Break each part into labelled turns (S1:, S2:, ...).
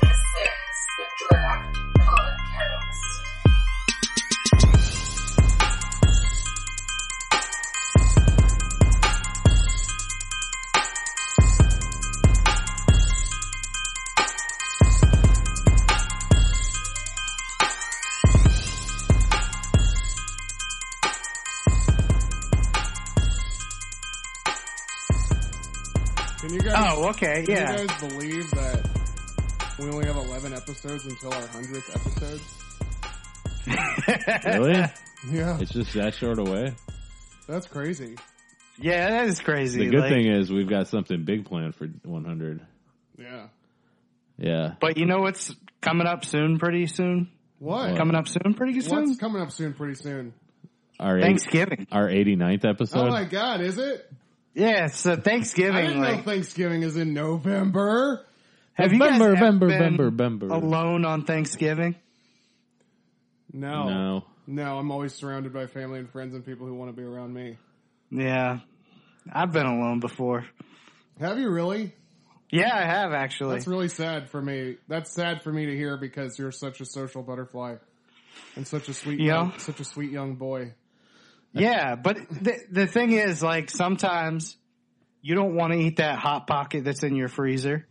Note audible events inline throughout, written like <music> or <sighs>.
S1: This is the Draft Podcast.
S2: Can you guys?
S3: Oh, okay,
S2: can
S3: yeah.
S2: You guys believe that we only have eleven episodes until our hundredth episode?
S4: Really?
S3: <laughs>
S2: Yeah,
S4: Oh, It's just that short away.
S2: that's crazy.
S3: yeah, that is crazy.
S4: The good
S3: like-
S4: thing is we've got something big planned for 100.
S2: Yeah.
S4: Yeah.
S3: but you know what's coming up soon? Pretty soon.
S2: What?
S4: What?
S3: Coming up soon. Pretty soon.
S2: What's coming up soon? Pretty soon.
S4: Our eight,
S3: Thanksgiving.
S4: our 89th episode.
S2: oh my god, is it?
S3: Yeah, so
S2: I
S3: Thanksgiving.
S2: didn't know
S3: Like,
S2: Thanksgiving is in November.
S3: have you guys
S4: Bember,
S3: ever
S4: Bember,
S3: been
S4: Bember, Bember.
S3: alone on Thanksgiving?
S2: No,
S4: No.
S2: No, I'm always surrounded by family and friends and people who want to be around me.
S3: Yeah, I've been alone before.
S2: Have you really?
S3: Yeah, I have actually.
S2: That's really sad for me. That's sad for me to hear because you're such a social butterfly and such a sweet,
S3: Yeah.
S2: young, such a sweet young boy.
S3: yeah, but the the thing is, like sometimes you don't want to eat that hot pocket that's in your freezer.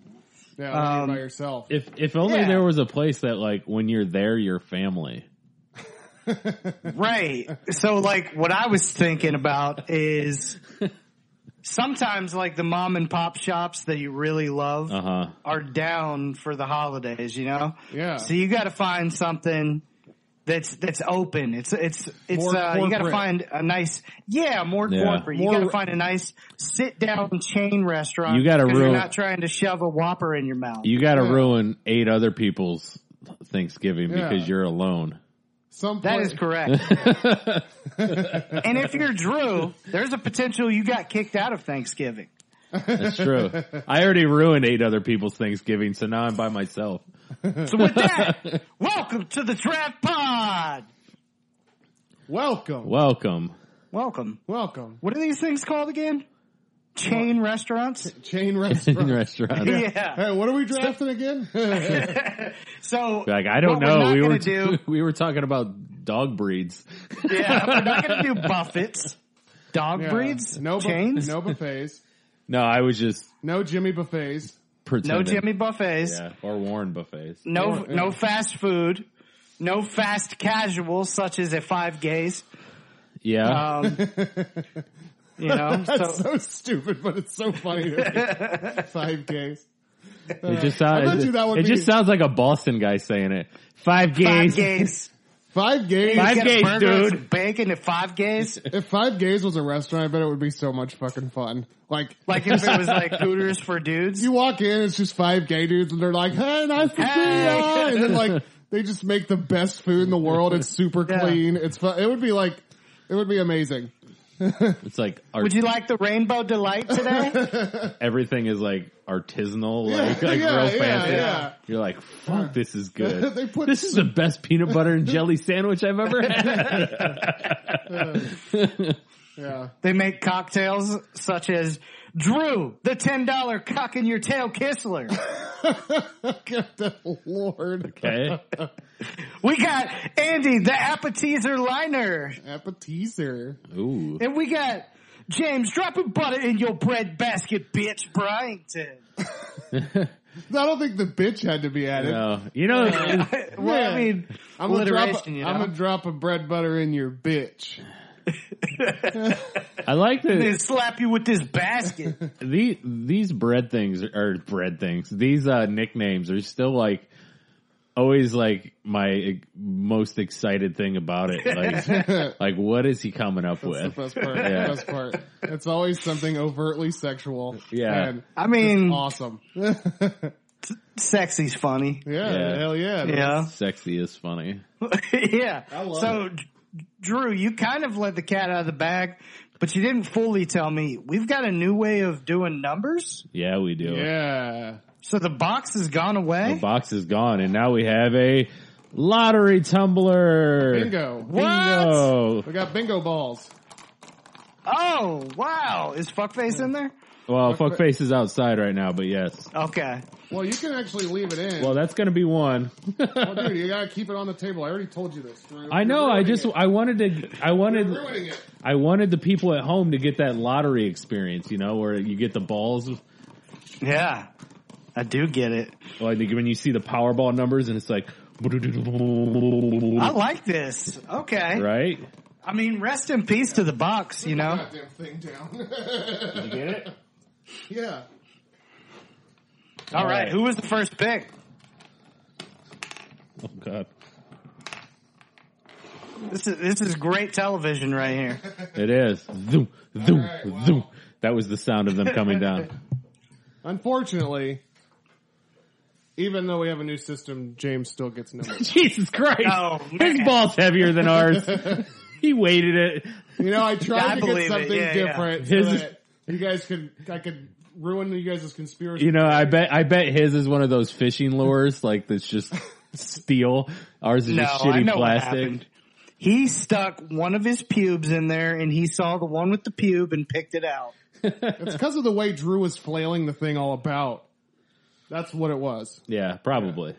S2: Yeah, when
S3: Um,
S2: you're by yourself.
S4: If if only
S3: Yeah.
S4: there was a place that like when you're there, you're family.
S3: Right. So like what I was thinking about is sometimes like the mom and pop shops that you really love
S4: Uh huh.
S3: are down for the holidays, you know?
S2: Yeah.
S3: So you gotta find something that's that's open. It's it's it's
S2: More
S3: uh you gotta
S2: corporate.
S3: find a nice yeah, more
S4: Yeah.
S3: corporate.
S2: More-
S3: you gotta find a nice sit down chain restaurant.
S4: You gotta
S3: 'cause you're
S4: ruin-
S3: not trying to shove a whopper in your mouth.
S4: You got to
S2: Yeah.
S4: ruin eight other people's Thanksgiving
S2: Yeah.
S4: because you're alone.
S2: Some
S3: That
S2: pla-
S3: is correct. <laughs> and if you're Drew, there's a potential you got kicked out of Thanksgiving. <laughs>
S4: That's true. I already ruined eight other people's Thanksgiving, so now I'm by myself.
S3: So with
S4: <laughs>
S3: that, welcome to the Draft Pod.
S2: Welcome.
S4: Welcome.
S3: Welcome. <laughs>
S2: Welcome.
S3: What are these things called again? Chain restaurants.
S2: Chain
S4: <laughs> In
S2: restaurant.
S3: <laughs>
S4: restaurant.
S3: Yeah.
S2: Hey, what are we drafting again? <laughs> yeah,
S3: So
S4: Like I don't
S3: what
S4: know.
S3: We're not
S4: we
S3: gonna
S4: were
S3: do.
S4: <laughs> we were talking about dog breeds.
S3: <laughs>
S4: <laughs>
S3: Yeah, we're not gonna do buffets, dog breeds,
S2: No bu-
S3: chains,
S2: No buffets.
S4: No, I was just
S2: No Jimmy buffets.
S3: <laughs> no
S4: pretending.
S3: Jimmy buffets,
S4: Yeah, or Warren buffets.
S3: no
S2: Or-
S3: no fast food, no fast casual such as a five gays.
S4: Yeah,
S3: Um, <laughs> you know,
S2: That's
S3: so,
S2: so stupid, but it's so funny. to
S3: <laughs>
S2: me. Five Ks.
S4: it just
S2: I bet
S4: sounds.
S2: you that would
S4: It
S2: be-
S4: just sounds like a Boston guy saying it. Five
S3: five
S4: gays.
S3: gays.
S2: Five Ks.
S4: Five
S3: Get a
S4: gays,
S3: burger and some
S4: dude.
S3: Bacon at five gays.
S2: If Five Ks was a restaurant, I bet it would be so much fucking fun. Like,
S3: Like if it was like Hooters for dudes.
S2: you walk in, it's just five gay dudes, and they're like, "Hey, nice to
S3: Hey.
S2: see ya," and then
S3: <laughs>
S2: like they just make the best food in the world. It's super
S3: Yeah.
S2: clean. It's fun. It would be like, it would be amazing.
S4: It's like art-
S3: Would you like the rainbow delight today?
S2: <laughs>
S4: everything is like artisanal, like, like
S2: yeah,
S4: real
S2: yeah,
S4: fancy.
S2: yeah.
S4: You're like, fuck, this is good.
S2: <laughs> They put-
S4: this is the best peanut butter and jelly sandwich I've ever
S2: <laughs>
S4: had.
S2: Yeah.
S3: they make cocktails such as Drew, the ten dollar cock in your tail Kistler.
S2: <laughs> Good lord.
S4: Okay,
S3: We got Andy, the appetizer liner,
S2: Appetizer.
S4: ooh,
S3: and we got James dropping butter in your bread basket, bitch, Bryington.
S2: I don't think the bitch had to be added.
S4: no, you know,
S3: <laughs> Well, I
S2: Yeah.
S3: mean,
S2: I'm gonna, drop a,
S3: alliteration, you know.
S2: I'm gonna drop a bread butter in your bitch.
S4: I like that.
S3: Then slap you with this basket.
S4: the these bread things or bread things these uh nicknames are still like always like my e- most excited thing about
S2: <laughs>
S4: it like like what is he coming up
S2: That's the
S4: with
S2: best part.
S4: Yeah.
S2: Best part. It's always something overtly sexual.
S4: Yeah.
S2: And
S3: <laughs> I mean,
S2: awesome. yeah,
S3: sexy's funny.
S4: Yeah.
S2: Hell yeah.
S3: Yeah.
S4: sexy is funny
S3: <laughs> yeah.
S2: love
S3: so, D- Drew, you kind of let the cat out of the bag But you didn't fully tell me we've got a new way of doing numbers.
S4: Yeah, we do.
S2: Yeah.
S3: So the box has gone away.
S4: The box is gone, and now we have a lottery tumbler.
S2: Bingo.
S4: Bingo.
S2: We got bingo balls.
S3: oh wow, is fuckface in there?
S4: Well,
S2: Fuck
S4: fuckface is outside right now, but yes.
S3: Okay.
S2: Well, you can actually leave it in.
S4: Well, that's going to be one. <laughs>
S2: Well, dude, you gotta keep it on the table. I already told you this. Drew.
S4: I
S2: You're
S4: know. I
S2: ruining
S4: just
S2: it.
S4: I wanted to I
S2: You're
S4: wanted
S2: ruining it.
S4: I wanted the people at home to get that lottery experience, you know, where you get the balls
S3: Yeah, I do get it.
S4: like when you see the Powerball numbers and it's like
S3: I like this. Okay.
S4: right?
S3: I mean, rest in peace to the box. You know.
S2: Goddamn thing down. <laughs>
S4: Get it?
S2: yeah.
S3: All right. Who was the first pick?
S4: Oh god.
S3: This is this is great television right here.
S4: It is. Zoom, zoom,
S2: right, wow.
S4: zoom. That was the sound of them
S3: <laughs>
S4: coming down.
S2: Unfortunately, even though we have a new system, James still gets numbers.
S4: Jesus Christ.
S3: Oh,
S4: His
S3: man.
S4: ball's heavier
S3: <laughs>
S4: than ours. he weighted it.
S2: you know, I tried
S3: I
S2: to
S3: believe
S2: get
S3: it.
S2: something
S3: Yeah, yeah.
S2: different
S4: His
S2: so
S4: is-
S2: that you guys could I could ruin you guys' conspiracy.
S4: You know, I bet I bet his is one of those fishing lures like that's just steel. Ours is
S3: No, I
S4: just shitty
S3: know what
S4: plastic.
S3: happened. He stuck one of his pubes in there, and he saw the one with the pube and picked it out.
S2: it's because of the way Drew was flailing the thing all about. That's what it was.
S4: Yeah, probably.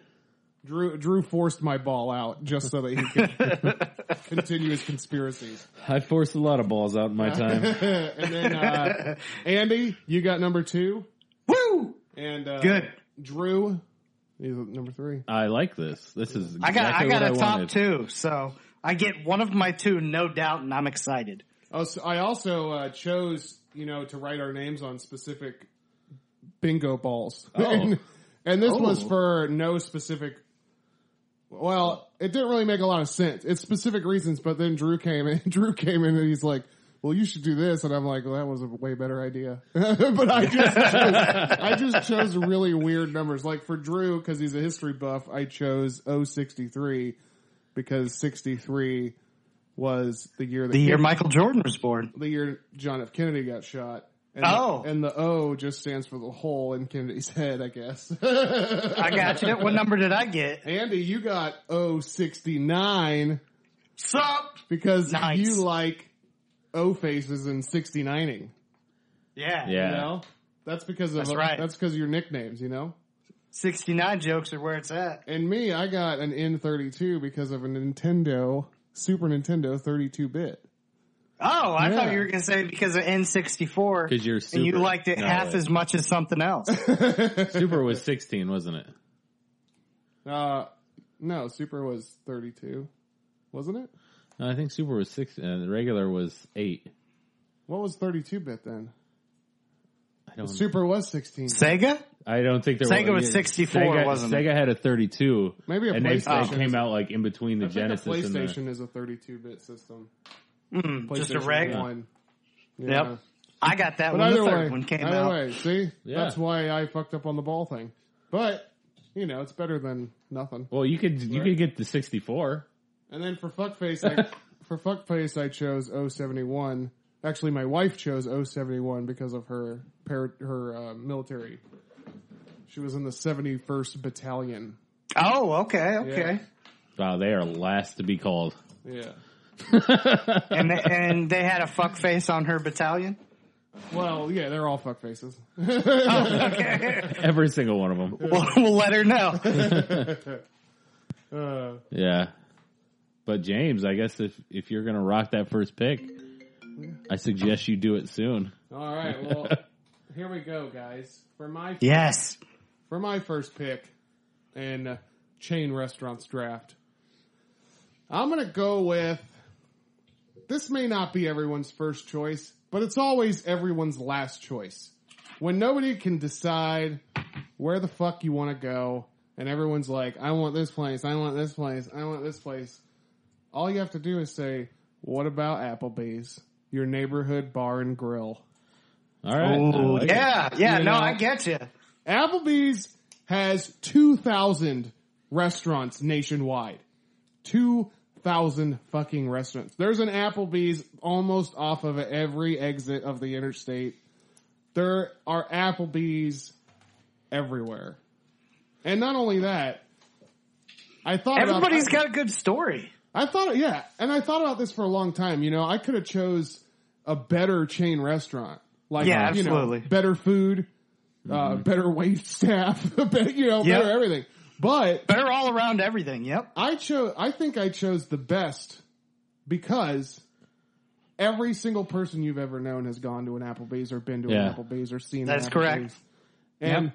S2: Drew Drew forced my ball out just so that he could
S3: <laughs>
S2: continue his conspiracies.
S4: <laughs> I forced a lot of balls out in my
S3: <laughs>
S4: time.
S2: and then uh, Andy, you got number two,
S3: Woo!
S2: and uh,
S3: Good.
S2: Drew, he's number three.
S4: I like this. This is
S3: I
S4: exactly
S3: got I got
S4: what
S3: a
S4: I
S3: top
S4: wanted.
S3: two, so I get one of my two, no doubt, and I'm excited.
S2: Oh, so I also uh, chose you know to write our names on specific bingo balls, <laughs>
S4: Oh.
S2: and, and this
S3: Oh.
S2: was for no specific. Well, it didn't really make a lot of sense. It's specific reasons, but then Drew came in. <laughs> Drew came in and he's like. Well, you should do this, and I'm like, well, that was a way better idea. <laughs> but I just,
S3: <laughs>
S2: chose, I just chose really weird numbers. Like for Drew, because he's a history buff, I chose 063 because 63 was the year that
S3: The year
S2: Kennedy-
S3: Michael Jordan was born.
S2: the year John F. Kennedy got shot. And
S3: Oh.
S2: The, and the O just stands for the hole in Kennedy's head, I guess.
S3: I got you. What number did I
S2: <laughs>
S3: get?
S2: Andy, you got 069
S3: Sup?
S2: because
S3: Nice.
S2: you like O faces and 69ing.
S3: Yeah.
S4: Yeah.
S2: You know? That's because of
S3: That's right.
S2: that's because of your nicknames, you know?
S3: 69 jokes are where it's at.
S2: And me, I got an N32 because of a Nintendo, Super Nintendo 32 bit.
S3: Oh, I
S2: Yeah.
S3: thought you were going to say because of N64.
S4: 'Cause you're
S3: And you
S4: super
S3: liked it half
S4: knowledge.
S3: as much as something
S4: <laughs>
S3: else.
S4: <laughs> Super was 16, wasn't it?
S2: Uh, no, Super was 32, wasn't it?
S4: No, I think Super was 6 and the regular was 8.
S2: What was 32 bit then?
S4: I don't
S2: Super was 16.
S3: Sega?
S4: I don't think there
S3: Sega
S4: was,
S3: was 64,
S4: Sega,
S3: wasn't it?
S4: Sega had a 32.
S2: Maybe a
S4: and they, they
S2: PlayStation.
S4: came out like in between the
S2: I think
S4: Genesis
S2: the
S4: and the
S2: PlayStation is a 32-bit system.
S3: Mm, just a
S2: PlayStation
S3: reg?
S2: One.
S3: Yep. Uh, I got that
S2: But
S3: when
S2: either
S3: the third
S2: way,
S3: one came
S2: either
S3: out.
S2: way, see,
S4: Yeah.
S2: that's why I fucked up on the ball thing. But you know, it's better than nothing.
S4: Well, you could you could get the 64.
S2: And then for fuckface,
S4: <laughs>
S2: I, for fuckface, I chose 071. Actually, my wife chose 071 because of her par- her uh, military. She was in the 71st Battalion.
S3: Oh, okay, okay.
S4: Wow, they are last to be called. <laughs>
S2: Yeah.
S3: and, they, and they had a fuck face on
S2: <laughs>
S3: her battalion?
S2: Well, yeah, they're all fuckfaces.
S4: Every single one of them.
S3: We'll, we'll let her know.
S2: Uh,
S4: Yeah. But James, I guess if if you're going to rock that first pick, I suggest you do it soon.
S2: All right, <laughs> well, here we go, guys. For my
S3: Yes.
S2: for my first pick in uh, chain restaurants draft, I'm gonna go with. This may not be everyone's first choice, but it's always everyone's last choice. When nobody can decide where the fuck you want to go, and everyone's like, "I want this place, I want this place, I want this place." All you have to do is say, "What about Applebee's, your neighborhood bar and grill?"
S4: All right. I
S3: Ooh,
S4: like it.
S3: yeah, yeah,
S2: You
S3: no,
S2: know?
S3: I get you.
S2: Applebee's has 2,000 restaurants nationwide. 2,000. thousand fucking restaurants. There's an Applebee's almost off of every exit of the interstate. There are Applebee's everywhere, and not only that, I thought about-
S3: Everybody's got a good story.
S2: I thought, yeah, and I thought about this for a long time. You know, I could have chose a better chain restaurant, like
S3: Yeah,
S2: you know,
S3: absolutely. Mm-hmm.
S2: better food, uh, better wait staff, <laughs> better, you know,
S3: Yeah.
S2: better everything. But
S3: Better all around everything. Yep.
S2: I chose. I think I chose the best because every single person you've ever known has gone to an Applebee's or been to
S4: Yeah.
S2: an Applebee's or seen.
S3: That's
S2: an Applebee's.
S3: correct.
S2: And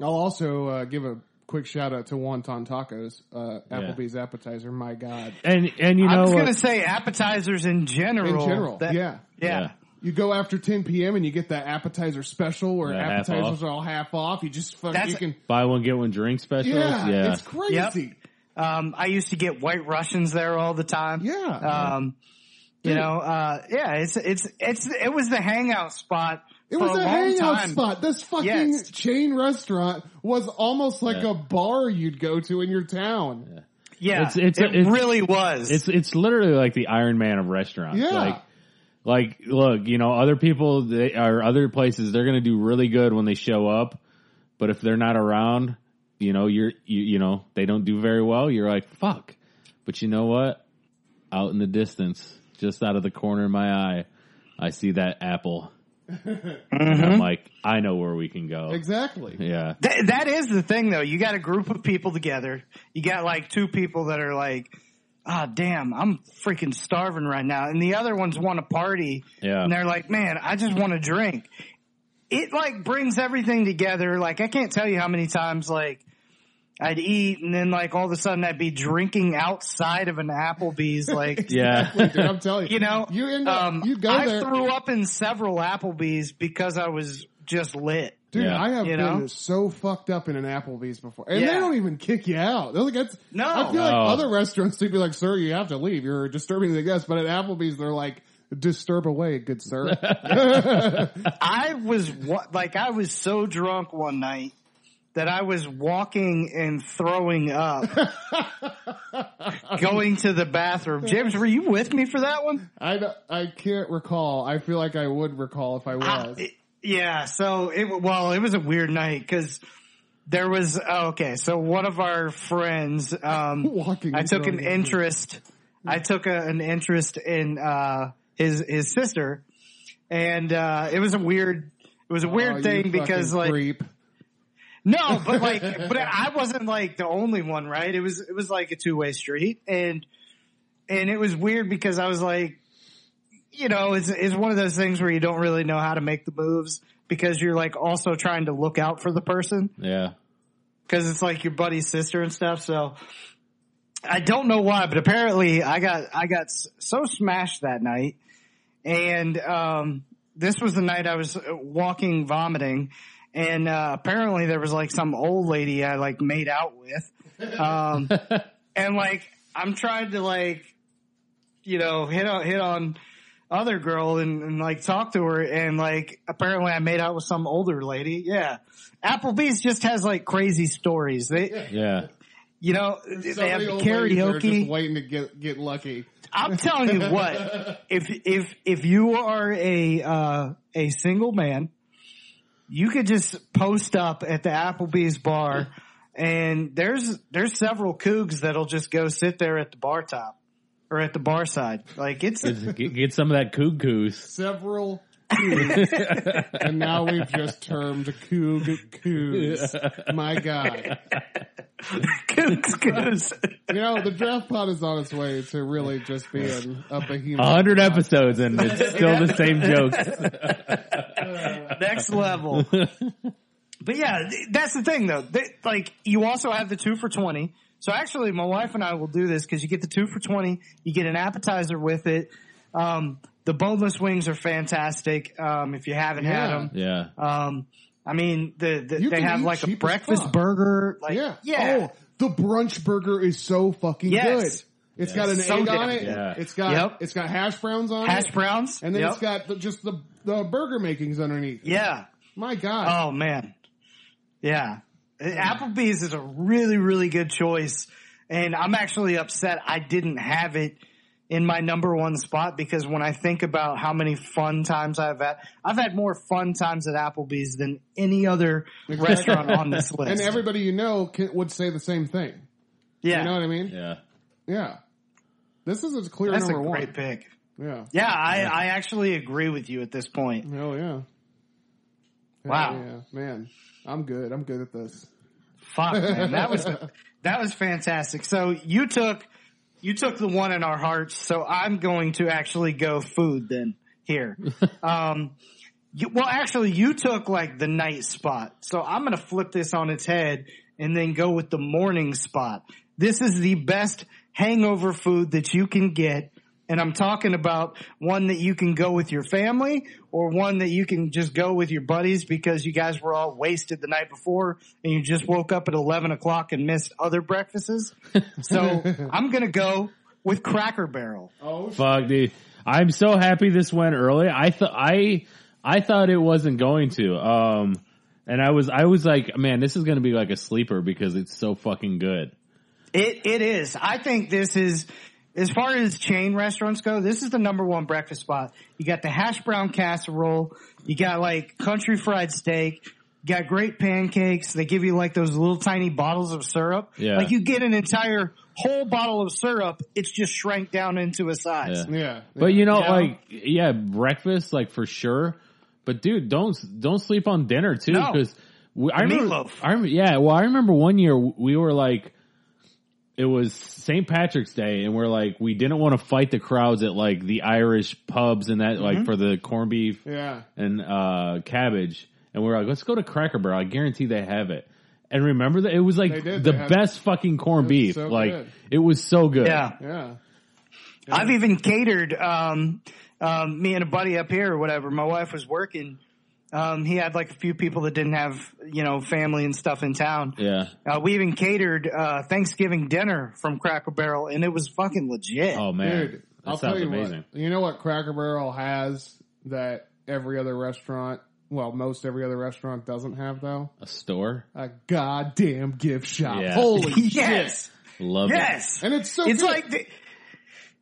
S2: I'll also uh, give a quick shout out to Wonton Tacos, uh, Applebee's appetizer. My God,
S4: And and you know
S3: I was
S4: what?
S3: going to say appetizers in general.
S2: in general,
S3: That-
S2: yeah.
S3: Yeah.
S4: Yeah.
S2: You go after 10 p.m. and you get that appetizer special where
S4: Yeah, half
S2: appetizers
S4: off.
S2: are all half off. You just fucking
S3: That's-
S2: you can.
S4: buy one get one drink specials.
S2: Yeah,
S4: Yeah,
S2: it's crazy.
S3: Um, I used to get white Russians there all the time.
S2: Yeah,
S3: Um, you know, uh, yeah, it's, it's, it's, it was the hangout spot.
S2: It
S3: for
S2: was
S3: a,
S2: a,
S3: long
S2: hangout
S3: time.
S2: spot. This fucking
S3: Yes.
S2: chain restaurant was almost like
S4: Yeah.
S2: a bar you'd go to in your town.
S3: Yeah.
S4: It's- it's-
S3: it
S4: it's-
S3: really was.
S4: It's it's literally like the Iron Man of restaurants.
S2: Yeah.
S4: Like like look, you know, other people they are other places they're going to do really good when they show up, but if they're not around, you know, you're you, you know, they don't do very well, you're like, fuck. But you know what? Out in the distance, just out of the corner of my eye, I see that apple. and I'm like, I know where we can go.
S2: Exactly.
S4: <laughs> Yeah.
S3: Th- that is the thing though. You got a group of people together. You got like two people that are like, ah, damn, I'm freaking starving right now. And the other ones want to party.
S4: Yeah.
S3: And they're like, man, I just want to drink. It like brings everything together. Like I can't tell you how many times like I'd eat and then like all of a sudden I'd be drinking outside of an
S2: <laughs>
S3: Applebee's like
S4: Yeah.
S2: Dude, I'm telling you.
S3: you know,
S2: you end up,
S3: um,
S2: you go
S3: I
S2: there.
S3: threw up in several Applebee's because I was just lit.
S2: Dude,
S4: Yeah.
S2: I have
S3: You
S2: been
S3: know?
S2: so fucked up in an Applebee's before. And they
S3: Yeah.
S2: don't even kick you out. They're like, that's,
S3: No.
S2: I feel
S4: No.
S2: like other restaurants, they'd be like, sir, you have to leave. You're disturbing the guests. But at Applebee's, they're like, disturb away, good
S4: <laughs>
S2: sir.
S3: I was wa- like I was so drunk one night that I was walking and
S2: <laughs>
S3: throwing up, going to the bathroom. James, were you with me for that one?
S2: I, don't- I can't recall. I feel like I would recall if I was.
S3: I- yeah. So it well, it was a weird night because there was oh, okay. So one of our friends, um,
S2: <laughs> Walking
S3: I
S2: and
S3: took an
S2: throwing up.
S3: interest. I took a, an interest in uh, his his sister, and uh, it was a weird. It was a
S2: Oh,
S3: weird
S2: you
S3: thing because
S2: fucking
S3: like
S2: creep.
S3: No, but like, but I wasn't like the only one, right? It was, it was like a two way street and, and it was weird because I was like, you know, it's, it's one of those things where you don't really know how to make the moves because you're like also trying to look out for the person
S4: <laughs> yeah.
S3: because it's like your buddy's sister and stuff. So I don't know why, but apparently I got I got s- so smashed that night, and um, this was the night I was uh, walking vomiting, and uh, apparently there was like some old lady I like made out with, um, and like I'm trying to like you know hit on hit on other girl and, and like talk to her and like apparently I made out with some older lady. Yeah. Applebee's just has like crazy stories. They
S4: Yeah.
S3: you know they have
S2: many
S3: the
S2: old ladies that are
S3: karaoke.
S2: Just waiting to get get lucky.
S3: I'm telling you what,
S2: <laughs>
S3: if if if you are a uh, a single man, you could just post up at the Applebee's bar, and there's there's several cougs that'll just go sit there at the bar top or at the bar side. Like it's
S4: Just Get, get some of that cuckoo's.
S2: Several coups. and now we've just
S4: <laughs>
S2: termed coog coups. My God.
S3: <laughs> cougs, cougs.
S2: You know, the draft pod is on its way to really just being a
S4: A
S2: behemoth.
S4: hundred episodes and it's still the same jokes.
S2: <laughs>
S3: next level. but yeah, th- that's the thing though. They, like you also have the two for 20. So actually my wife and I will do this because you get the two for 20, you get an appetizer with it. Um, the boneless wings are fantastic. Um, if you haven't had
S2: Yeah.
S3: 'em. had
S4: Yeah.
S3: them, um, I mean, the, the
S2: You
S3: they
S2: can
S3: have
S2: eat
S3: like a
S2: cheap as
S3: breakfast
S2: fuck.
S3: burger. Like,
S2: Yeah.
S3: yeah.
S2: Oh, the brunch burger is so fucking
S3: Yes.
S2: good. It's got an
S3: So
S2: egg on
S3: damn
S2: it.
S4: good. Yeah.
S2: It's got
S3: Yep.
S2: it's got hash browns on
S3: Hash
S2: it.
S3: browns.
S2: Oh. And then
S3: Yep.
S2: it's got the, just the the burger makings underneath.
S3: yeah.
S2: My God.
S3: Oh man, yeah. Applebee's is a really really good choice, And I'm actually upset I didn't have it in my number one spot because when I think about how many fun times I've had, I've had more fun times at Applebee's than
S2: <laughs>
S3: any other restaurant on this list.
S2: And everybody you know can, would say the same thing.
S3: yeah,
S2: You know what I mean?
S4: Yeah.
S2: Yeah. This is a clear
S3: that's a
S2: number
S3: great
S2: one.
S3: pick.
S2: Yeah.
S3: Yeah, I, I actually agree with you at this point.
S2: Oh yeah.
S3: Wow.
S2: Yeah, man. I'm good. I'm good at this.
S3: Fuck, man, that was that was fantastic. So you took you took the one in our hearts. So I'm going to actually go food then here. Um, you, well, actually, you took like the night spot. So I'm going to flip this on its head and then go with the morning spot. This is the best hangover food that you can get. And I'm talking about one that you can go with your family or one that you can just go with your buddies because you guys were all wasted the night before and you just woke up at 11 o'clock and missed other breakfasts. So I'm going to go with Cracker Barrel.
S4: Fuck, dude. I'm so happy this went early. I thought I I thought it wasn't going to. Um, and I was I was like, man, this is going to be like a sleeper because it's so fucking good.
S3: It it is. I think this is as far as chain restaurants go, this is the number one breakfast spot. You got the hash brown casserole, you got like country fried steak, you got great pancakes. They give you like those little tiny bottles of syrup.
S4: Yeah.
S3: Like you get an entire whole bottle of syrup, it's just shrank down into a size.
S4: Yeah.
S2: Yeah.
S4: But you know,
S3: Yeah.
S4: like, yeah, breakfast, like for sure. But dude, don't don't sleep on dinner too,
S3: No.
S4: because I remember,
S3: Meatloaf.
S4: I remember- yeah. Well, I remember one year we were like, it was St. Patrick's Day, and we're like, we didn't want to fight the crowds at like the Irish pubs and that,
S2: Mm-hmm.
S4: like for the corned beef
S2: yeah.
S4: and uh, cabbage, and we were like, let's go to Cracker Barrel. I guarantee they have it. And remember that it was
S2: They
S4: like
S2: did.
S4: the
S2: They had-
S4: best fucking corned
S2: It was
S4: beef.
S2: so
S4: like
S2: good.
S4: it was so good.
S3: Yeah.
S2: Yeah.
S3: I've even catered, um, um, me and a buddy up here or whatever. My wife was working. Um, he had like a few people that didn't have, you know, family and stuff in town.
S4: yeah.
S3: Uh, we even catered uh, Thanksgiving dinner from Cracker Barrel, and it was fucking legit. <laughs>
S4: Oh man,
S2: Dude,
S4: that
S2: I'll
S4: sounds
S2: tell you
S4: amazing.
S2: what. You know what Cracker Barrel has that every other restaurant, well, most every other restaurant doesn't have though?
S4: A store?
S2: A goddamn gift shop.
S4: Yeah.
S2: Holy shit.
S3: yes,
S4: Love
S3: yes.
S2: And it's so
S3: It's
S2: good.
S3: like the,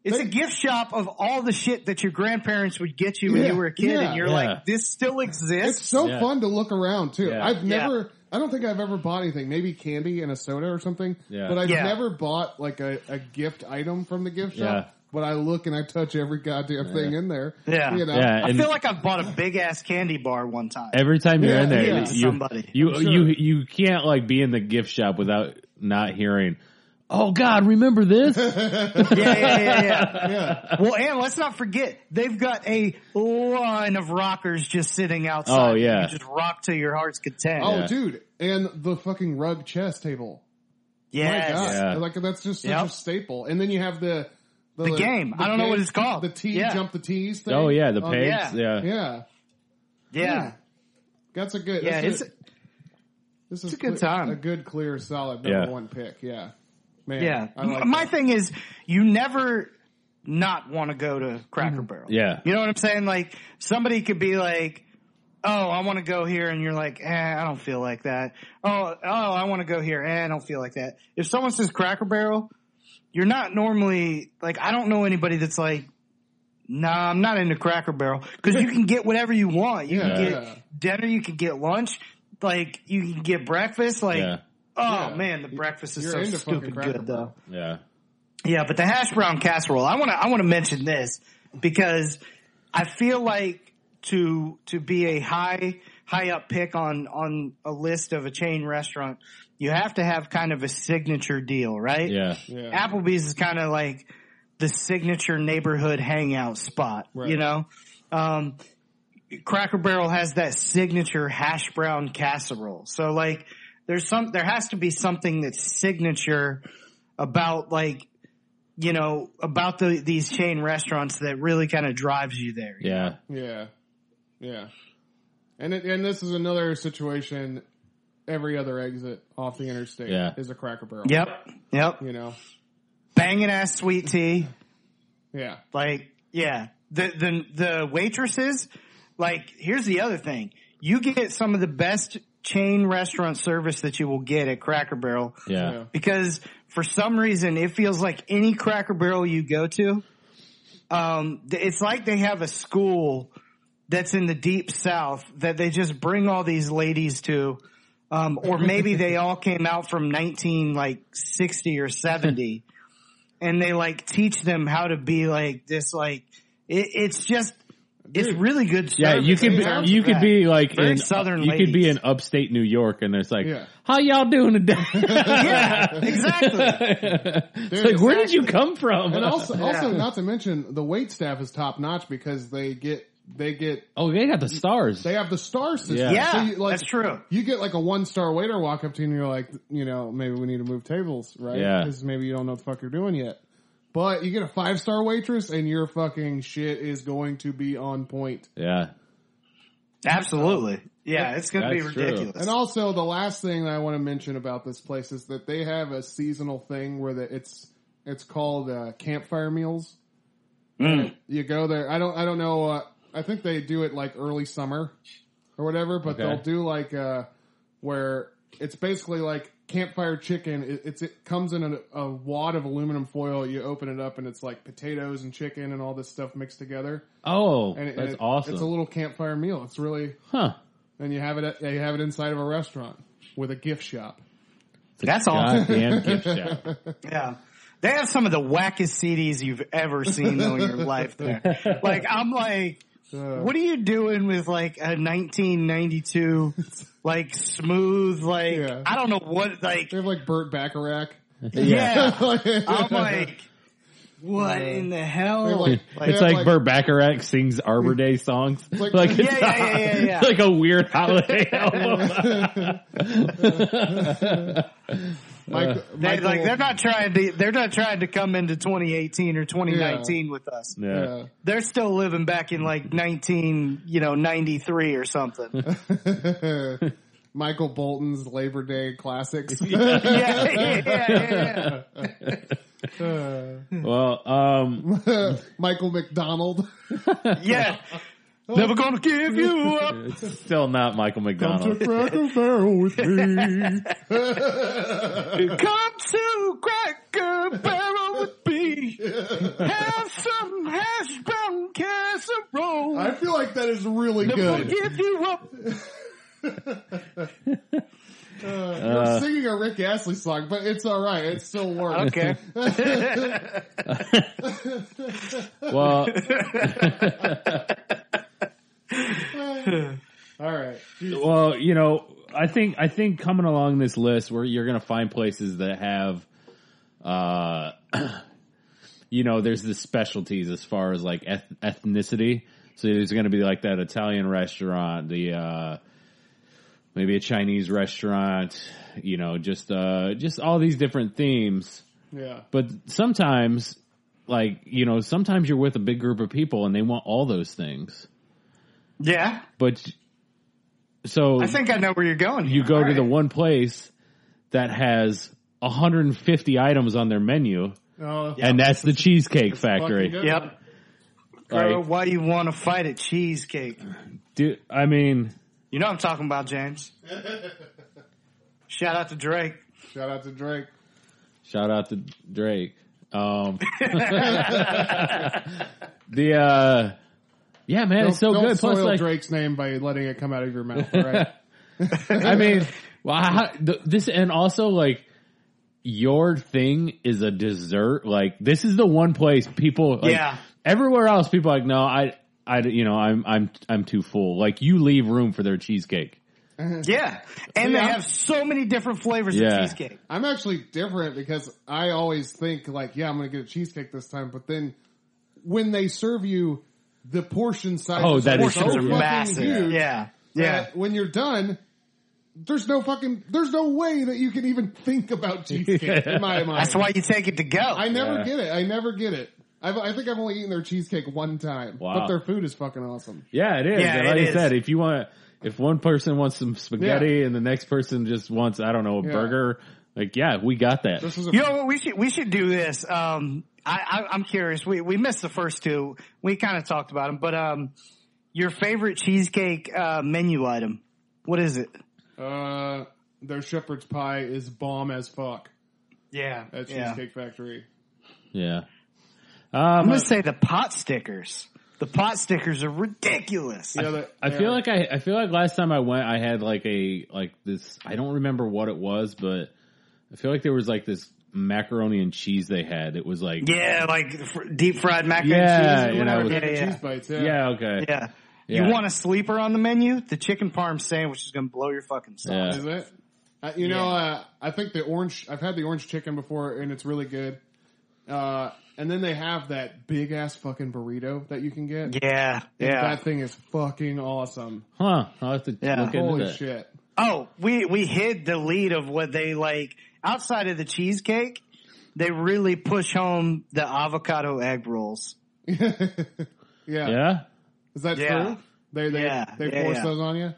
S3: it's a gift shop of all the shit that your grandparents would get you when
S2: Yeah,
S3: you were a kid,
S2: yeah.
S3: and you're
S4: Yeah.
S3: like, this still
S2: It's
S3: exists.
S2: so
S4: Yeah.
S2: fun to look around too.
S4: Yeah.
S2: I've
S3: Yeah.
S2: never, I don't think I've ever bought anything. Maybe candy and a soda or something.
S4: Yeah.
S2: But I've
S3: Yeah.
S2: never bought like a, a gift item from the gift shop.
S4: Yeah.
S2: But I look and I touch every goddamn thing in there.
S3: Yeah.
S2: You know?
S4: it. Yeah,
S3: I
S4: and
S3: feel like I've bought a big ass candy bar one time.
S4: every time you're
S2: Yeah,
S4: in there,
S2: yeah.
S4: you
S3: Somebody.
S4: you,
S2: sure.
S4: you you can't like be in the gift shop without not hearing. Oh God, remember
S3: <laughs>
S4: this?
S3: yeah, yeah, yeah,
S4: <laughs>
S3: yeah.
S2: Yeah.
S3: Well, and let's not forget they've got a line of rockers just sitting outside.
S4: Oh, yeah.
S3: you just rock to your heart's content.
S2: Oh,
S4: Yeah.
S2: dude. And the fucking rug chess table.
S3: yes.
S2: My God.
S4: Yeah.
S2: Like that's just such a
S3: Yep.
S2: staple. And then you have the, the,
S3: game. I don't know what it's called.
S2: The T
S3: Yeah.
S2: jump the T's thing.
S4: oh yeah, the
S2: Um,
S4: pigs.
S3: yeah.
S4: yeah.
S2: Yeah.
S4: Hmm.
S3: yeah.
S2: That's a good.
S3: Yeah,
S2: that's
S3: it's-
S2: this is
S3: a
S2: cle-
S3: good time.
S2: A good, clear, solid number
S4: Yeah.
S2: one pick. Yeah, man.
S3: Yeah.
S2: I like
S3: My
S2: that.
S3: thing is, you never not want to go to
S2: Mm-hmm.
S3: Cracker Barrel.
S4: Yeah.
S3: You know what I'm saying? Like, somebody could be like, oh, I want to go here. And you're like, eh, I don't feel like that. Oh, oh, I want to go here. Eh, I don't feel like that. If someone says Cracker Barrel, you're not normally, like, I don't know anybody that's like, Nah, I'm not into Cracker Barrel because you can get whatever you want. You
S2: Yeah.
S3: can get
S2: Yeah.
S3: dinner, you can get lunch, like you can get breakfast. Like,
S4: Yeah.
S3: oh
S2: Yeah.
S3: man, the breakfast is
S2: You're
S3: so
S2: into fucking
S3: stupid
S2: Cracker
S3: good
S2: Barrel.
S3: though.
S4: Yeah.
S3: Yeah, but the hash brown casserole, I want to I want to mention this because I feel like to to be a high high up pick on on a list of a chain restaurant, you have to have kind of a signature deal, right?
S4: Yeah.
S2: Yeah.
S3: Applebee's is kind of like the signature neighborhood hangout spot,
S2: Right.
S3: you know? Um, Cracker Barrel has that signature hash brown casserole. So like there's some, there has to be something that's signature about like, you know, about the, these chain restaurants that really kind of drives you there.
S4: Yeah.
S2: yeah, yeah. And it, and this is another situation. Every other exit off the interstate
S4: Yeah.
S2: is a Cracker Barrel.
S3: Yep. Yep.
S2: You know.
S3: Banging ass sweet tea.
S2: Yeah.
S3: Like, yeah, the the the waitresses. Like, here's the other thing: you get some of the best chain restaurant service that you will get at Cracker Barrel
S4: Yeah.
S3: because for some reason it feels like any Cracker Barrel you go to, um, th- it's like they have a school that's in the deep South that they just bring all these ladies to, um, or maybe they all came out from nineteen like sixty or
S4: <laughs>
S3: seventy, and they like teach them how to be like this. Like it, it's just. It's really good.
S4: Yeah,
S3: service.
S4: you could
S3: It sounds
S4: be, you could
S3: bad.
S4: be like
S3: Very
S4: in
S3: Southern
S4: you could be
S3: ladies.
S4: in upstate New York, and it's like,
S2: Yeah.
S4: how y'all doing today?
S3: <laughs>
S4: <laughs>
S3: yeah, exactly.
S4: it's like, where did you come from?
S2: And
S4: <laughs>
S2: also, also
S3: Yeah.
S2: not to mention the wait staff is top notch because they get they get
S4: oh, they got the stars.
S2: they have the star system.
S4: Yeah.
S3: Yeah,
S2: So you, like,
S3: that's true.
S2: You get like a one star waiter walk up to you and you're like, you know, maybe we need to move tables, right?
S4: Yeah.
S2: Because maybe you don't know what the fuck you're doing yet. But you get a five star waitress and your fucking shit is going to be on point.
S4: yeah,
S3: Absolutely. Yeah, it's going to be
S4: That's true.
S3: ridiculous.
S2: And also, the last thing that I want to mention about this place is that they have a seasonal thing where the, it's it's called uh, campfire meals.
S4: Mm.
S2: And You go there. I don't. I don't know. Uh, I think they do it like early summer or whatever. But
S4: Okay.
S2: they'll do like uh, where it's basically like campfire chicken. It, it's it comes in a, a wad of aluminum foil. You open it up and it's like potatoes and chicken and all this stuff mixed together.
S4: Oh,
S2: And it-
S4: that's
S2: and it-
S4: awesome.
S2: It's a little campfire meal. It's really
S4: huh.
S2: and you have it at, you have it inside of a restaurant with a gift shop.
S4: It's a
S3: That's all.
S4: Goddamn gift shop.
S3: Yeah. They have some of the wackest CDs you've ever seen though
S4: <laughs>
S3: in your life there. Like I'm like
S2: Uh,
S3: what are you doing with like a 1992 like smooth like
S2: Yeah.
S3: I don't know what like
S2: they have like Burt Bacharach. <laughs>
S3: yeah. I'm
S2: I'm
S3: like what in the hell?
S2: like-
S3: Like,
S4: It's
S2: Yeah,
S4: like,
S2: like-
S4: Burt Bacharach sings Arbor Day songs.
S2: like-
S4: Like,
S2: Yeah,
S4: it's
S3: yeah, yeah, yeah, yeah.
S4: <laughs> like a weird holiday album.
S3: they, like they're not trying to they're not trying to come into 2018 or 2019 with us.
S4: yeah.
S3: They're still living back in like 19, you know, 93 or <laughs> something.
S2: Michael Bolton's Labor Day classics.
S3: <laughs> yeah, yeah, yeah, yeah.
S4: Well, um,
S2: <laughs> Michael McDonald.
S3: yeah. <laughs> Never gonna give you up.
S4: it's still not Michael
S2: Come to
S4: McDonald.
S2: Cracker Barrel with me.
S3: <laughs> Come to Cracker Barrel with me. Have some hash brown
S2: <laughs>
S3: casserole.
S2: I feel like that is really
S3: Never gonna
S2: good.
S3: give you up.
S2: You're singing a Rick Astley song, but it's all right. It still works.
S3: Okay.
S4: Well,
S2: All right.
S4: well, you know, I think I think coming along this list, where you're going to find places that have, uh, <clears throat> you know, there's the specialties as far as like eth- ethnicity. So there's going to be like that Italian restaurant, the uh, maybe a Chinese restaurant, you know, just uh, just all these different themes.
S2: Yeah.
S4: But sometimes, like you know, sometimes you're with a big group of people and they want all those things.
S3: Yeah.
S4: But so
S3: I think I know where you're going.
S4: you
S3: here.
S4: go
S3: All
S4: to the
S3: right.
S4: one place that has 150 items on their menu,
S2: Oh,
S4: and that's the Cheesecake
S2: fucking
S4: Factory.
S2: good.
S3: Yep. Girl,
S4: Like,
S3: why you want to fight at cheesecake?
S4: do, I mean,
S3: You know what I'm talking about, <laughs> James. Shout out to Drake.
S2: Shout out to Drake.
S4: shout out to Drake.
S2: <laughs>
S4: Um, <laughs> the uh, yeah, man, it's so
S2: don't
S4: good.
S2: Soil
S4: Plus, like,
S2: Drake's name by letting it come out of your mouth, right?
S4: I <laughs> mean, wow, how- th- this and also like your thing is a dessert. Like this is the one place people like,
S3: Yeah.
S4: Everywhere else, people are like no, I, I, you know, I'm, I'm, I'm too full. Like you leave room for their cheesecake.
S3: Yeah. And
S2: Yeah.
S3: they have so many different flavors
S4: Yeah.
S3: of cheesecake.
S2: I'm actually different because I always think like, yeah, I'm going to get a cheesecake this time, but then when they serve you the portion size,
S4: Oh, that is
S2: so
S3: Portions are
S4: true.
S2: fucking
S3: massive.
S2: huge
S3: Yeah.
S2: that
S3: Yeah.
S2: When you're done, there's no fucking, there's no way that you can even think about
S4: <laughs>
S2: cheesecake in my mind.
S3: That's why you take it to go.
S2: I never
S4: Yeah.
S2: get it. I never get it. I've, I think I've only eaten their cheesecake one time,
S4: Wow.
S2: but their food is fucking awesome.
S4: Yeah, it is.
S3: Yeah,
S4: and
S3: it
S4: like I
S3: is.
S4: said, if you want, if one person wants some spaghetti and the next person just wants, I don't know, a
S2: Yeah.
S4: burger, like yeah, we got that.
S2: This is a
S3: You know what? We should we should do this. Um, I, I, I'm curious. We we missed the first two. We kind of talked about them, but um, your favorite cheesecake uh, menu item. What is it?
S2: Uh, their shepherd's pie is bomb as fuck
S3: Yeah.
S2: at
S3: yeah.
S2: Cheesecake Factory.
S4: Yeah.
S3: I'm
S4: Um,
S3: gonna say the pot stickers. The pot stickers are ridiculous.
S2: Yeah, they-
S4: I
S2: they
S4: feel
S2: are.
S4: like I, I feel like last time I went, I had like a like this. I don't remember what it was, but I feel like there was like this macaroni and cheese they had. It was like
S3: Yeah, like fr- deep fried macaroni
S4: Yeah,
S3: and cheese.
S4: you know,
S3: yeah,
S2: Cheese
S3: yeah,
S2: bites, yeah.
S4: yeah, okay,
S3: yeah.
S4: Yeah.
S3: You want a sleeper on the menu? The chicken parm sandwich is gonna blow your fucking socks.
S4: Yeah.
S2: Is it? Uh, you know, uh, I think the orange. I've had the orange chicken before, and it's really good. Uh, and then they have that big ass fucking burrito that you can get.
S3: Yeah, yeah.
S2: That thing is fucking awesome.
S4: huh? I'll have to
S3: Yeah.
S4: look into
S2: Holy
S4: that.
S2: shit! <laughs>
S3: Oh, we we hid the lead of what they like outside of the cheesecake. They really push home the avocado egg rolls.
S2: Yeah.
S4: Yeah,
S2: Is that
S3: Yeah.
S2: true? They they
S3: Yeah,
S2: they
S3: yeah,
S2: force
S3: yeah.
S2: those on you.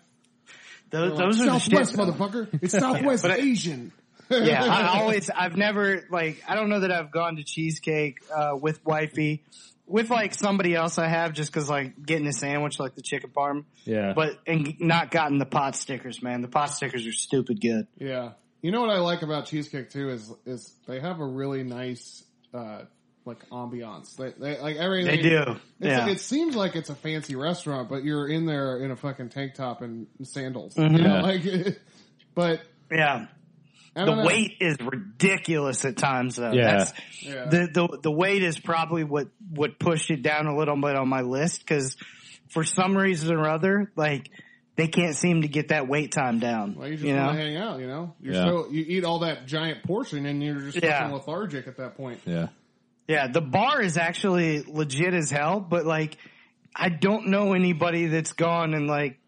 S3: Those, those are the shit.
S2: Southwest
S3: <laughs>
S2: motherfucker. It's Southwest
S3: but I-
S2: Asian.
S3: yeah,
S2: <laughs>
S3: <laughs> I always, I've never like, I don't know that I've gone to cheesecake uh, with wifey, with like somebody else I have, just because like getting a sandwich like the chicken parm,
S4: yeah,
S3: but and not gotten the pot stickers, man. The pot stickers are stupid good.
S2: Yeah. You know what I like about cheesecake too is is they have a really nice uh like ambiance. They, they like everything.
S3: They do,
S2: It's,
S3: yeah.
S2: It seems like it's a fancy restaurant, but you're in there in a fucking tank top and sandals.
S3: Mm-hmm.
S2: You
S4: Yeah.
S2: know, like, <laughs> but
S3: Yeah,
S2: I
S3: the
S2: don't know.
S3: weight is ridiculous at times though.
S4: Yeah.
S3: That's,
S2: Yeah.
S3: the the the weight is probably what what pushed it down a little bit on my list because for some reason or other, like they can't seem to get that wait time down.
S2: Well, you just
S3: you
S2: want to
S3: know,
S2: hang out, you know. You're
S4: Yeah.
S2: so you eat all that giant portion, and you're just
S3: Yeah.
S2: fucking lethargic at that point.
S4: yeah.
S3: yeah. The bar is actually legit as hell, but like I don't know anybody that's gone and like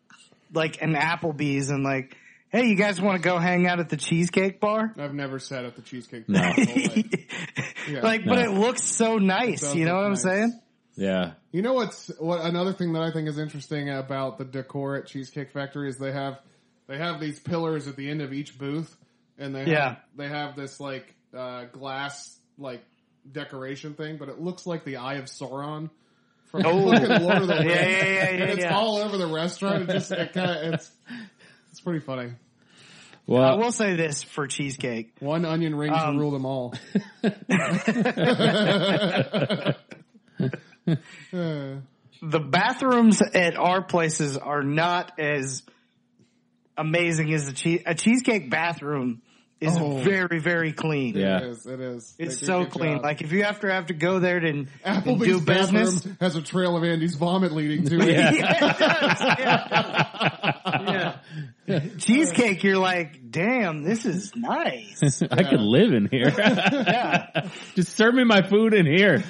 S3: like an Applebee's and like, hey, you guys want to go hang out at the cheesecake bar?
S2: I've never sat at the cheesecake.
S4: No.
S2: Bar my whole
S3: <laughs>
S2: life. Yeah.
S3: Like, but
S4: No.
S3: it looks so nice.
S2: does
S3: You know
S2: look
S3: what
S2: nice.
S3: I'm saying?
S4: yeah.
S2: You know what's what another thing that I think is interesting about the decor at Cheesecake Factory is they have they have these pillars at the end of each booth and they
S3: Yeah.
S2: have, they have this like uh, glass like decoration thing, but it looks like the Eye of Sauron from
S3: Oh.
S2: fucking Lord of the Rings.
S3: <laughs> Yeah, yeah, yeah,
S2: and
S3: yeah,
S2: it's
S3: yeah.
S2: all over the restaurant. It just it kinda, it's it's pretty funny.
S3: I
S4: Well,
S3: will say this for cheesecake.
S2: One onion ring
S3: Um,
S2: to rule them all. Uh,
S3: the bathrooms at our places are not as amazing as a, che- a cheesecake bathroom is
S2: Oh.
S3: very very clean.
S4: Yeah.
S2: It is. It is. They
S3: It's
S2: do a
S3: so
S2: good
S3: clean.
S2: job.
S3: Like if you have to have to go there to and do
S2: Applebee's
S3: business,
S2: bathroom has a trail of Andy's vomit leading to it.
S3: <laughs> Yeah, it does.
S2: <laughs>
S3: Yeah. Yeah. Cheesecake, you're like, damn, this is nice.
S4: <laughs> I could live in here.
S3: Yeah.
S4: <laughs> Just serve me my food in here.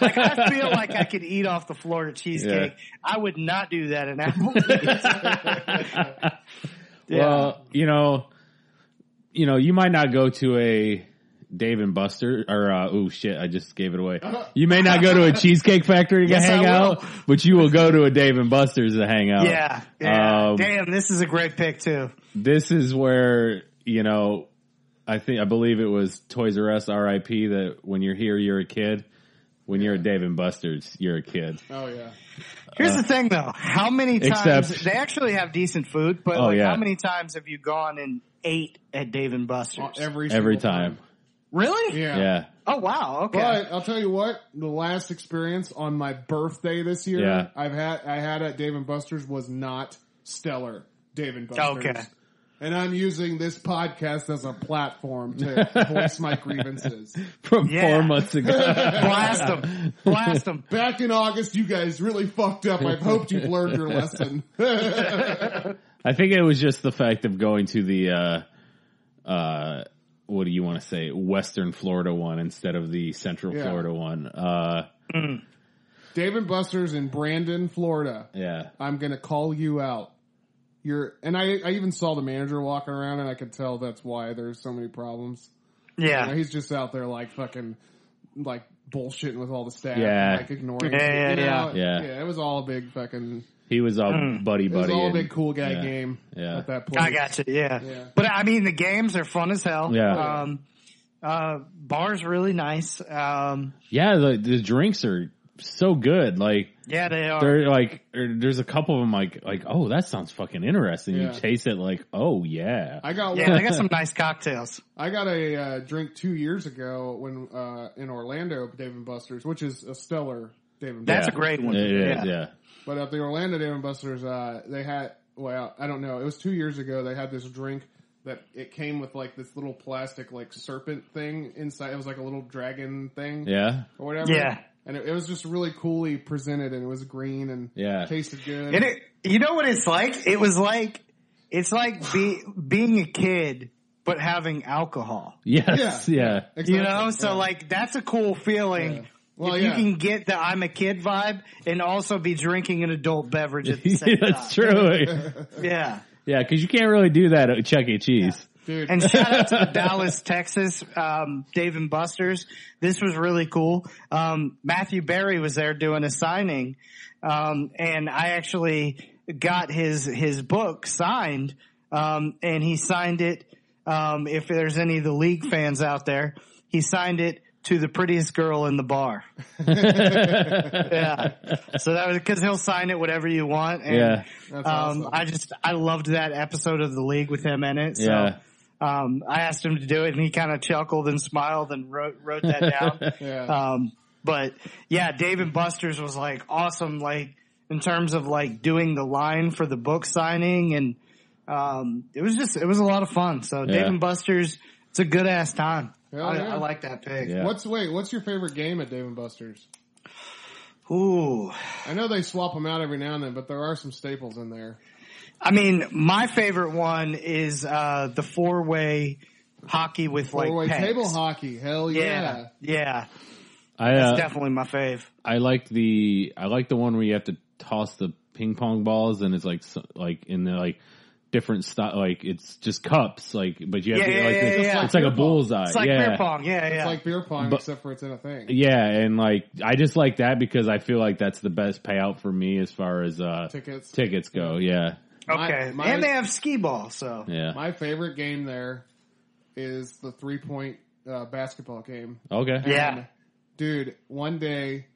S3: Like I feel like I could eat off the floor at cheesecake. I would not do that in
S4: <laughs>
S3: Applebee's.
S4: Well, you know, you know, you might not go to a Dave and Buster or uh, oh shit, I just gave
S3: <laughs>
S4: it away. You may not go to a Cheesecake Factory to
S3: Yes, I
S4: hang
S3: will.
S4: out, but you will go to a Dave and Buster's to hang out.
S3: Yeah. yeah.
S4: Um,
S3: Damn, this is a great pick too.
S4: This is where you know, I think I believe it was Toys R Us R.I.P. That when you're here, you're a kid. When you're at Dave and Buster's, you're a kid.
S2: Oh yeah.
S3: Here's the thing though. How many times
S4: uh, except-
S3: they actually have decent food, but
S4: Oh,
S3: like
S4: yeah.
S3: how many times have you gone and ate at Dave and Buster's?
S2: Every
S4: Every
S2: single
S4: time.
S3: really?
S2: Yeah.
S4: Yeah. <laughs>
S3: Oh wow, okay.
S2: But I'll tell you what, the last experience on my birthday this year
S4: Yeah.
S2: I've had I had at Dave and Buster's was not stellar. Dave and Buster's.
S3: Okay.
S2: And I'm using this podcast as a platform
S4: <laughs>
S2: to voice my grievances.
S4: From
S3: Yeah.
S4: four months ago.
S3: Blast them. Blast them.
S2: Back in August, you guys really fucked up. I've hoped you've learned your lesson. <laughs>
S4: I think it was just the fact of going to the uh uh what do you want to say western Florida one instead of the central
S2: Yeah.
S4: Florida one. Uh
S2: Dave and Buster's in Brandon, Florida.
S4: yeah.
S2: I'm gonna call you out. You're, and I, I even saw the manager walking around and I could tell that's why there's so many problems. You know,
S3: Yeah.
S2: he's just out there like fucking, like bullshitting with all the staff.
S4: Yeah.
S2: And, like ignoring.
S3: Yeah, yeah,
S2: you know?
S3: yeah.
S4: Yeah.
S2: It was all a big fucking,
S4: He was all buddy
S2: it was
S4: buddy.
S2: all a
S4: and-
S2: big cool guy
S4: yeah.
S2: game
S4: Yeah.
S2: at that point.
S3: I got you. Yeah.
S2: Yeah.
S3: But I mean the games are fun as hell.
S4: Yeah.
S3: Um uh bar's really nice. Um
S4: Yeah, the the drinks are so good. Like
S3: Yeah, they are.
S4: they're like er, there's a couple of them like like oh that sounds fucking interesting.
S2: Yeah.
S4: You chase it like oh yeah.
S2: I got
S3: yeah,
S2: one.
S3: they got some nice cocktails.
S2: I got a uh, drink two years ago when uh, in Orlando Dave and Buster's, which is a stellar Dave and
S3: That's
S2: Buster's.
S4: Yeah.
S3: a great one.
S4: It is,
S3: Yeah.
S4: yeah.
S2: But at the Orlando Dave and Buster's, uh, they had well, I don't know. It was two years ago. They had this drink that it came with like this little plastic like serpent thing inside. It was like a little dragon thing,
S4: Yeah.
S2: or whatever.
S3: Yeah.
S2: and it, it was just really coolly presented, and it was green and
S4: Yeah.
S2: tasted good.
S3: And it, you know what it's like? It was like it's like be, being a kid but having alcohol.
S4: Yes. <laughs> Yeah.
S2: Exactly.
S3: You know, so
S2: Yeah.
S3: like that's a cool feeling.
S2: Yeah. Well,
S3: if
S2: yeah.
S3: you can get the I'm a kid vibe and also be drinking an adult beverage
S2: <laughs>
S3: at the same
S4: That's
S3: time.
S4: true.
S3: Yeah.
S4: yeah, because you can't really do that at Chuck E. Cheese.
S2: dude,
S3: And shout out to Dallas, Texas, um, Dave and Buster's. This was really cool. Um, Matthew Berry was there doing a signing. Um, and I actually got his, his book signed. Um, and he signed it. Um, if there's any of the league fans out there, he signed it to the prettiest girl in the bar. yeah. <laughs> So that was cause he'll sign it whatever you want. And,
S4: <laughs> Yeah.
S2: that's
S3: um,
S2: awesome.
S3: I just, I loved that episode of the league with him in it. So,
S4: Yeah.
S3: um, I asked him to do it and he kind of chuckled and smiled and wrote, wrote that
S4: <laughs>
S3: down.
S2: yeah.
S3: um, but yeah, Dave and Buster's was like awesome, like in terms of like doing the line for the book signing and, um, it was just, it was a lot of fun. So Dave
S4: Yeah.
S3: and Buster's, it's a good ass time.
S2: Hell
S3: I,
S2: yeah.
S3: I like that pick.
S4: Yeah.
S2: What's wait? What's your favorite game at Dave and Buster's?
S3: Ooh.
S2: I know they swap them out every now and then, but there are some staples in there.
S3: I mean, my favorite one is, uh, the four way hockey with like
S2: Four-way
S3: pegs.
S2: table hockey, hell
S3: Yeah.
S2: yeah!
S3: Yeah.
S4: I
S3: That's
S4: uh,
S3: definitely my fave.
S4: I like the I like the one where you have to toss the ping pong balls and it's like so- like in the like different style like it's just cups like but you have
S3: Yeah,
S4: to
S3: yeah,
S4: like
S3: yeah,
S4: the-
S3: yeah.
S4: it's like a bullseye
S3: It's like
S4: Uh, yeah
S3: beer pong. Yeah. Yeah.
S2: It's like beer pong,
S4: But-
S2: except for it's in a thing.
S4: yeah and like I just like that because I feel like that's the best payout for me as far as uh
S2: Tickets.
S4: tickets go yeah
S2: My-
S3: Okay.
S2: my-
S3: and they have skee ball, so.
S4: yeah
S2: My favorite game there is the three point uh, basketball game.
S4: okay
S3: Yeah.
S2: And, dude, one day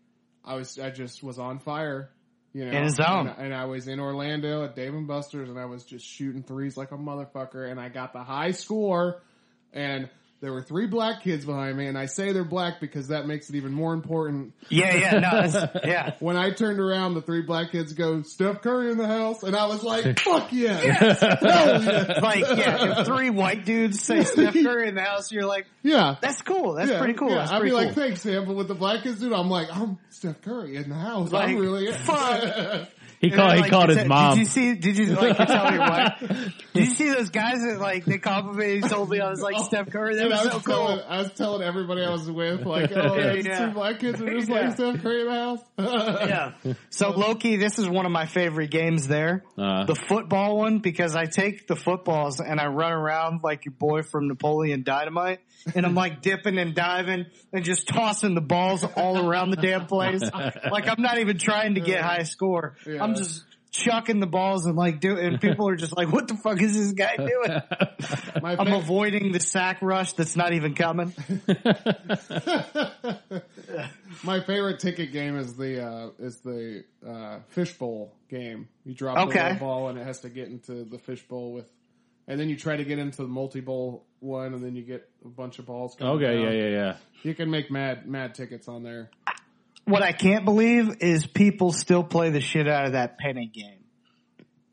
S2: I was I just was on fire. You know,
S3: In the zone.
S2: And, and I was in Orlando at Dave and Buster's, and I was just shooting threes like a motherfucker, and I got the high score, and there were three black kids behind me, and I say they're black because that makes it even more important.
S3: Yeah, yeah, no, that's, yeah.
S2: When I turned around, the three black kids go, Steph Curry in the house, and I was
S3: <laughs>
S2: like, fuck yeah.
S3: It's like, <laughs> yeah, if three white dudes say Steph Curry in the house, you're like,
S2: Yeah.
S3: that's cool. That's
S2: Yeah,
S3: pretty cool.
S2: yeah.
S3: that's
S2: I'd
S3: pretty
S2: be
S3: cool.
S2: like, thanks, Sam. But with the black kids, dude, I'm like, I'm Steph Curry in the house.
S3: Like,
S2: I'm really <laughs>
S3: fuck.
S4: he
S3: And they're
S4: called he
S3: like,
S4: called
S3: "Did
S4: his
S3: you-
S4: mom
S3: Did you see, did you, like, you tell me what?
S4: <laughs>
S3: Did you see those guys that, like, they complimented, told me I was like Steph Curry? Oh, That
S2: And I
S3: was
S2: was,
S3: so
S2: telling,
S3: cool.
S2: I was telling everybody I was with,
S3: <laughs>
S2: like, oh,
S3: Yeah,
S2: there's
S3: yeah.
S2: two black kids are just like
S3: Yeah.
S2: Steph Curry in the house. <laughs>
S3: Yeah. <laughs> So Loki, this is one of my favorite games there.
S4: Uh,
S3: the football one because I take the footballs and I run around like your boy from Napoleon Dynamite and I'm like dipping and diving and just tossing the balls all around the damn place. Like I'm not even trying to get high score.
S2: Yeah.
S3: I'm just chucking the balls and like do and people are just like, what the fuck is this guy doing?
S2: My
S3: I'm
S2: fa-
S3: avoiding the sack rush that's not even coming.
S2: my favorite ticket game is the uh, is the uh, fishbowl game. You drop the
S3: Okay.
S2: little ball and it has to get into the fishbowl with, and then you try to get into the multi bowl one, and then you get a bunch of balls. coming
S4: okay
S2: down.
S4: yeah yeah yeah
S2: You can make mad mad tickets on there.
S3: What I can't believe is people still play the shit out of that penny game.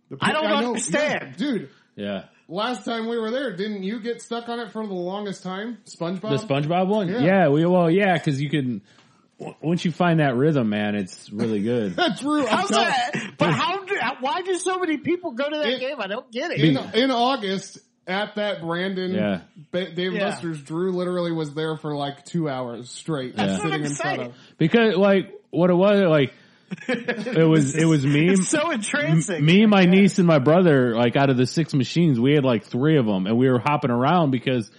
S2: The-
S3: I don't
S2: know-
S3: understand.
S2: yeah, dude.
S4: yeah
S2: Last time we were there, didn't you get stuck on it for the longest time? SpongeBob.
S4: The SpongeBob one?
S2: Yeah.
S4: Yeah, we well, yeah, because you can w- once you find that rhythm, man, it's
S3: <laughs>
S4: really good.
S2: Drew, I'm
S3: How's
S2: telling-
S3: that? But how? do- Why do so many people go to that
S2: It-
S3: game? I don't get it.
S2: In, in August at that Brandon
S4: Yeah.
S2: ba- Dave
S3: Yeah.
S2: Buster's, Drew literally was there for like two hours straight,
S4: That's
S2: just
S3: what
S2: sitting
S3: I'm
S2: in front
S3: saying.
S2: of.
S4: Because like what it was,
S3: <laughs>
S4: like it was it was me,
S3: It's so <laughs> entrancing.
S4: me, my niece, and my brother. Like out of the six machines, we had like three of them, and we were hopping around because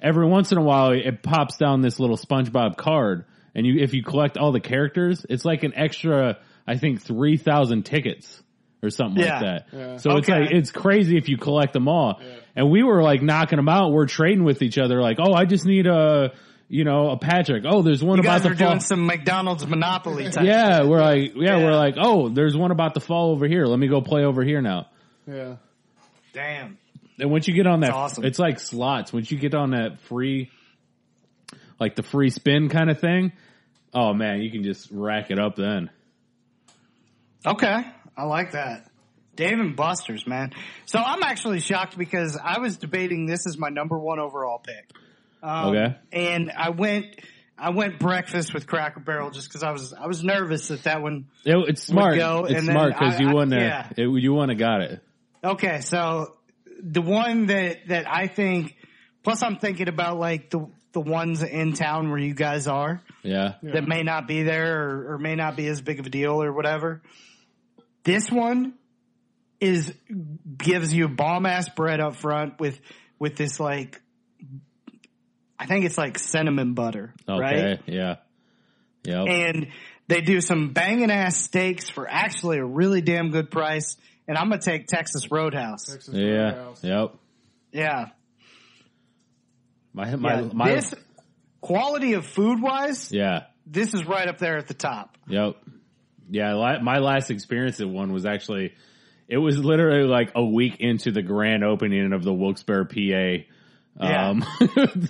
S4: every once in a while it pops down this little SpongeBob card, and you if you collect all the characters, it's like an extra, I think, three thousand tickets. Or something
S3: Yeah.
S4: like that.
S2: Yeah.
S4: So it's
S3: Okay.
S4: like it's crazy if you collect them all. And we were like knocking them out. We're trading with each other. Like, oh, I just need a, you know, a Patrick. Oh, there's one
S3: You
S4: about
S3: guys
S4: the
S3: are
S4: fall.
S3: doing some McDonald's Monopoly type.
S4: yeah, we're like, yeah, we're
S3: Yeah.
S4: like, oh, there's one about to fall over here. Let me go play over here now.
S2: Yeah.
S3: Damn.
S4: And once you get on that,
S3: It's awesome.
S4: it's like slots. Once you get on that free, like the free spin kind of thing, oh man, you can just rack it up then.
S3: Okay. I like that. Dave and Buster's, man. So I'm actually shocked because I was debating this as my number one overall pick. Um,
S4: Okay.
S3: And I went, I went breakfast with Cracker Barrel just because I was, I was nervous that that one.
S4: It, it's smart.
S3: go,
S4: it's
S3: and then
S4: smart because
S3: I-
S4: you
S3: I-
S4: wouldn't.
S3: yeah.
S4: have- it- You wouldn't have got it.
S3: Okay. So the one that, that I think, plus I'm thinking about like the, the ones in town where you guys are.
S4: Yeah.
S3: that may not be there or, or may not be as big of a deal or whatever. This one is gives you bomb ass bread up front with with this like I think it's like cinnamon butter,
S4: Okay.
S3: right?
S4: Yeah. Yep.
S3: And they do some banging ass steaks for actually a really damn good price. And I'm gonna take Texas Roadhouse.
S2: Texas
S4: yeah.
S2: Roadhouse.
S4: Yep.
S3: Yeah,
S4: My my
S3: yeah.
S4: my.
S3: this quality of food wise,
S4: yeah.
S3: this is right up there at the top.
S4: Yep. Yeah, la- my last experience at one was actually, it was literally like a week into the grand opening of the Wilkes-Barre, PA, <laughs> um,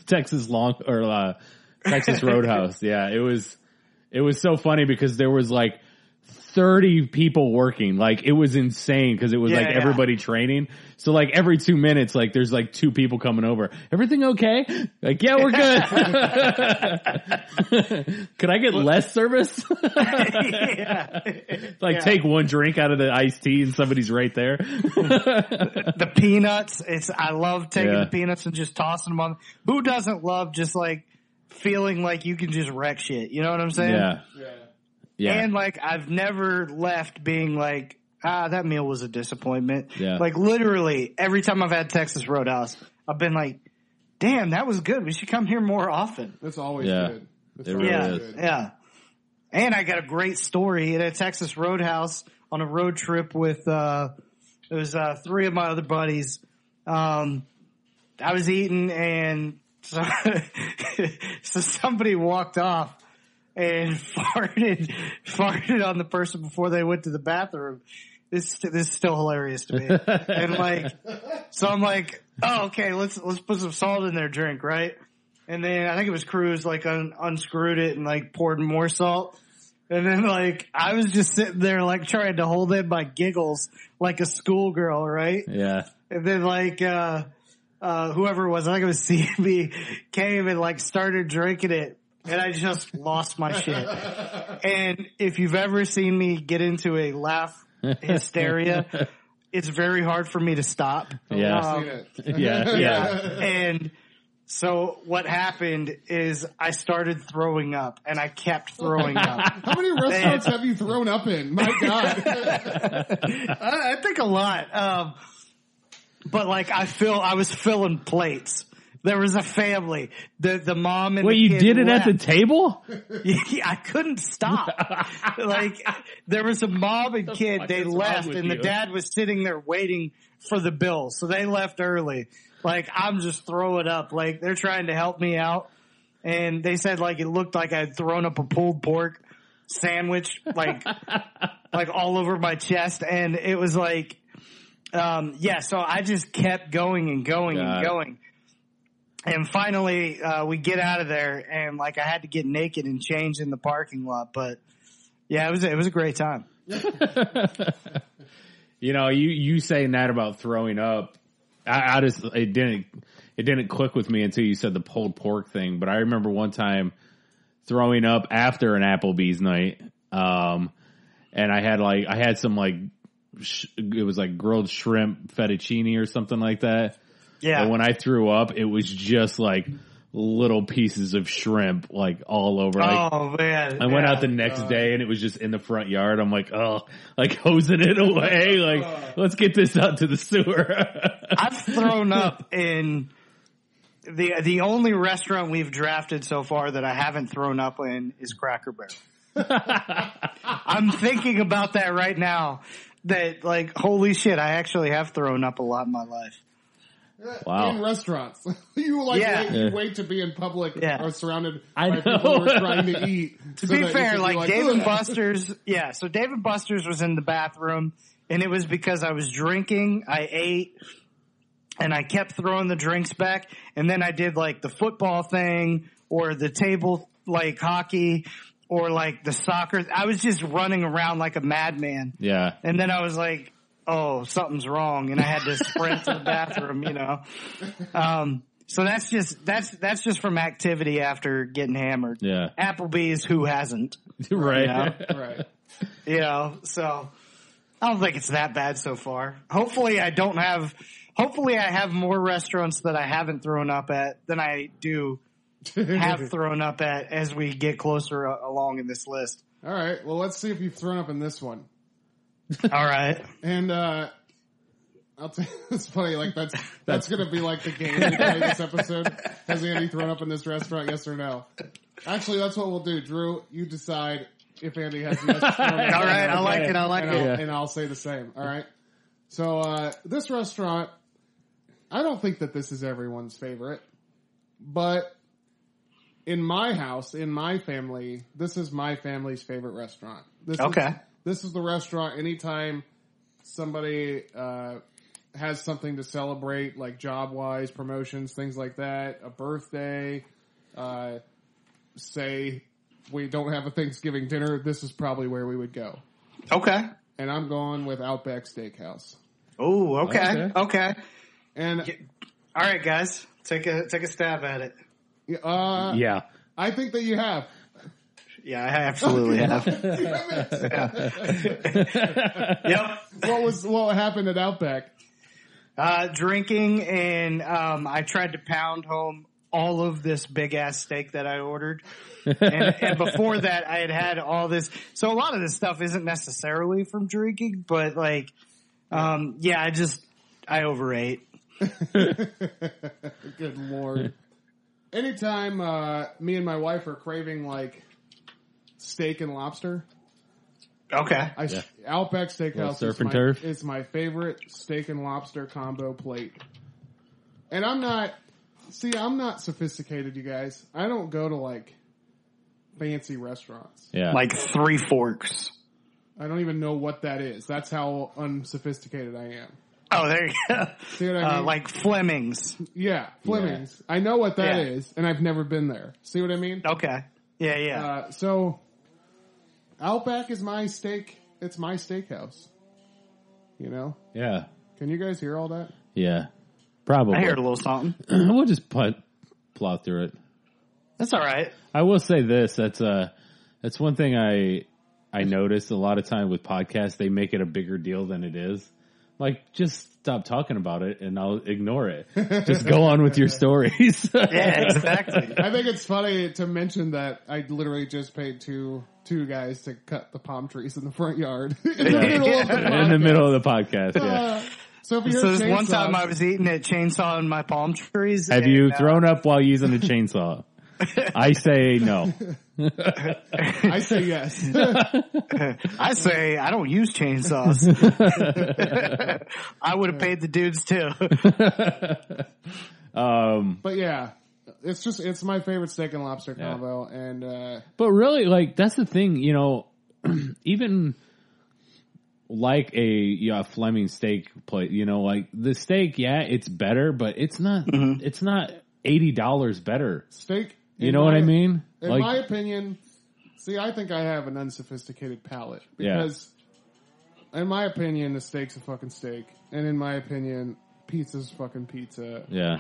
S4: Texas Long or uh,
S3: <laughs>
S4: Texas Roadhouse. yeah, it was. It was so funny because there was like thirty people working. Like it was insane because it was
S3: Yeah,
S4: like
S3: yeah.
S4: everybody training. So like every two minutes, like there's like two people coming over. Everything okay? Like yeah, we're
S3: <laughs>
S4: good. <laughs> Could I get less service? <laughs>
S3: yeah.
S4: Like
S3: Yeah.
S4: take one drink out of the iced tea and somebody's right there.
S3: the peanuts. It's I love taking
S4: Yeah.
S3: the peanuts and just tossing them on. Who doesn't love just like feeling like you can just wreck shit? You know what I'm saying?
S4: yeah.
S2: Yeah.
S4: Yeah.
S3: And like I've never left being like, ah, that meal was a disappointment.
S4: Yeah.
S3: Like literally every time I've had Texas Roadhouse, I've been like, damn, that was good. We should come here more often.
S2: That's always
S4: Yeah.
S2: good. That's
S4: It
S2: always
S3: yeah,
S4: really is.
S3: yeah. And I got a great story at a Texas Roadhouse on a road trip with uh it was uh three of my other buddies. Um I was eating and <laughs> so, so somebody walked off and <laughs> farted farted on the person before they went to the bathroom. This this is still hilarious to me. and like so I'm like, oh okay, let's let's put some salt in their drink, right? And then I think it was Cruz like un- unscrewed it and like poured more salt. And then like I was just sitting there like trying to hold in my giggles like a schoolgirl, right?
S4: yeah.
S3: And then like uh uh whoever it was, I think it was <laughs> CB, came and like started drinking it and I just lost my shit. And if you've ever seen me get into a laugh hysteria, it's very hard for me to stop.
S4: Yeah.
S3: Um,
S2: Seen it.
S4: <laughs> Yeah. Yeah.
S3: <laughs> and so what happened is I started throwing up and I kept throwing up.
S4: <laughs>
S2: How many restaurants have you thrown up in?
S3: <laughs>
S2: My God.
S3: I, I think a lot. Um, but like I feel I was filling plates. There was a family. The the mom and
S4: Wait,
S3: the
S4: you
S3: kid
S4: did it at the
S3: left. <laughs>
S4: table?
S3: I couldn't
S4: <laughs>
S3: stop. like there was a mom and kid.
S4: fuck
S3: They
S4: is wrong
S3: left,
S4: with
S3: and the
S4: you?
S3: dad was sitting there waiting for the bill. So they left early. Like I'm just throwing up. Like they're trying to help me out, and they said like it looked like I had thrown up a pulled pork sandwich,
S4: <laughs>
S3: like like all over my chest, and it was like. Um, yeah, so I just kept going and going
S4: Got
S3: and
S4: it.
S3: going and finally uh, we get out of there and like i had to get naked and change in the parking lot but yeah it was it was a great time
S4: You know, you you saying that about throwing up, I, I just it didn't it didn't click with me until you said the pulled pork thing. But I remember one time throwing up after an Applebee's night, um, and I had like I had some like sh- it was like grilled shrimp fettuccine or something like that.
S3: yeah
S4: And when I threw up, it was just like little pieces of shrimp like all over. Like,
S3: oh man
S4: I went
S3: yeah. Oh.
S4: out the next day and it was just in the front yard. I'm like, oh, like <laughs> hosing it away. Like, let's get this out to the sewer.
S3: i've thrown up in the the only restaurant we've drafted so far that i haven't thrown up in is cracker barrel i'm thinking about that right now that like holy shit i actually have thrown up a lot in my life
S4: <laughs> <laughs> Wow.
S2: in restaurants. <laughs> you like
S3: Yeah.
S2: wait, you wait to be in public
S3: Yeah.
S2: or surrounded
S4: I
S2: by people
S4: know.
S2: who are trying to
S4: <laughs>
S2: eat.
S3: To be fair, like, Dave and Buster's, <laughs> yeah. So Dave and Buster's was in the bathroom, and it was because I was drinking, I ate, and I kept throwing the drinks back, and then I did like the football thing or the table like hockey or like the soccer. I was just running around like a madman,
S4: Yeah. <laughs>
S3: and then I was like, "Oh, something's wrong," and I had to sprint <laughs> to the bathroom, you know. Um, so that's just that's that's just from activity after getting hammered.
S4: Yeah.
S3: Applebee's, who hasn't?
S4: right. <laughs>
S2: <laughs>
S3: Yeah.
S2: right.
S3: You know, so I don't think it's that bad so far. Hopefully, I don't have. Hopefully, I have more restaurants that I haven't thrown up at than I do have thrown up at as we get closer a- along in this list.
S2: <laughs> All right. Well, let's see if you've thrown up in this one.
S3: All <laughs> right.
S2: And uh I'll tell <laughs> it's funny. Like that's that's gonna be like the game we play this episode. Has Andy thrown up in this restaurant? Yes or no? Actually, that's what we'll do. Drew, you decide if Andy has. Yes or no.
S3: All right. I like it. I like
S2: and I'll,
S3: it.
S4: Yeah.
S2: and I'll say the same. All right. So uh, this restaurant, I don't think that this is everyone's favorite, but in my house, in my family, this is my family's favorite restaurant. This Is,
S3: Okay.
S2: this is the restaurant. Anytime somebody uh, has something to celebrate, like job wise, promotions, things like that, a birthday, uh, say. We don't have a Thanksgiving dinner. This is probably where we would go
S3: Okay.
S2: and I'm going with Outback Steakhouse.
S3: Oh, okay.
S4: Okay.
S3: Okay.
S2: And
S3: All right, guys. Take a take a stab at it.
S2: uh,
S4: Yeah.
S2: I think that you <laughs> have.
S3: Yeah, I <laughs> absolutely have. yep.
S2: What was what happened at Outback?
S3: Uh, drinking and um, I tried to pound home all of this big ass steak that I ordered. and, and before <laughs> that, I had had all this. So a lot of this stuff isn't necessarily from drinking, but like, um, yeah, I just I overate.
S2: Good lord! Anytime uh, me and my wife are craving like steak and lobster,
S3: Okay.
S2: I Outback Steakhouse
S4: surf
S2: is,
S4: and
S2: my,
S4: turf.
S2: is my favorite steak and lobster combo plate. And I'm not, see, I'm not sophisticated, you guys. I don't go to like fancy restaurants.
S4: Yeah.
S3: Like three forks.
S2: I don't even know what that is. That's how unsophisticated I am.
S3: Oh, there you go.
S2: See what I
S3: Uh,
S2: mean?
S3: like Fleming's.
S2: yeah, Fleming's. I know what that is,
S3: Yeah.
S2: and I've never been there. See what I mean?
S3: Okay. Yeah, yeah.
S2: Uh, so, Outback is my steak. It's my steakhouse. You know?
S4: yeah.
S2: Can you guys hear all that?
S4: Yeah. Probably.
S3: I heard a little something.
S4: <clears throat> we'll just put plow through it.
S3: That's all right.
S4: I will say this. That's uh that's one thing I I noticed a lot of time with podcasts. They make it a bigger deal than it is. Like, just stop talking about it, and I'll ignore it. just go on with your stories. <laughs>
S3: <laughs> Yeah, exactly.
S2: I think it's funny to mention that I literally just paid two two guys to cut the palm trees in the front yard. <laughs> in
S3: <laughs>
S2: the middle of the
S4: in the middle of the
S2: <laughs>
S4: podcast. Yeah.
S2: podcast. So if you hear
S3: So this one
S2: chainsaws-
S3: time I was eating it, chainsawing my palm trees.
S4: Have
S3: and,
S4: you
S3: uh,
S4: thrown up while using a chainsaw? I say no.
S2: I say yes.
S3: <laughs> I say I don't use
S4: <laughs>
S3: chainsaws. I would have paid the dudes too.
S2: But yeah, it's just it's my favorite steak and lobster combo, and uh,
S4: But really, like that's the thing, you know. <clears throat> even like a you know, a Fleming steak plate, you know, like the steak, yeah, it's better, but it's not.
S3: Mm-hmm.
S4: It's not eighty dollars better.
S2: steak.
S4: You
S2: in
S4: know what
S2: my-
S4: I mean?
S2: In
S4: like,
S2: my opinion, see, I think I have an unsophisticated palate
S4: Yeah.
S2: because, in my opinion, the steak's a fucking steak, and in my opinion, pizza's fucking pizza.
S4: yeah.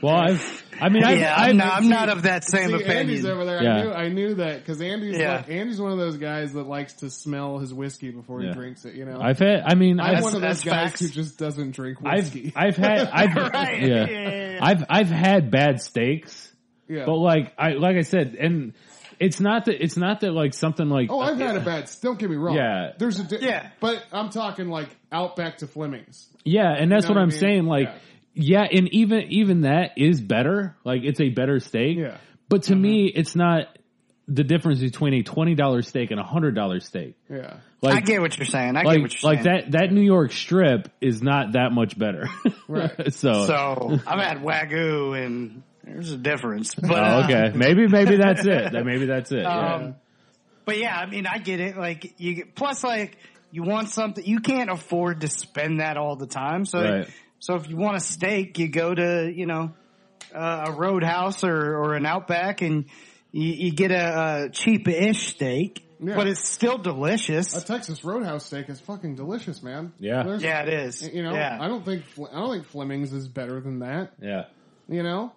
S4: Well, I've. I mean, I've,
S3: yeah,
S4: I've
S3: I'm not, I'm not of that same
S2: See, Andy's
S3: opinion.
S2: over there. I
S4: Yeah.
S2: knew I knew that because Andy's
S3: Yeah.
S2: like, Andy's one of those guys that likes to smell his whiskey before he
S4: Yeah.
S2: drinks it. You know,
S4: I've had. I mean,
S2: I'm
S4: I've.
S2: one of those
S3: that's
S2: guys
S3: facts.
S2: who just doesn't drink
S4: I've,
S2: whiskey.
S4: I've had. I've,
S3: Right.
S4: yeah.
S3: Yeah, yeah, yeah.
S4: I've. I've had bad steaks,
S2: <laughs> yeah.
S4: but like I like I said, and it's not that it's not that like something like
S2: Oh, I've had a bad. Don't get me wrong.
S4: Yeah.
S2: there's a di-
S3: Yeah.
S2: but I'm talking like out back to Fleming's.
S4: Yeah, and that's
S2: know
S4: what
S2: what I
S4: I'm
S2: mean?
S4: saying. Like, yeah. and even even that is better. Like, it's a better steak.
S2: Yeah. Uh-huh.
S4: But to me, it's not the difference between a twenty dollar steak and a hundred dollar steak.
S2: Yeah,
S4: Like,
S3: I get what you're saying. I
S4: like,
S3: get what you're
S4: like
S3: saying.
S4: that, that New York strip is not that much better. <laughs>
S2: Right.
S4: so, oh,
S3: So I've had wagyu, and there's a difference. But
S4: oh,
S3: uh,
S4: okay. Maybe, maybe that's it. That- Maybe that's it. yeah.
S3: Um, But yeah, I mean, I get it. Like you get, plus like you want something you can't afford to spend that all the time. So
S4: Right.
S3: so if you want a steak, you go to you know uh, a roadhouse or or an Outback and you, you get a, a cheap-ish steak,
S2: Yeah.
S3: but it's still delicious.
S2: A Texas Roadhouse steak is fucking delicious, man.
S4: Yeah.
S2: There's-
S3: yeah, it is.
S2: You know,
S3: yeah.
S2: I don't think Fle- I don't think Fleming's is better than that.
S4: Yeah.
S2: You know,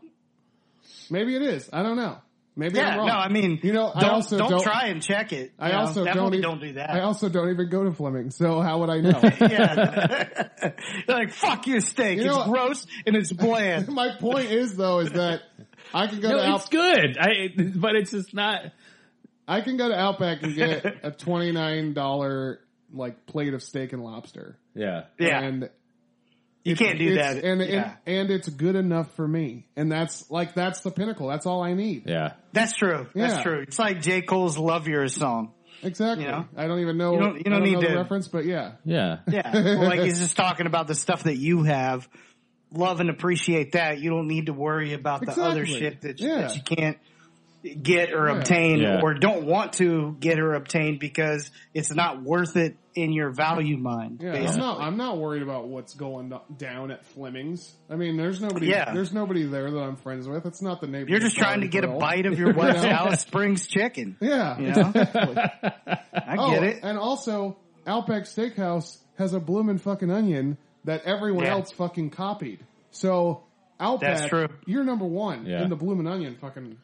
S2: maybe it is. I don't know. Maybe
S3: yeah,
S2: I'm wrong.
S3: no, I mean,
S2: you know,
S3: don't,
S2: I also
S3: don't,
S2: don't,
S3: try and check it.
S2: I
S3: you know?
S2: also don't,
S3: definitely
S2: e-
S3: don't do that.
S2: I also don't even go to Fleming's, so how would I
S3: <laughs>
S2: know?
S3: yeah,
S2: <laughs>
S3: They're like fuck your steak.
S2: You
S3: it's
S2: know what?
S3: gross and it's
S2: <laughs>
S3: bland.
S2: My point is though is that I can go
S4: No,
S2: to Out-
S4: it's good. I, <laughs> but it's just not.
S2: I can go to Outback and
S3: <laughs>
S2: get a twenty nine dollar like plate of steak and lobster.
S4: Yeah.
S3: Yeah,
S2: and
S3: you can't do
S2: it's-
S3: that.
S2: and,
S3: yeah.
S2: and and it's good enough for me. And that's like that's the pinnacle. That's all I need.
S4: Yeah.
S3: that's true.
S2: Yeah.
S3: That's true. It's like J. Cole's "Love Your" song.
S2: Exactly.
S3: You know?
S2: I don't even know.
S3: You don't- you don't
S2: I
S3: need
S2: know the
S3: to-
S2: reference, but yeah,
S4: Yeah.
S3: Yeah, Well,
S2: <laughs>
S3: like he's just talking about the stuff that you have. Love and appreciate that. You don't need to worry about the other
S2: Exactly.
S3: shit that you,
S2: Yeah.
S3: that you can't get or
S2: Yeah.
S3: obtain
S4: Yeah.
S3: or don't want to get or obtain because it's not worth it in your value mind.
S2: yeah. I'm
S3: basically.
S2: not. I'm not worried about what's going down at Fleming's. I mean, there's nobody.
S3: Yeah.
S2: There's nobody there that I'm friends with. It's not the neighborhood.
S3: You're just trying to
S2: Dollar
S3: get a
S2: Grill.
S3: bite of your
S2: <laughs>
S3: wife's Alice Springs chicken.
S2: Yeah.
S3: You
S2: <laughs>
S3: know? I
S2: Oh,
S3: get it.
S2: and also Outback Steakhouse has a bloomin' fucking onion that everyone
S3: Yeah.
S2: else fucking copied. So Outback,
S3: true.
S2: you're number one
S4: Yeah.
S2: in the bloomin' onion fucking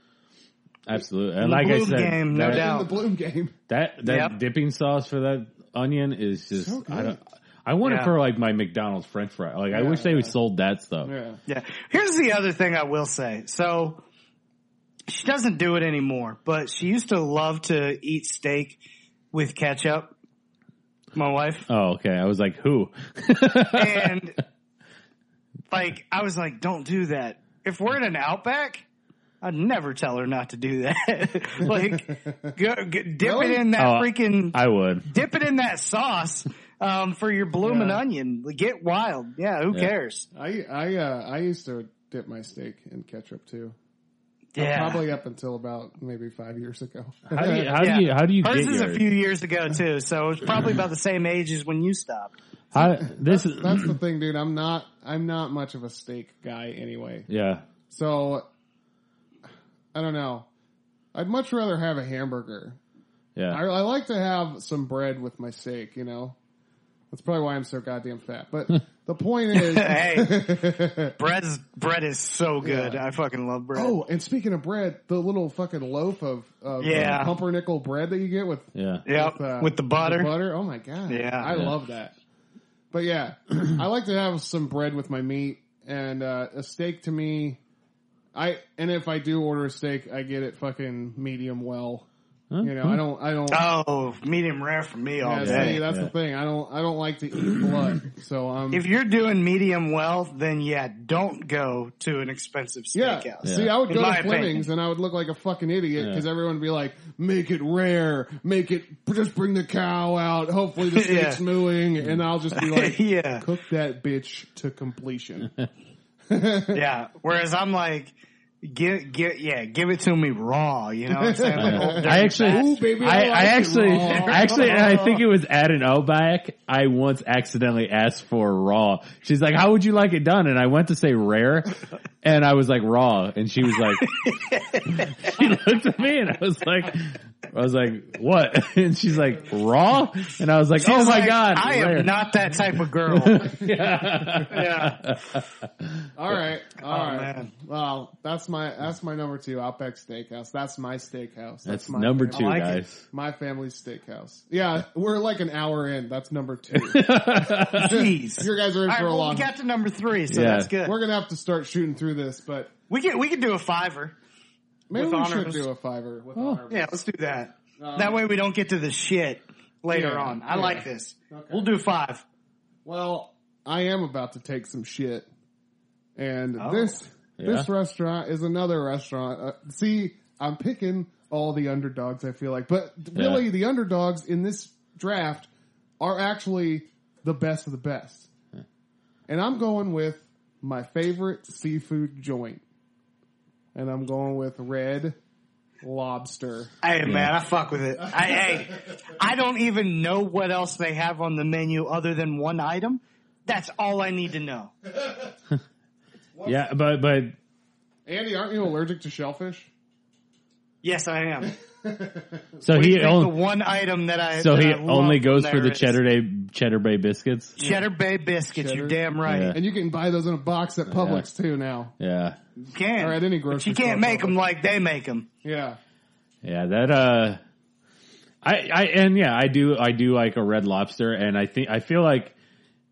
S4: Absolutely. And
S3: the
S4: like I
S3: Bloom
S4: said,
S3: game, no
S4: that,
S3: doubt.
S2: in the bloom <laughs> game.
S4: that, that
S3: Yep.
S4: dipping sauce for that onion is just,
S2: So good.
S4: I don't, I want it
S3: Yeah.
S4: for like my McDonald's french fry. Like I
S2: Yeah,
S4: wish they would
S2: yeah.
S4: sold that stuff.
S2: Yeah.
S3: Yeah. Here's the other thing I will say. So she doesn't do it anymore, but she used to love to eat steak with ketchup. My wife.
S4: Oh, okay. I was like, who? <laughs>
S2: <laughs>
S3: And like I was like, don't do that. If we're in an outback, I'd never tell her not to do that. <laughs> like
S2: <laughs>
S3: go, go, dip
S2: Really?
S3: it in that
S4: Oh,
S3: freaking
S4: I would.
S3: dip it in that sauce um, for your blooming
S2: Yeah.
S3: onion. Like, Get wild. Yeah, who
S4: Yeah.
S3: cares?
S2: I I uh, I used to dip my steak in ketchup too.
S3: Yeah.
S2: Probably up until about maybe five years ago.
S4: How do you, how do you,
S3: Yeah.
S4: how do you
S3: Hers
S4: get
S3: is
S4: your,
S3: a few years ago too, so it's probably about the same age as when you stopped.
S4: how, this is,
S2: That's the thing, dude. I'm not I'm not much of a steak guy anyway.
S4: yeah.
S2: So I don't know. I'd much rather have a hamburger I,
S4: Yeah.
S2: I like to have some bread with my steak, you know. That's probably why I'm so goddamn fat. But the point
S3: <laughs>
S2: is,
S3: hey, bread's bread is so good. I fucking love bread.
S2: oh, and speaking of bread, the little fucking loaf of, of
S3: Yeah.
S2: uh, pumpernickel bread that you get with
S4: Yeah.
S3: yep, with,
S2: uh,
S3: the butter.
S2: butter, oh my god,
S3: Yeah.
S2: I
S4: Yeah.
S2: love that. But yeah, <clears throat> I like to have some bread with my meat and uh, a steak. To me, I and if I do order a steak, I get it fucking medium well. You know, I don't, I don't.
S3: Oh, medium rare for me all
S2: yeah,
S3: day.
S2: see, that's
S4: Yeah.
S2: the thing. I don't, I don't like to eat blood, so um, I'm.
S3: If you're doing medium well, then yeah, don't go to an expensive
S2: Yeah.
S3: steakhouse.
S2: See, I would
S3: In
S2: go
S3: my
S2: to Fleming's and I would look like a fucking idiot
S4: Yeah.
S2: because everyone would be like, make it rare, make it, just bring the cow out. Hopefully the
S3: <laughs> Yeah.
S2: steak's mooing. And I'll just be like,
S3: <laughs> yeah,
S2: cook that bitch to
S4: <laughs>
S2: completion.
S3: yeah. Whereas I'm like, give, give, yeah, give it to me raw. You know what I'm saying? Like, old
S4: I
S3: dirty
S4: actually,
S3: fat.
S2: Ooh, baby, I
S4: I, I
S2: like it
S4: actually,
S2: raw.
S4: actually, and I think it was at an Outback. I once accidentally asked for raw. She's like, "How would you like it done?" And I went to say rare, and I was like raw, and she was like, <laughs> she looked at me, and I was like, I was like, what? <laughs> And she's like raw, and I was like, oh
S3: She's
S4: my
S3: like,
S4: god,
S3: I
S4: rare."
S3: am not that type of
S4: <laughs>
S3: girl.
S4: yeah.
S3: yeah.
S2: All right. all right.
S3: Oh, man.
S2: Well, that's my, that's my number two, Outback Steakhouse. That's my steakhouse. That's,
S4: That's
S2: my
S4: number
S2: fam-
S4: two,
S3: like it.
S4: guys.
S2: My family's steakhouse. Yeah. We're like an hour in. That's number
S4: <laughs>
S2: two.
S3: Jeez.
S2: Your guys are in
S3: All right,
S2: for a
S3: well,
S2: long
S3: we got to number three, so
S4: Yeah.
S3: that's good.
S2: We're going to have to start shooting through this, but
S3: we can we can do a fiver.
S2: maybe
S3: With
S2: we
S3: honors.
S2: should do a fiver with
S4: Oh.
S2: honors.
S3: Yeah, let's do that.
S2: Um,
S3: that way we don't get to the shit later
S2: Yeah,
S3: on. I
S2: yeah.
S3: like this.
S2: Okay.
S3: We'll do five.
S2: Well, I am about to take some shit, and
S3: Oh.
S2: this this
S4: Yeah.
S2: restaurant is another restaurant. Uh, see, I'm picking all the underdogs. I feel like, but really, the underdogs in this draft are actually the best of the best. And I'm going with my favorite seafood joint. And I'm going with red lobster.
S3: Hey man, I fuck with it. I, hey, I don't even know what else they have on the menu other than one item. That's all I need to know.
S4: Yeah, but but
S2: Andy, aren't you allergic to shellfish?
S3: Yes, I am.
S4: so
S3: He
S4: he
S3: the
S4: only
S3: one item that I
S4: so
S3: that
S4: he
S3: I love
S4: only goes
S3: when
S4: for the
S3: there is
S4: cheddar day cheddar bay biscuits.
S3: cheddar bay biscuits. You're
S2: Cheddar.
S3: damn right.
S4: Yeah.
S2: And you can buy those in a box at Publix too now.
S4: Yeah,
S3: You can
S2: Or at any grocery
S3: but you
S2: store,
S3: can't make them
S2: probably.
S3: like they make them.
S2: Yeah.
S4: yeah. That uh, I I and yeah, I do I do like a red lobster, and I think I feel like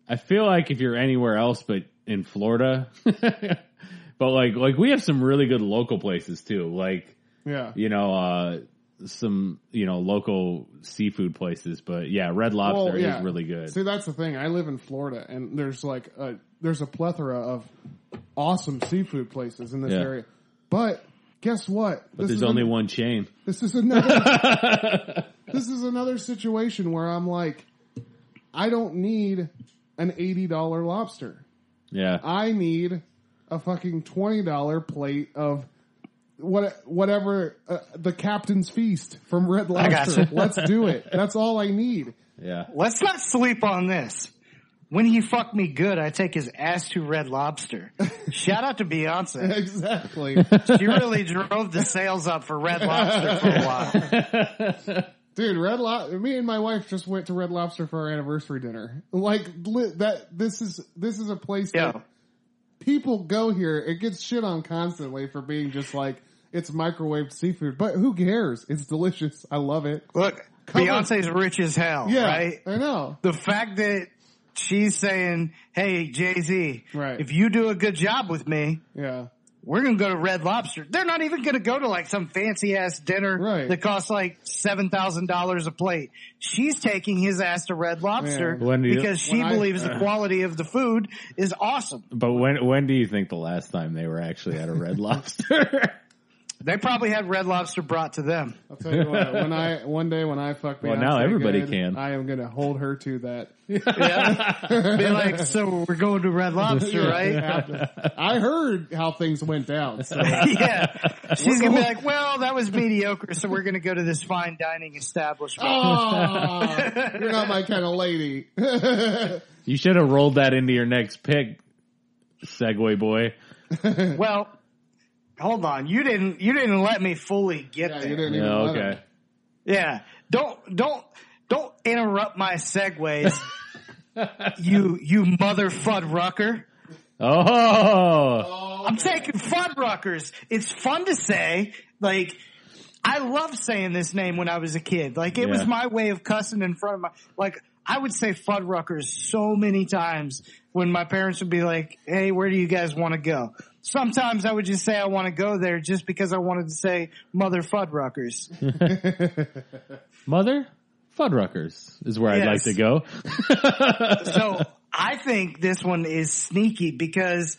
S4: I feel like if you're anywhere else but in Florida, <laughs> but like like we have some really good local places too, like.
S2: Yeah.
S4: you know, uh, some, you know, local seafood places, but yeah, Red
S2: Well,
S4: Lobster
S2: Oh, yeah.
S4: is really good.
S2: See, that's the thing. I live in Florida, and there's like a there's a plethora of awesome seafood places in this
S4: Yeah.
S2: area. But guess what? This
S4: There's
S2: is
S4: only
S2: an-
S4: one chain.
S2: <laughs> This is another.
S4: <laughs>
S2: this is another situation where I'm like, I don't need an eighty dollar lobster.
S4: Yeah.
S2: I need a fucking twenty dollar plate of what whatever uh, the captain's feast from Red Lobster.
S3: gotcha.
S2: Let's do it. That's all I need.
S4: Yeah.
S3: Let's not sleep on this. When he fucked me good, I take his ass to
S2: <laughs>
S3: Red Lobster. Shout out to Beyonce.
S4: <laughs>
S2: Exactly.
S3: She really drove the sales up for Red Lobster for a while.
S2: Dude, Red Lobster. Me and my wife just went to Red Lobster for our anniversary dinner. Like li- that. This is this is a place
S3: Yeah.
S2: that people go here. It gets shit on constantly for being just like it's microwaved seafood, but who cares? It's delicious. I love it.
S3: Look,
S2: Come on.
S3: Beyonce's rich as hell,
S2: Yeah,
S3: right?
S2: I know.
S3: The fact that she's saying, hey, Jay-Z,
S2: Right.
S3: if you do a good job with me,
S2: Yeah,
S3: we're going to go to Red Lobster. They're not even going to go to like some fancy ass dinner
S2: Right.
S3: that costs like $7,000 a plate. She's taking his ass to Red Lobster
S4: When do you-
S3: because she
S2: When I- <laughs>
S3: believes the quality of the food is awesome.
S4: But when when do you think the last time they were actually at
S2: <laughs>
S4: a Red Lobster? <laughs>
S3: They probably had Red Lobster brought
S2: <laughs>
S3: to them.
S2: I'll tell you what. When
S3: <laughs>
S2: I one day when I fuck Beyonce,
S4: Well, now everybody
S2: good,
S4: can.
S2: I am gonna hold her to
S3: <laughs>
S2: that.
S3: Be like, so we're going to Red Lobster,
S2: <laughs>
S3: right?
S2: I heard how things went
S4: <laughs>
S2: down. So
S3: yeah. She's going to be like, well, that was mediocre, so we're going to go to this fine dining establishment.
S2: Oh, you're not my kind of lady. <laughs>
S4: you should have rolled that into your next pick, Segway boy.
S2: Oh.
S3: Well, hold on. You didn't, you didn't let me fully get
S2: Yeah,
S3: there.
S2: you didn't even
S4: Yeah,
S2: let her.
S4: Oh, okay.
S3: Yeah. Don't don't don't interrupt my segues. you you mother fudrucker.
S4: Oh,
S3: I'm taking fudruckers. It's fun to say. Like I loved saying this name when I was a kid. Like it was
S4: Yeah.
S3: my way of cussing in front of my like I would say fudruckers so many times when my parents would be like, "Hey, where do you guys want to go?" Sometimes I would just say I want to go there just because I wanted to say mother fudruckers.
S4: mother Fuddruckers is where I'd
S3: Yes.
S4: like to go.
S3: so I think this one is sneaky because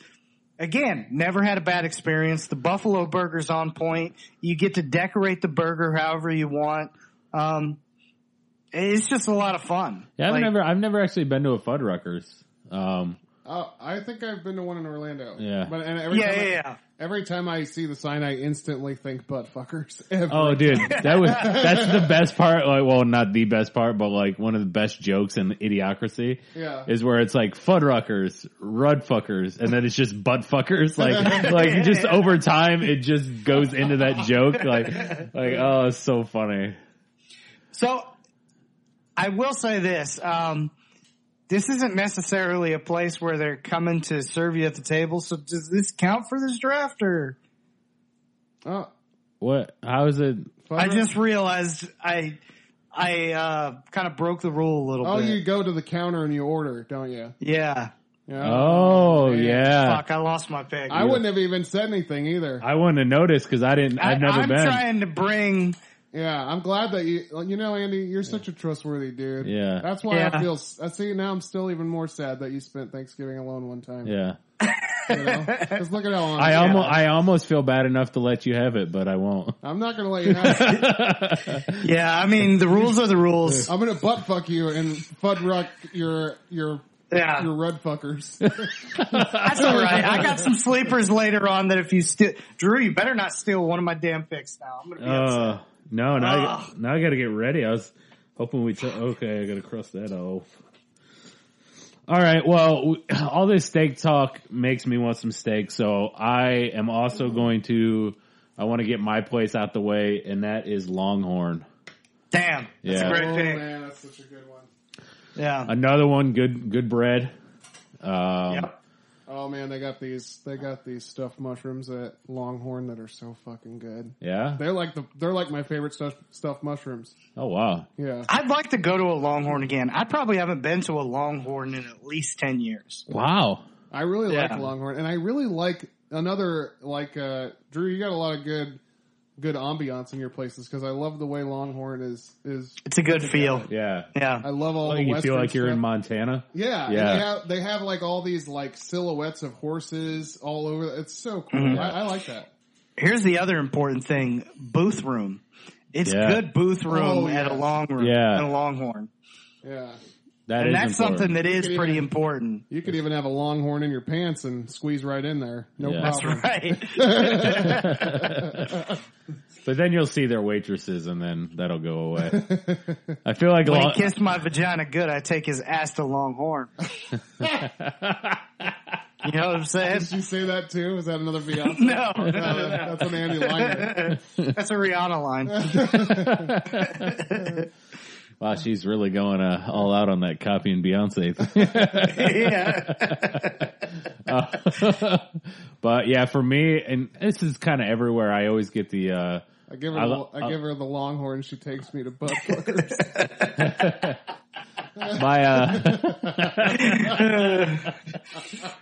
S3: again, never had a bad experience. The buffalo burger's on point. You get to decorate the burger however you want. Um, it's just a lot of fun.
S4: Yeah, I've
S3: Like,
S4: never I've never actually been to a Fuddruckers. Um,
S2: Oh, I think I've been to one in Orlando.
S4: Yeah.
S2: but and every
S3: Yeah,
S2: time
S3: yeah,
S2: I,
S3: yeah.
S2: Every time I see the sign, I instantly think butt <laughs> fuckers. Every-
S4: Oh, dude, that
S2: <laughs>
S4: was that's the best part. Like, well, not the best part, but like one of the best jokes in Idiocracy
S2: Yeah.
S4: is where it's like Fuddruckers, Rudfuckers, and then it's just butt fuckers. Like, like you just over time, it just goes into that joke. Like, like oh, it's so funny.
S3: So I will say this. Um, this isn't necessarily a place where they're coming to serve you at the table. So does this count for this draft or?
S2: Oh,
S4: What? How is it?
S2: fucker.
S3: I just realized I, I, uh, kind of broke the rule a little
S2: Oh,
S3: bit.
S2: you go to the counter and you order, don't you?
S3: Yeah.
S2: Yeah.
S4: Oh,
S2: man.
S4: yeah.
S3: Fuck, I lost my pick.
S2: I wouldn't have even said anything either.
S4: I wouldn't have noticed because I didn't. I've never
S3: am
S4: been.
S3: trying to bring.
S2: Yeah, I'm glad that you, you know, Andy, you're such a trustworthy dude.
S4: Yeah.
S2: That's why I
S3: Yeah.
S2: feel, I see now I'm still even more sad that you spent Thanksgiving alone one time.
S4: Yeah.
S2: You know? Just look at how honest.
S4: <laughs> I
S2: I
S4: almost I almost feel bad enough to let you have it, but I won't.
S2: am not going to let you have it.
S3: Yeah, I mean the rules are the rules.
S2: I'm going to butt fuck you and fud ruck your your your
S3: Yeah,
S2: red fuckers.
S3: that's all right. I got some sleepers later on that if you steal, Drew, you better not steal one of my damn picks now. I'm gonna be upset.
S4: Uh, no, now, I,
S3: Ah.
S4: now I got to get ready. I was hoping we took. Okay, I got to cross that off. All right. Well, w- <sighs> all this steak talk makes me want some steak, so I am also going to. I want to get my place out the way, and that is Longhorn.
S3: Damn, that's
S4: Yeah.
S3: a
S2: oh
S3: great pick.
S2: man, that's such a good one.
S3: Yeah,
S4: Another one, good good bread. Um,
S3: yeah.
S2: Oh man, they got these they got these stuffed mushrooms at Longhorn that are so fucking good.
S4: Yeah.
S2: They're like the they're like my favorite stuff, stuffed mushrooms.
S4: Oh wow.
S2: Yeah.
S3: I'd like to go to a Longhorn again. I probably haven't been to a Longhorn in at least ten years.
S4: Wow.
S2: I really
S3: Yeah.
S2: like Longhorn, and I really like another like uh Drew. You got a lot of good good ambiance in your places because I love the way Longhorn is is.
S3: It's a good feel.
S4: Yeah.
S2: I
S3: Yeah,
S2: love all
S4: Like
S2: the
S4: you
S2: Western
S4: feel like you're in
S2: stuff.
S4: Montana.
S2: Yeah, and
S4: Yeah.
S2: They have, they have like all these like silhouettes of horses all over. It's so cool.
S4: Mm-hmm.
S2: I, I like that.
S3: here's the other important thing: booth room. It's
S4: Yeah.
S3: good booth room
S2: Oh,
S3: at a
S2: yeah.
S3: long room
S4: Yeah.
S3: and a Longhorn,
S2: Yeah,
S4: That
S3: and
S4: is
S3: that's
S4: important.
S3: something that is
S2: It is.
S3: pretty important.
S2: you could even have a Longhorn in your pants and squeeze right in there. No
S4: Yeah. That's
S2: problem.
S3: Right.
S4: But then you'll see their waitresses, and then that'll go
S2: <laughs>
S4: away. I feel like
S3: When
S4: Lon-
S3: he kissed my vagina good, I take his ass to Longhorn. you know what I'm saying?
S2: Did <laughs> you say that too? Is that another
S4: <laughs>
S2: Beyonce?
S3: No, no,
S2: Uh,
S3: no, no.
S2: That's an Andy Lyman.
S3: That's a Rihanna line.
S4: wow, she's really going uh, all out on that copying Beyonce.
S2: <laughs>
S4: thing.
S3: yeah.
S4: but yeah, for me, and this is kind of everywhere. I always get the. uh
S2: I give her,
S4: I
S2: I,
S4: lo-
S2: the, I give her the Longhorn. She takes me to
S4: <laughs>
S2: <laughs> butt fuckers.
S4: my
S2: <laughs>
S4: uh <laughs>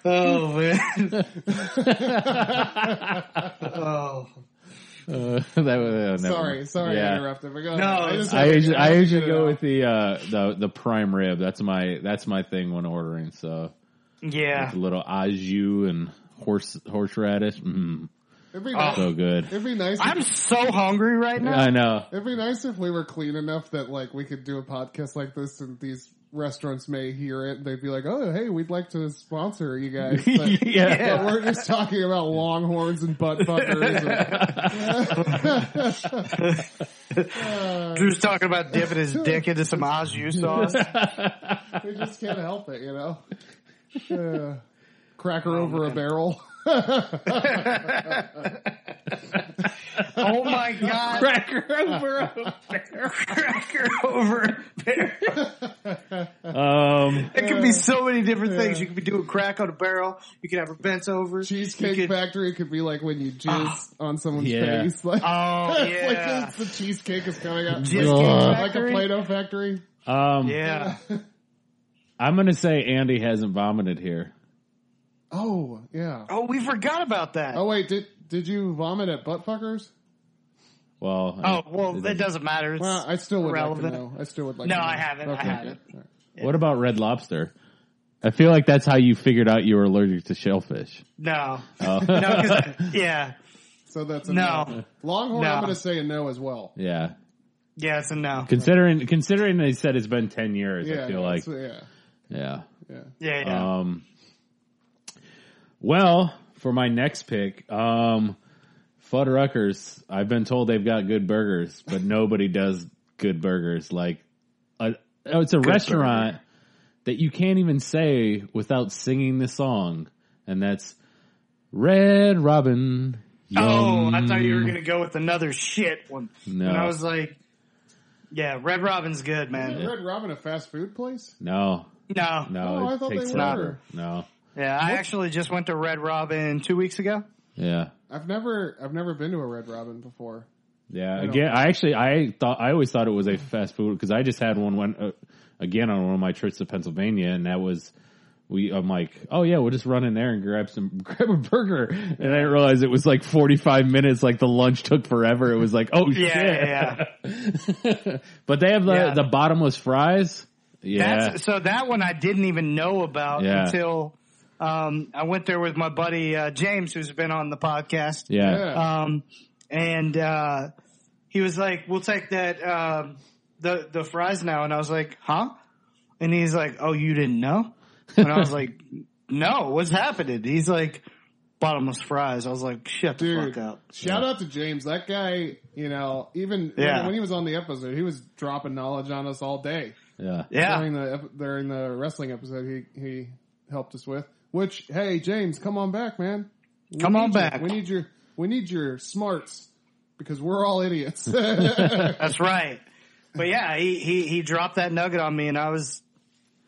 S3: Oh man. oh.
S4: uh, that was, uh, never-
S2: sorry, sorry,
S4: yeah.
S2: I interrupted. But go
S3: No,
S2: ahead.
S3: it's-
S4: I usually, I usually
S2: get it
S4: go
S2: out.
S4: with the uh the the prime rib. That's my that's my thing when ordering. So
S3: <laughs> Yeah.
S4: a little au jus and horse horseradish. Mm,
S2: It'd be
S3: Oh.
S2: nice.
S4: so good.
S2: It'd be nice. If,
S3: I'm so hungry right now.
S4: I know.
S2: it'd be nice if we were clean enough that like we could do a podcast like this, and these restaurants may hear it. They'd be like, "Oh, hey, we'd like to sponsor you guys." But,
S4: <laughs> yeah.
S2: but we're just talking about Longhorns and butt fuckers. and- Uh,
S3: Drew's talking about dipping his dick into some au jus sauce.
S2: we just
S3: <laughs>
S2: can't help it, you know. Uh, cracker over a
S3: man. <laughs>
S2: barrel.
S3: Oh my god.
S4: Cracker over a
S3: Cracker over there.
S4: Um,
S3: It could be so many different things. You could be doing crack on a barrel. You could have her bent over.
S2: Cheesecake
S3: You could- Ah.
S2: Factory could be like when you jizz on someone's
S4: Yeah.
S2: face. <laughs> Like,
S3: Oh yeah.
S2: like the, the cheesecake is coming out.
S3: Cheesecake
S4: Uh,
S2: Like a
S3: Factory?
S2: Play-Doh factory.
S4: um,
S3: Yeah.
S4: I'm gonna say Andy hasn't vomited here.
S2: Oh, yeah.
S3: Oh, we forgot about that.
S2: Oh, wait, did did you vomit at butt fuckers?
S4: Well,
S3: Oh,
S4: I-
S3: well, that doesn't matter. It's,
S2: Well, I still would like
S3: Irrelevant.
S2: to know. I still would like
S3: No,
S2: to know.
S3: I haven't. I haven't.
S2: All right.
S4: what about Red Lobster? I feel like that's how you figured out you were allergic to shellfish.
S3: no.
S4: Oh.
S3: <laughs> No, 'cause- yeah.
S2: So that's a
S3: No.
S2: Longhorn,
S3: No.
S2: I'm going to say a no as well.
S4: <laughs> yeah,
S3: Yeah, it's a no.
S4: considering considering they said it's been ten years,
S2: Yeah,
S4: I feel
S2: no,
S4: like
S2: it's- yeah,
S4: yeah.
S2: yeah.
S3: Yeah,
S2: Oh.
S3: yeah.
S4: Um, well, for my next pick, um, Fuddruckers. I've been told they've got good burgers, but nobody does good burgers. Like, uh, oh, it's a restaurant that you can't even say without singing the song, and that's Red Robin.
S3: oh, I
S4: Yum.
S3: thought
S2: Mm.
S3: you were gonna go with another shit one.
S4: No.
S3: And I was like, yeah, Red Robin's good, man.
S2: Red Robin a fast food place?
S4: no,
S3: No,
S4: no.
S2: Oh,
S4: it
S2: I thought they
S4: takes
S2: were.
S4: forever. No,
S3: yeah, I actually just went to Red Robin two weeks ago.
S4: yeah.
S2: I've never I've never been to a Red Robin before.
S4: Yeah,
S2: don't-
S4: again, I actually I thought I always thought it was a fast food because I just had one when uh, again on one of my trips to Pennsylvania, and that was we. I'm like, oh yeah, we'll just run in there and grab some <laughs> grab a burger, and I didn't realize it was like 45 minutes. Like the lunch took forever. It was like, oh
S3: Yeah,
S4: shit.
S3: yeah,
S4: <laughs> but they have the
S3: Yeah.
S4: the bottomless fries. Yeah,
S3: That's so that one I didn't even know about
S4: Yeah.
S3: until Um, I went there with my buddy uh, James, who's been on the podcast.
S4: Yeah.
S2: Yeah.
S3: Um, and uh, he was like, "We'll take that um the the fries now." And I was like, "Huh?" And he's like, "Oh, you didn't know?" And I was
S4: <laughs>
S3: like, "No, what's happening?" He's like, "Bottomless fries." I was like, "Shut the
S2: Dude,
S3: Oh, fuck up."
S2: shout out to James. That guy, you know, even
S3: Yeah.
S2: when, when he was on the episode, he was dropping knowledge on us all day
S4: Yeah.
S3: Yeah,
S2: during the ep- during the wrestling episode. He he helped us with. Which, hey, James, come on back, man. We
S3: Come on
S2: need you.
S3: back.
S2: We need your we need your smarts because we're all
S3: <laughs>
S2: idiots. <laughs>
S3: that's right. But yeah, he, he he dropped that nugget on me, and I was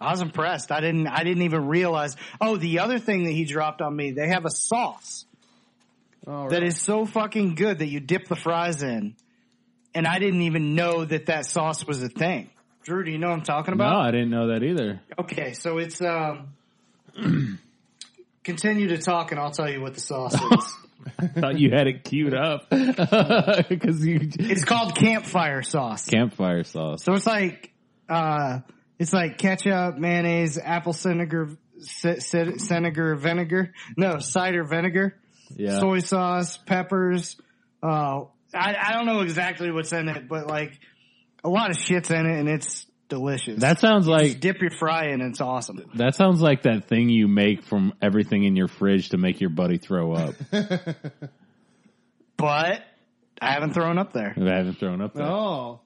S3: I was impressed. I didn't I didn't even realize. Oh, the other thing that he dropped on me, they have a sauce.
S2: All
S3: that
S2: right.
S3: is so fucking good that you dip the fries in. And I didn't even know that that sauce was a thing. Drew, do you know what I'm talking
S4: No,
S3: about?
S4: I didn't know that either.
S3: Okay, so it's um <clears throat> continue to talk and I'll tell you what the sauce is.
S4: Thought you had it queued up <laughs> because you
S3: it's called campfire sauce.
S4: campfire sauce.
S3: so it's like uh it's like ketchup, mayonnaise, apple vinegar, vinegar, vinegar. No, cider vinegar.
S4: Yeah,
S3: soy sauce, peppers. Uh, I, I don't know exactly what's in it, but like a lot of shit's in it and it's delicious.
S4: that sounds
S3: Just
S4: like
S3: dip your fry in. It's awesome.
S4: that sounds like that thing you make from everything in your fridge to make your buddy throw up.
S3: But I haven't thrown up there.
S4: I haven't thrown up. There.
S2: oh,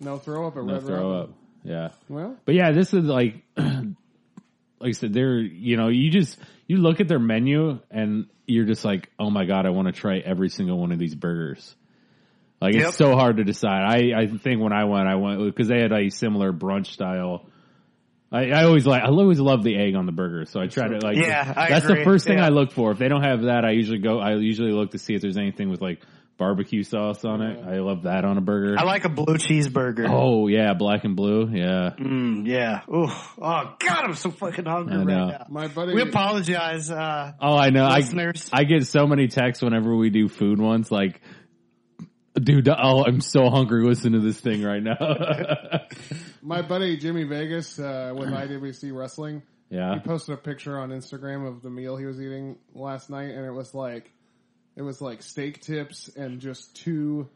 S2: no throw up at
S4: No
S2: Red
S4: throw
S2: Robin.
S4: up. Yeah.
S2: Well,
S4: But yeah, this is like, <clears throat> like I said, they're, you know, you just, you look at their menu and you're just like, oh my God, I want to try every single one of these burgers. Like
S3: Yep.
S4: it's so hard to decide. I, I think when I went, I went, cause they had a similar brunch style. I, I always like, I always love the egg on the burger. So I try to like,
S3: Yeah, I
S4: that's
S3: agree.
S4: the first thing
S3: Yeah.
S4: I look for. If they don't have that, I usually go, I usually look to see if there's anything with like barbecue sauce on it. I love that on a burger.
S3: I like a blue cheeseburger.
S4: Oh yeah, black and blue. Yeah.
S3: Mm, yeah. Ooh. Oh, God, I'm so fucking hungry
S4: I
S3: right
S4: know.
S3: now.
S2: my buddy,
S3: We apologize. Uh,
S4: Oh, I know. I,
S3: Listeners.
S4: I get so many texts whenever we do food ones, like, dude, oh, I'm so hungry. Listen to this thing right now. <laughs>
S2: my buddy Jimmy Vegas uh,
S3: <clears throat>
S2: with IWC Wrestling.
S4: yeah.
S2: He posted a picture on Instagram of the meal he was eating last night, and it was like, it was like steak tips and just two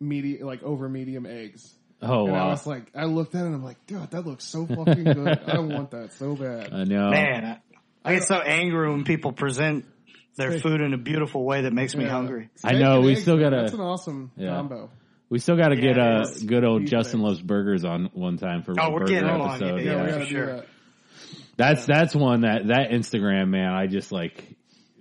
S2: media, like over medium eggs.
S4: Oh,
S2: and I
S4: wow.
S2: was like, I looked at it and I'm like, dude, that looks so fucking good. I want that so bad.
S4: I know.
S3: man, I, I get so angry when people present their food in a beautiful way that makes me
S2: Yeah.
S3: hungry.
S4: <laughs> I
S2: Steak
S4: know,
S2: and
S4: we
S2: eggs,
S4: still
S2: man,
S4: gotta-
S2: That's an awesome
S4: Yeah.
S2: combo.
S4: We still got to
S3: Yeah, it
S4: get uh,
S3: is.
S4: good old
S2: Huge
S4: Justin
S2: thing.
S4: Loves Burgers on one time for
S3: Oh, we're
S4: burger
S3: getting him on,
S4: episode.
S2: Yeah,
S4: yeah.
S2: we gotta
S3: sure.
S2: do that.
S4: That's that's one that that Instagram man. I just like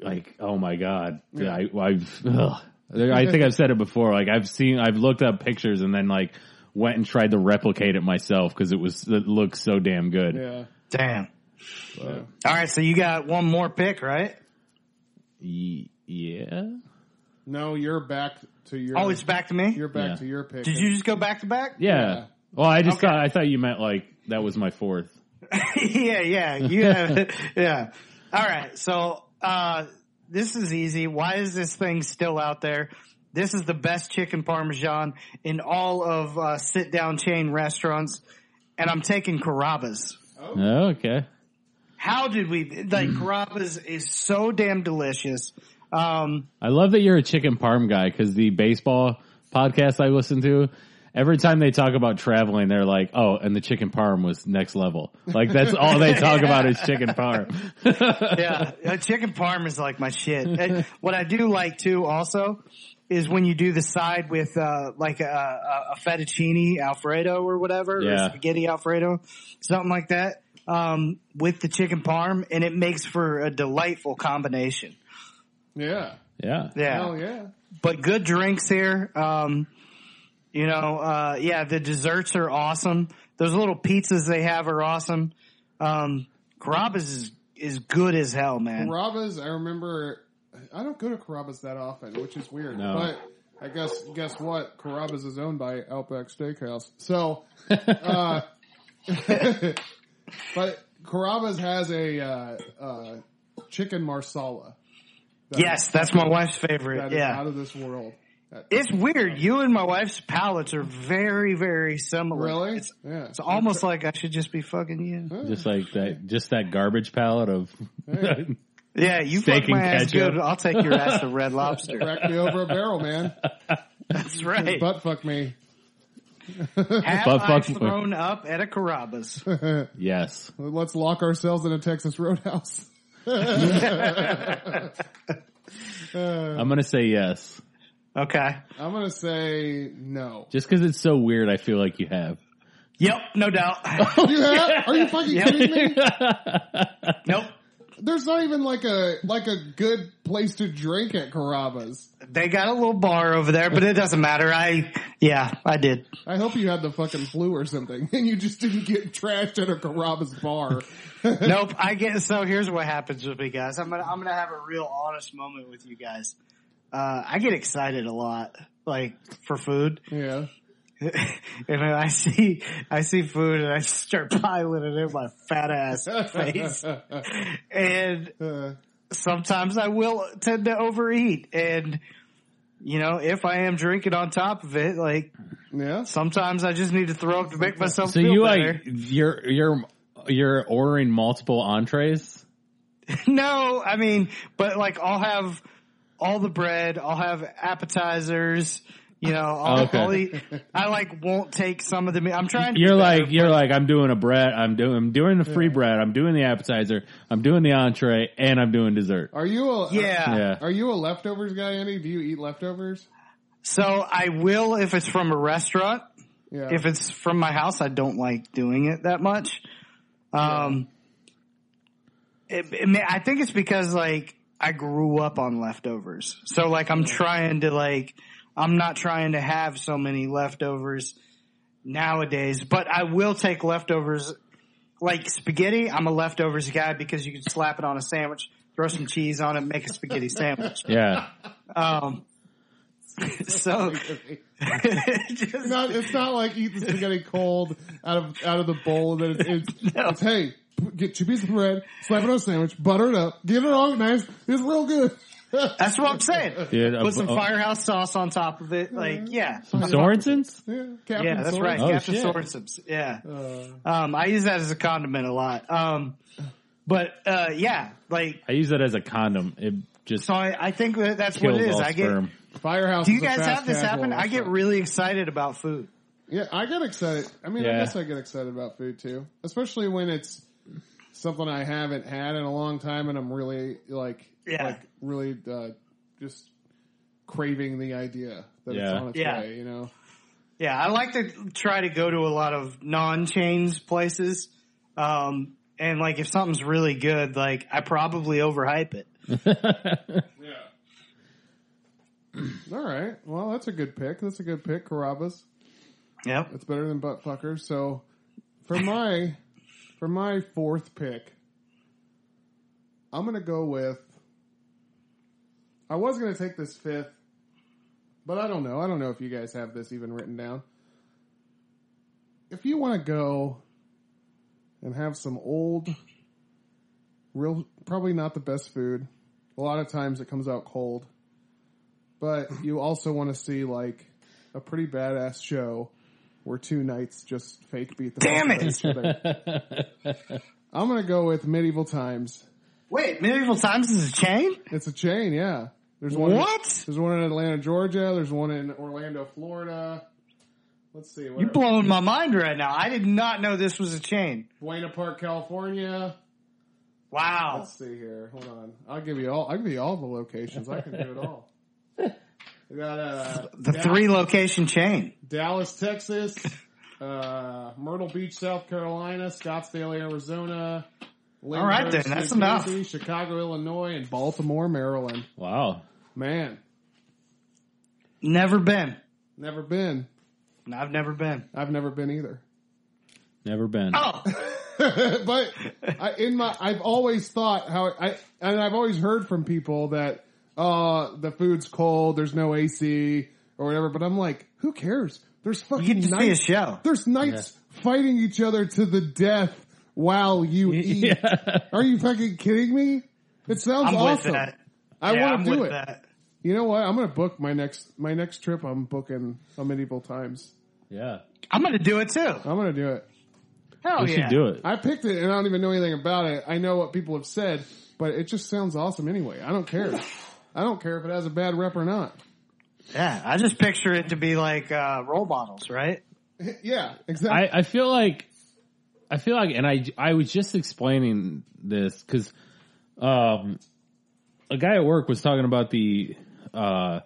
S4: like oh my god.
S2: Yeah.
S4: I I've ugh. I think I've said it before. Like I've seen I've looked up pictures and then like went and tried to replicate it myself because it was it looked so damn good.
S2: Yeah.
S3: Damn.
S2: yeah.
S3: All right. So you got one more pick, right?
S4: Ye- yeah.
S2: No, you're back to your.
S3: Oh, it's back to me.
S2: You're back
S4: Yeah.
S2: to your pick.
S3: Did you just go back to back?
S4: Yeah.
S2: Yeah.
S4: Well, I just thought I thought you meant like that was my fourth.
S3: <laughs> yeah, yeah, you have, <laughs> yeah. All right, so uh, this is easy. Why is this thing still out there? This is the best chicken parmesan in all of uh, sit down chain restaurants, and I'm taking Carrabba's.
S4: Oh, okay.
S3: How did we like Carrabba's is so damn delicious. Um,
S4: I love that you're a chicken parm guy because the baseball podcast I listen to, every time they talk about traveling, they're like, "Oh, and the chicken parm was next level." Like that's all <laughs> they talk about is chicken parm.
S3: <laughs> yeah, uh, chicken parm is like my shit. And what I do like too, also, is when you do the side with uh, like a, a, a fettuccine alfredo or whatever,
S4: Yeah.
S3: or spaghetti alfredo, something like that, um, with the chicken parm, and it makes for a delightful combination.
S2: Yeah.
S4: yeah,
S3: Yeah,
S2: Hell yeah.
S3: but good drinks here. Um, you know, uh, yeah, the desserts are awesome. Those little pizzas they have are awesome. Um, Carrabba's is is good as hell, man.
S2: Carrabba's, I remember. I don't go to Carrabba's that often, which is weird.
S4: No.
S2: But I guess guess what? Carrabba's is owned by Outback Steakhouse.
S3: <laughs>
S2: So, uh, <laughs> but Carrabba's has a uh, uh, chicken marsala.
S3: Yes, that's my wife's favorite.
S2: That is
S3: yeah,
S2: out of this world.
S3: It's weird. You and my wife's palates are very, very similar.
S2: Really?
S3: It's,
S2: yeah.
S3: <laughs> it's almost like I should just be fucking you.
S4: Just like that, just that garbage palette of.
S3: Yeah, you
S4: Steak
S3: fuck my
S4: and
S3: ass
S4: ketchup.
S3: good. I'll take your ass
S2: <laughs>
S3: to Red Lobster.
S2: Crack me over a barrel, man.
S3: That's right.
S2: Butt fuck me.
S3: Have
S4: Butt
S3: I
S4: fuck-
S3: thrown up at
S2: <laughs>
S3: a Carrabba's?
S4: <laughs> yes,
S2: Let's lock ourselves in a Texas roadhouse.
S4: I'm gonna say yes,
S3: Okay.
S2: I'm gonna say
S3: <laughs>
S2: no.
S4: just because it's so weird. I feel like you have.
S3: Yep,
S2: <laughs>
S3: no doubt.
S2: You have? Are you fucking
S3: Yeah.
S2: kidding
S3: <laughs>
S2: me?
S3: nope.
S2: There's not even like a like a good place to drink at Carrabba's.
S3: They got a little bar over there, but it doesn't matter. I, yeah, I
S4: <laughs>
S3: did.
S2: I hope you had the fucking flu or something, <laughs> and you just didn't get trashed at a Carrabba's bar. <laughs>
S3: nope. I get so. Here's what happens with me, guys. I'm gonna I'm gonna have a real honest moment with you guys. Uh, I get excited a lot, like for food, <laughs>
S2: yeah,
S3: and then I see I see food, and I start piling it in my fat ass face. and
S2: Uh,
S3: sometimes I will tend to overeat, and you know if I am drinking on top of it, like
S2: yeah.
S3: sometimes I just need to throw up to make myself
S4: So
S3: feel
S4: you
S3: better.
S4: like you're you're you're ordering multiple entrees.
S3: No, I mean, but like I'll have all the bread, I'll have appetizers, you know, I'll,
S4: Okay.
S3: I'll eat, I like won't take some of the meat. I'm trying to be
S4: You're like
S3: better,
S4: you're like I'm doing a bread. I'm doing I'm doing the free bread. I'm doing the appetizer. I'm doing the entree, and I'm doing dessert.
S2: Are you a
S3: but- yeah.
S4: Yeah,
S2: Are you a leftovers guy, Andy? Do you eat leftovers?
S3: So I will if it's from a restaurant.
S2: Yeah.
S3: If it's from my house, I don't like doing it that much. Um it, it may, I think it's because like I grew up on leftovers. So like I'm trying to like I'm not trying to have so many leftovers nowadays, but I will take leftovers like spaghetti. I'm a leftovers guy because you can slap it on a sandwich, throw some cheese on it, make a spaghetti sandwich. <laughs>
S4: yeah.
S3: Um so <laughs> just-
S2: not, it's not like eat the spaghetti cold out of out of the bowl. That it's, it's,
S3: <laughs> No.
S2: it's hey, p- get two pieces of bread, slap it on a sandwich, butter it up, get it organized. It's real good.
S3: That's what I'm saying.
S4: Dude, uh,
S3: Put some
S4: uh,
S3: firehouse sauce on top of it.
S2: Mm-hmm.
S3: Like, yeah.
S4: Sorensen's.
S2: Yeah, Captain
S3: Yeah, that's
S2: Sorensen.
S3: right.
S4: Oh,
S3: Captain
S4: shit.
S3: Sorensens. Yeah.
S2: Uh,
S3: Um, I use that as a condiment a lot. Um, but, uh, yeah, like,
S4: I use it as a condom. It just
S3: so I, I think that that's what
S4: kills
S3: it is.
S4: all
S3: I get,
S4: sperm.
S2: Firehouse.
S3: do you
S2: is a
S3: guys
S2: fast
S3: have this
S2: casual
S3: happen? I get
S2: restaurant.
S3: really excited about food.
S2: Yeah, I get excited. I mean, I
S4: Yeah.
S2: guess I get excited about food too, especially when it's something I haven't had in a long time, and I'm really like,
S3: Yeah.
S2: like really uh, just craving the idea that it's
S4: Yeah.
S2: on its
S3: Yeah.
S2: way. You know,
S3: Yeah. I like to try to go to a lot of non-chains places. Um, and like, if something's really good, like, I probably overhype it.
S2: All right. Well, that's a good pick. That's a good pick, Carabas.
S3: Yep.
S2: It's better than butt fucker. So, for my for my fourth pick, I'm gonna go with. I was gonna take this fifth, but I don't know. I don't know if you guys have this even written down. If you want to go and have some old, real, probably not the best food. A lot of times it comes out cold, but you also want to see like a pretty badass show where two knights just fake beat the
S3: Damn
S2: fuck out of
S3: it!
S2: each other.
S3: <laughs>
S2: I'm gonna go with medieval times.
S3: Wait, medieval times is a chain?
S2: It's a chain, yeah. There's one.
S3: What?
S2: there's one in Atlanta, Georgia. There's one in Orlando, Florida. Let's see.
S3: You're
S2: Where,
S3: blowing my mind right now. I did not know this was a chain.
S2: Buena Park, California.
S3: Wow.
S2: Let's see here. Hold on. I'll give you all. I'll give you all the locations. I can do it all. We got uh,
S3: <laughs> The
S2: Da-
S3: three location chain.
S2: Dallas, Texas, uh, Myrtle Beach, South Carolina, Scottsdale, Arizona. Lindhurst,
S3: right then, that's
S2: New
S3: enough.
S2: Jersey, Chicago, Illinois, and Baltimore, Maryland.
S4: Wow.
S2: Man,
S3: Never been.
S2: never been.
S3: I've never been.
S2: I've never been either.
S4: Never been. <laughs>
S3: Oh,
S2: <laughs> but I, in my, I've always thought how I, and I've always heard from people that, uh, the food's cold, there's no AC or whatever, but I'm like, who cares? There's
S3: you
S2: fucking
S3: get to see a
S2: knights.
S3: show.
S2: There's knights fighting each other to the death while
S3: <laughs>
S2: you eat. Are you fucking kidding me? It sounds
S3: I'm with
S2: awesome.
S3: that.
S2: I
S3: Yeah,
S2: want
S3: I'm
S2: to do
S3: with
S2: it.
S3: that.
S2: You You know what? I'm gonna book my next my next trip. I'm booking a medieval times.
S4: Yeah.
S3: I'm gonna do it too. Hell
S2: I'm gonna do it.
S4: we
S3: yeah.
S4: should do it.
S2: I picked it, and I don't even know anything about it. I know what people have said, but it just sounds awesome anyway. I don't <sighs> care. I don't care if it has a bad rep or not.
S3: Yeah, I just picture it to be like uh, role models,
S4: <laughs>
S3: right?
S2: <laughs> Yeah, exactly.
S4: I, I feel like I feel like, and I I was just explaining this because um, a guy at work was talking about the uh,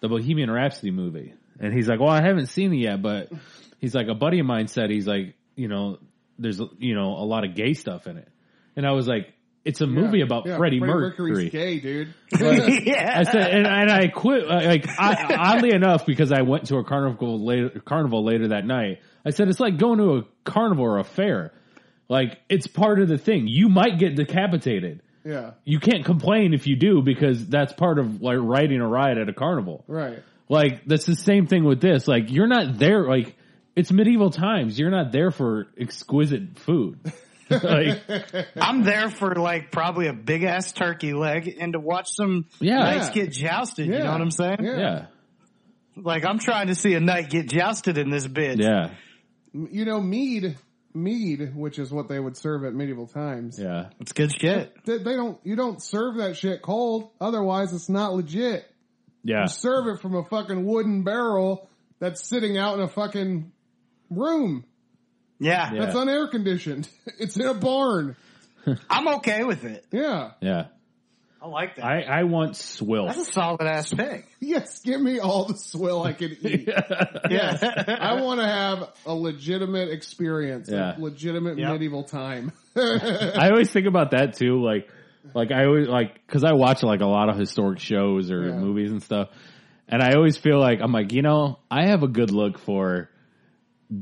S4: the Bohemian Rhapsody movie, and he's like, "Well, I haven't seen it yet," but he's like, "A buddy of mine said he's like, you know, there's you know a lot of gay stuff in it," and I was like, "It's a movie
S2: Yeah,
S4: about
S2: yeah,
S4: Freddie,
S2: Mercury's
S4: Mercury."
S2: gay, dude.
S3: <laughs> yeah.
S4: I said, and, and I quit. I- Like I, oddly enough, because I went to a carnival later, carnival later that night. I said it's like going to a carnival or a fair. Like it's part of the thing. You might get decapitated.
S2: yeah,
S4: You can't complain if you do because that's part of like riding a ride at a carnival.
S2: right.
S4: Like that's the same thing with this. Like you're not there. Like it's medieval times. You're not there for exquisite food. <laughs> like
S3: I'm there for like probably a big ass turkey leg and to watch some
S4: Yeah.
S3: knights
S2: Yeah.
S3: get jousted.
S2: Yeah.
S3: You know what I'm saying?
S2: Yeah.
S4: yeah,
S3: Like I'm trying to see a knight get jousted in this bitch.
S4: yeah,
S2: You know, mead, mead, which is what they would serve at medieval times.
S4: yeah.
S3: It's good shit.
S2: They, they don't. You don't serve that shit cold. Otherwise, it's not legit.
S4: Yeah.
S2: Serve it from a fucking wooden barrel that's sitting out in a fucking room
S3: Yeah.
S4: Yeah.
S2: that's unair conditioned. <laughs> It's in a barn.
S3: I'm okay with it.
S2: Yeah.
S4: Yeah.
S3: I like that.
S4: I, I want swill.
S3: That's a solid ass
S2: <laughs>
S3: pick.
S2: Yes. Give me all the swill I can
S4: <laughs>
S2: eat.
S3: Yes.
S2: I want to have a legitimate experience,
S4: Yeah.
S2: a legitimate
S3: Yep.
S2: medieval time.
S4: I always think about that too. Like, like I always like because I watch like a lot of historic shows or
S2: Yeah.
S4: movies and stuff, and I always feel like I'm like you know I have a good look for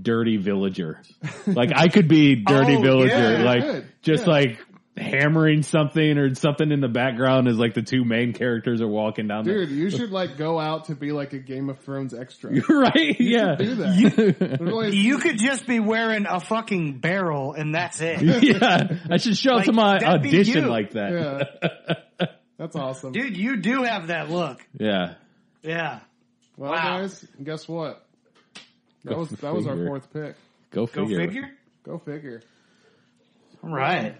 S4: dirty
S2: <laughs>
S4: villager. Like I could be dirty
S3: Oh,
S4: villager,
S3: yeah,
S4: like
S2: good.
S4: just
S2: Yeah.
S4: like hammering something or something in the background as like the two main characters are walking down
S2: Dude, you should like go out to be like a Game of Thrones extra.
S4: the <laughs> right. yeah,
S2: Do that. <laughs> There's only-
S4: <laughs>
S3: You could just be wearing a fucking barrel and
S2: <laughs>
S3: that's it.
S4: yeah. I should show up to
S3: Like,
S4: my
S3: that'd be
S4: audition
S3: you.
S4: like that.
S2: yeah. That's awesome.
S3: Dude, you do have that look.
S4: yeah.
S3: Yeah.
S2: well,
S3: wow.
S2: guys, guess what? That
S4: Go
S2: was that was our
S4: figure.
S2: fourth pick.
S4: Go
S3: Go
S4: figure.
S3: figure.
S2: Go figure.
S3: All right.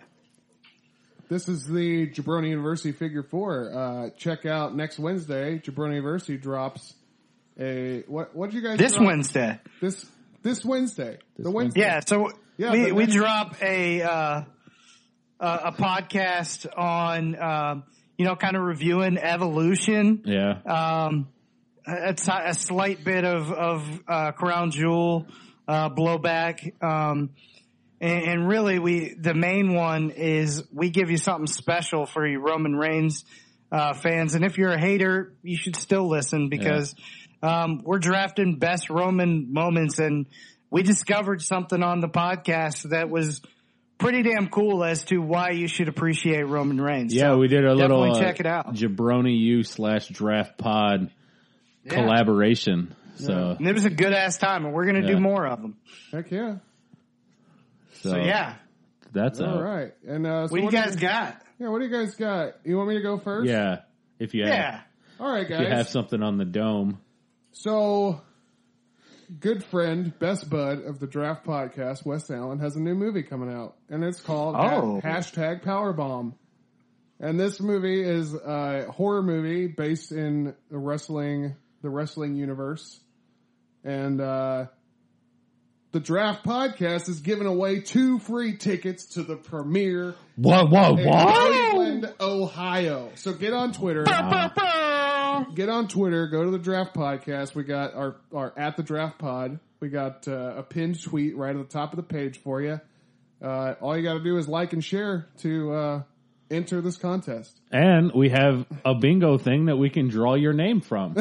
S2: This is the Jabroni University Figure Four. Uh, check out next Wednesday. Jabroni University drops a what? What did you guys
S3: This
S2: drop?
S3: Wednesday.
S2: This this Wednesday. the Wednesday.
S3: Yeah, so
S2: Yeah,
S3: we,
S2: but
S3: we
S2: that's-
S3: drop a uh, a, a podcast on um, you know kind of reviewing evolution,
S4: Yeah.
S3: um, a, a- a slight bit of of uh, crown jewel uh, blowback, um, and, and really we the main one is we give you something special for you Roman Reigns uh, fans, and if you're a hater, you should still listen because um, we're drafting best Roman moments, and we discovered something on the podcast that was pretty damn cool as to why you should appreciate Roman Reigns.
S4: Yeah, we did a little uh,
S3: definitely check it out.
S4: Jabroni U slash Draft Pod
S3: Yeah.
S4: collaboration. So,
S3: And it was a good ass time, and we're gonna
S4: Yeah.
S3: do more of them.
S2: Heck yeah.
S4: so,
S3: So yeah,
S4: that's
S2: All
S4: out.
S2: right. And uh, so
S3: what do you
S2: do
S3: guys got?
S2: Yeah, what do you guys got? You want me to go first?
S4: Yeah, if you
S3: Yeah,
S4: have,
S2: All right,
S4: if you have
S2: guys.
S4: something on the dome,
S2: So, good friend, best bud of the Draft Podcast, Wes Allen, has a new movie coming out, and it's called
S3: Oh.
S2: ha- hashtag Powerbomb. And this movie is a horror movie based in the wrestling, the wrestling universe, and uh, the Draft Podcast is giving away two free tickets to the premiere
S4: what, what,
S2: in Cleveland, Ohio. So get on Twitter. Get on Twitter. Go to the Draft Podcast. We got our our at the Draft Pod. We got uh, a pinned tweet right at the top of the page for you. Uh, all you got to do is like and share to uh, enter this contest.
S4: And we have a bingo thing that we can draw your name from.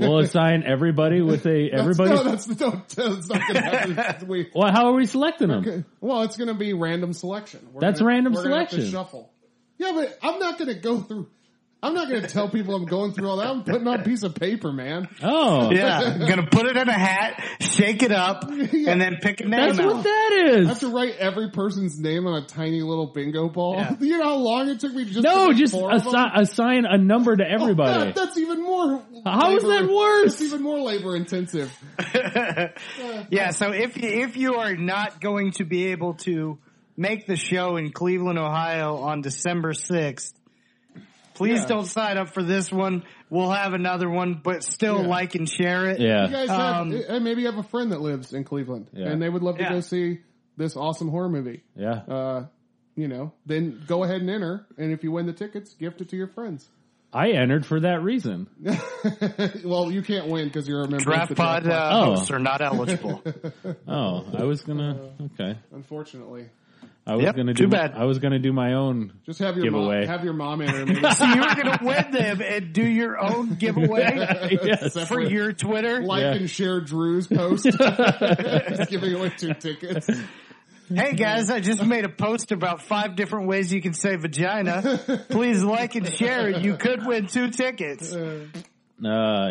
S4: we'll assign everybody with a everybody.
S2: No, <laughs> that's, no, that's not going to happen. We-
S4: well, how are we selecting them?
S2: well, it's going to be random selection. We're
S4: That's
S2: gonna-
S4: random
S2: we're gonna have to
S4: selection.
S2: shuffle. Yeah, but I'm not going to go through. I'm not going to tell people I'm going through all that. I'm putting on a piece of paper, man.
S4: Oh,
S3: Yeah, gonna put it in a hat, shake it up,
S2: <laughs> Yeah.
S3: and then pick a name
S4: that's
S3: out.
S4: what that
S2: I have
S4: is.
S2: to write every person's name on a tiny little bingo ball.
S3: Yeah.
S2: <laughs> You know how long it took me to just
S4: No,
S2: pick
S4: just
S2: four of them?
S4: assi- assign a number to
S2: Oh, <laughs>
S4: everybody.
S2: God, that's even more.
S4: How is that worse?
S2: That's even more labor intensive.
S3: <laughs> Yeah, so if if you are not going to be able to make the show in Cleveland, Ohio on December 6th, please
S2: Yeah.
S3: don't sign up for this one. We'll have another one, but still
S2: Yeah.
S3: like and share it.
S4: yeah.
S2: You guys have,
S3: Um,
S2: and maybe you have a friend that lives in Cleveland,
S4: Yeah.
S2: and they would love to
S3: Yeah.
S2: go see this awesome horror movie.
S4: yeah.
S2: Uh, you know, then go ahead and enter, and if you win the tickets, gift it to your friends. <laughs>
S4: I entered for that reason.
S2: well, you can't win because you're a member of the
S3: Draft pod
S2: Draft
S3: uh,
S4: Oh.
S3: hosts are not
S4: <laughs>
S3: eligible.
S4: Oh, I was gonna. Okay,
S2: Unfortunately,
S4: I was
S3: Yep,
S4: gonna do.
S3: too
S4: my-
S3: bad.
S4: I was gonna do my own.
S2: just have your
S4: Giveaway.
S2: mom, have your mom enter. and
S3: so you're going to win them and do your own
S4: <laughs>
S3: giveaway
S2: <laughs>
S4: yes.
S2: Separate-
S3: for your Twitter.
S2: Like
S4: Yeah.
S2: and share Drew's post. <laughs> He's giving away two tickets.
S3: Hey guys, I just made a post about five different ways you can say vagina. Please like and share it. You could win two tickets.
S4: Uh,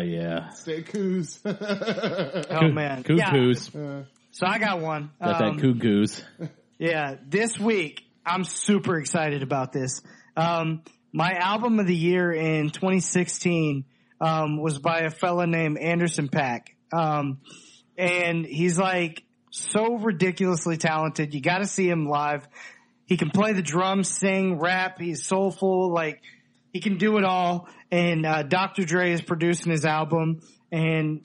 S4: yeah.
S2: Stay coos. <laughs>
S3: Oh man. Yeah.
S4: cuckoos.
S3: So I got one.
S4: Got
S3: Um,
S4: that cuckoos.
S3: Yeah, this week I'm super excited about this. Um, my album of the year in 2016 um, was by a fella named Anderson Pack, um, and he's like so ridiculously talented. You got to see him live. He can play the drums, sing, rap. He's soulful. Like he can do it all. And uh, Dr. Dre is producing his album, and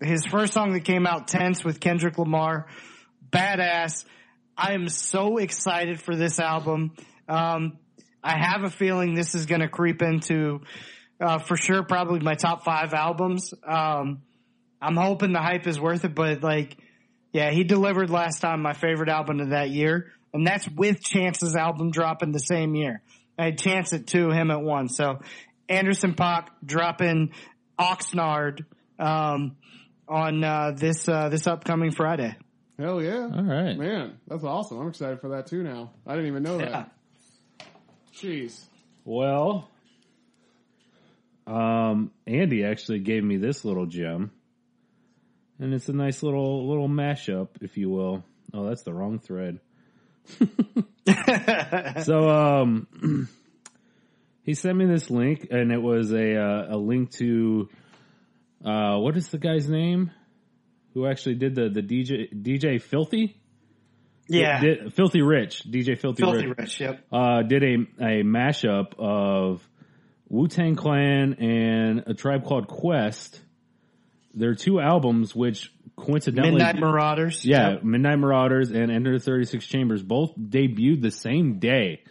S3: his first song that came out, "Tense," with Kendrick Lamar, badass. I am so excited for this album. Um, I have a feeling this is going to creep into, uh, for sure, probably my top five albums. Um, I'm hoping the hype is worth it, but like, yeah, he delivered last time my favorite album of that year, and that's with Chance's album dropping the same year. I had Chance at two, him at one. So Anderson Pock dropping Oxnard, um, on, uh, this, uh, this upcoming Friday.
S2: Hell yeah.
S4: All right.
S2: Man, that's awesome. I'm excited for that too now. I didn't even know that. Jeez.
S4: Well, um, Andy actually gave me this little gem, and it's a nice little little mashup, if you will. Oh, that's the
S3: <laughs>
S4: wrong thread. so, um, <clears throat> he sent me this link, and it was a uh, a link to uh, what is the guy's name who actually did the the DJ DJ Filthy
S3: Yeah.
S4: Did- Filthy Rich DJ Filthy,
S3: Filthy
S4: Rich
S3: Rich, yep.
S4: uh, did a a mashup of Wu Tang Clan and a tribe called Quest. Their two albums, which coincidentally,
S3: Midnight Marauders.
S4: yeah, Midnight Marauders and Enter the Thirty Six Chambers, both debuted the same day.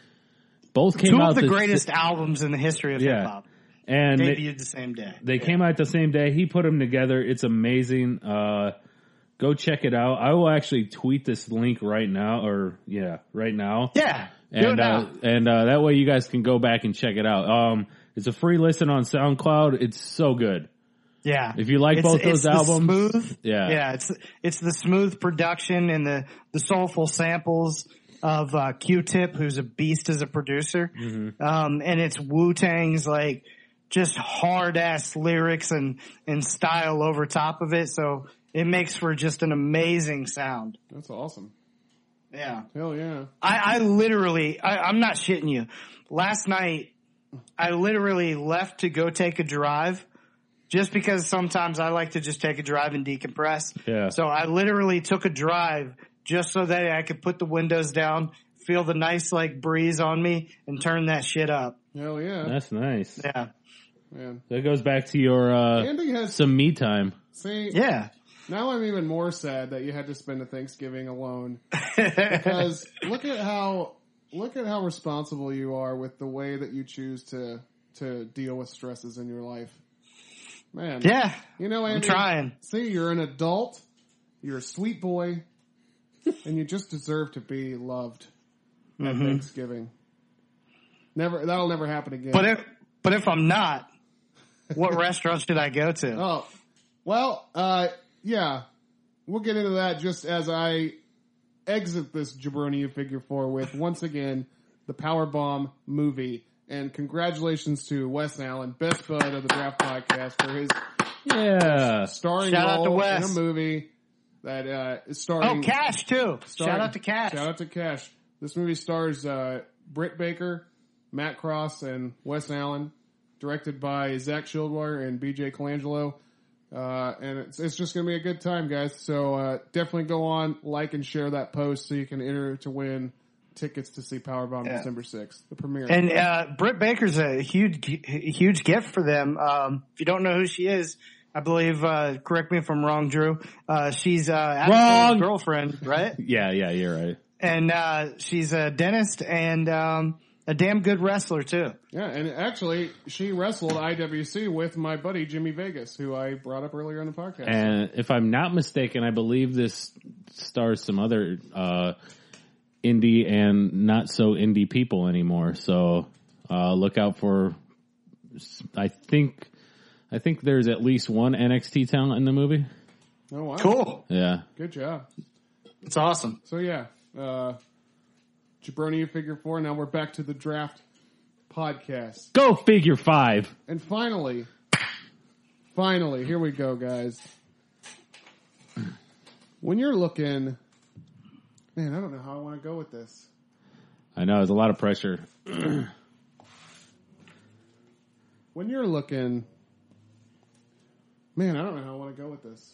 S4: Both came
S3: Two
S4: out
S3: of the
S4: this-
S3: greatest albums in the history of
S4: Yeah.
S3: hip hop
S4: and they-
S3: debuted the same day.
S4: they came out the same day. He put them together. It's amazing. Uh, go check it out. I will actually tweet this link right now, or yeah, right now.
S3: Yeah. do it
S4: and uh,
S3: now.
S4: and uh, that way you guys can go back and check it out. Um, it's a free listen on SoundCloud. It's so good.
S3: yeah.
S4: If you like
S3: It's-
S4: both
S3: it's
S4: those
S3: the
S4: albums,
S3: smooth,
S4: yeah.
S3: yeah, it's it's the smooth production and the the soulful samples of uh, Q-Tip, who's a beast as a producer,
S4: Mm-hmm.
S3: um, and it's Wu Tang's like just hard ass lyrics and and style over top of it, so it makes for just an amazing sound.
S2: That's awesome.
S3: Yeah.
S2: Hell yeah.
S3: I, I literally, I, I'm not shitting you. Last night, I literally left to go take a drive just because sometimes I like to just take a drive and decompress.
S4: Yeah.
S3: So I literally took a drive just so that I could put the windows down, feel the nice like breeze on me and turn that shit up.
S2: Hell yeah.
S4: That's nice.
S3: Yeah.
S2: Man.
S4: That goes back to your uh,
S2: Andy has
S4: some me time.
S2: see
S3: <laughs> Yeah.
S2: now I'm even more sad that you had to spend a Thanksgiving alone. Because look at how look at how responsible you are with the way that you choose to to deal with stresses in your life. Man.
S3: Yeah.
S2: You know, Andy,
S3: I'm trying.
S2: See, you're an adult, you're a sweet boy, and you just deserve to be loved at
S3: Mm-hmm.
S2: Thanksgiving. Never, that'll never happen again.
S3: But if, but if I'm not, what restaurant should I go to?
S2: oh, well, uh, yeah, we'll get into that just as I exit this jabroni you figure four with once again the power bomb movie And congratulations to Wes Allen, best bud of the Draft Podcast, for his
S4: Yeah.
S2: starring
S3: Shout out to
S2: role in
S3: Wes.
S2: a movie that uh, is
S3: Oh,
S2: starring.
S3: Cash too.
S2: starring-
S3: Shout out to Cash.
S2: Shout out to Cash. This movie stars uh, Britt Baker, Matt Cross, and Wes Allen. Directed by Zach Shieldwire and BJ Colangelo. Uh, and it's, it's just going to be a good time, guys. So uh, definitely go on, like, and share that post so you can enter to win tickets to see Powerbomb
S3: Yeah.
S2: December 6th, the premiere.
S3: And uh, Britt Baker's a huge, huge gift for them. Um, if you don't know who she is, I believe. Uh, correct me if I'm wrong, Drew. Uh, she's uh,
S4: Wrong.
S3: Adam's girlfriend, right?
S4: Yeah, yeah, you're right.
S3: and uh, she's a dentist and um, a damn good wrestler too.
S2: yeah, and actually, she wrestled IWC with my buddy Jimmy Vegas, who I brought up earlier in the podcast.
S4: And if I'm not mistaken, I believe this stars some other uh, indie and not so indie people anymore. So uh, look out for. I think, I think there's at least one NXT talent in the movie.
S2: oh, wow.
S3: Cool,
S4: Yeah,
S2: Good job.
S3: it's awesome.
S2: So yeah, uh, Jabroni figure four. Now we're back to the draft podcast,
S4: go figure five.
S2: and finally, finally, here we go, guys. When you're looking, man, I don't know how I want to go with this.
S4: I know there's a lot of pressure.
S2: When you're looking, man, I don't know how I want to go with this.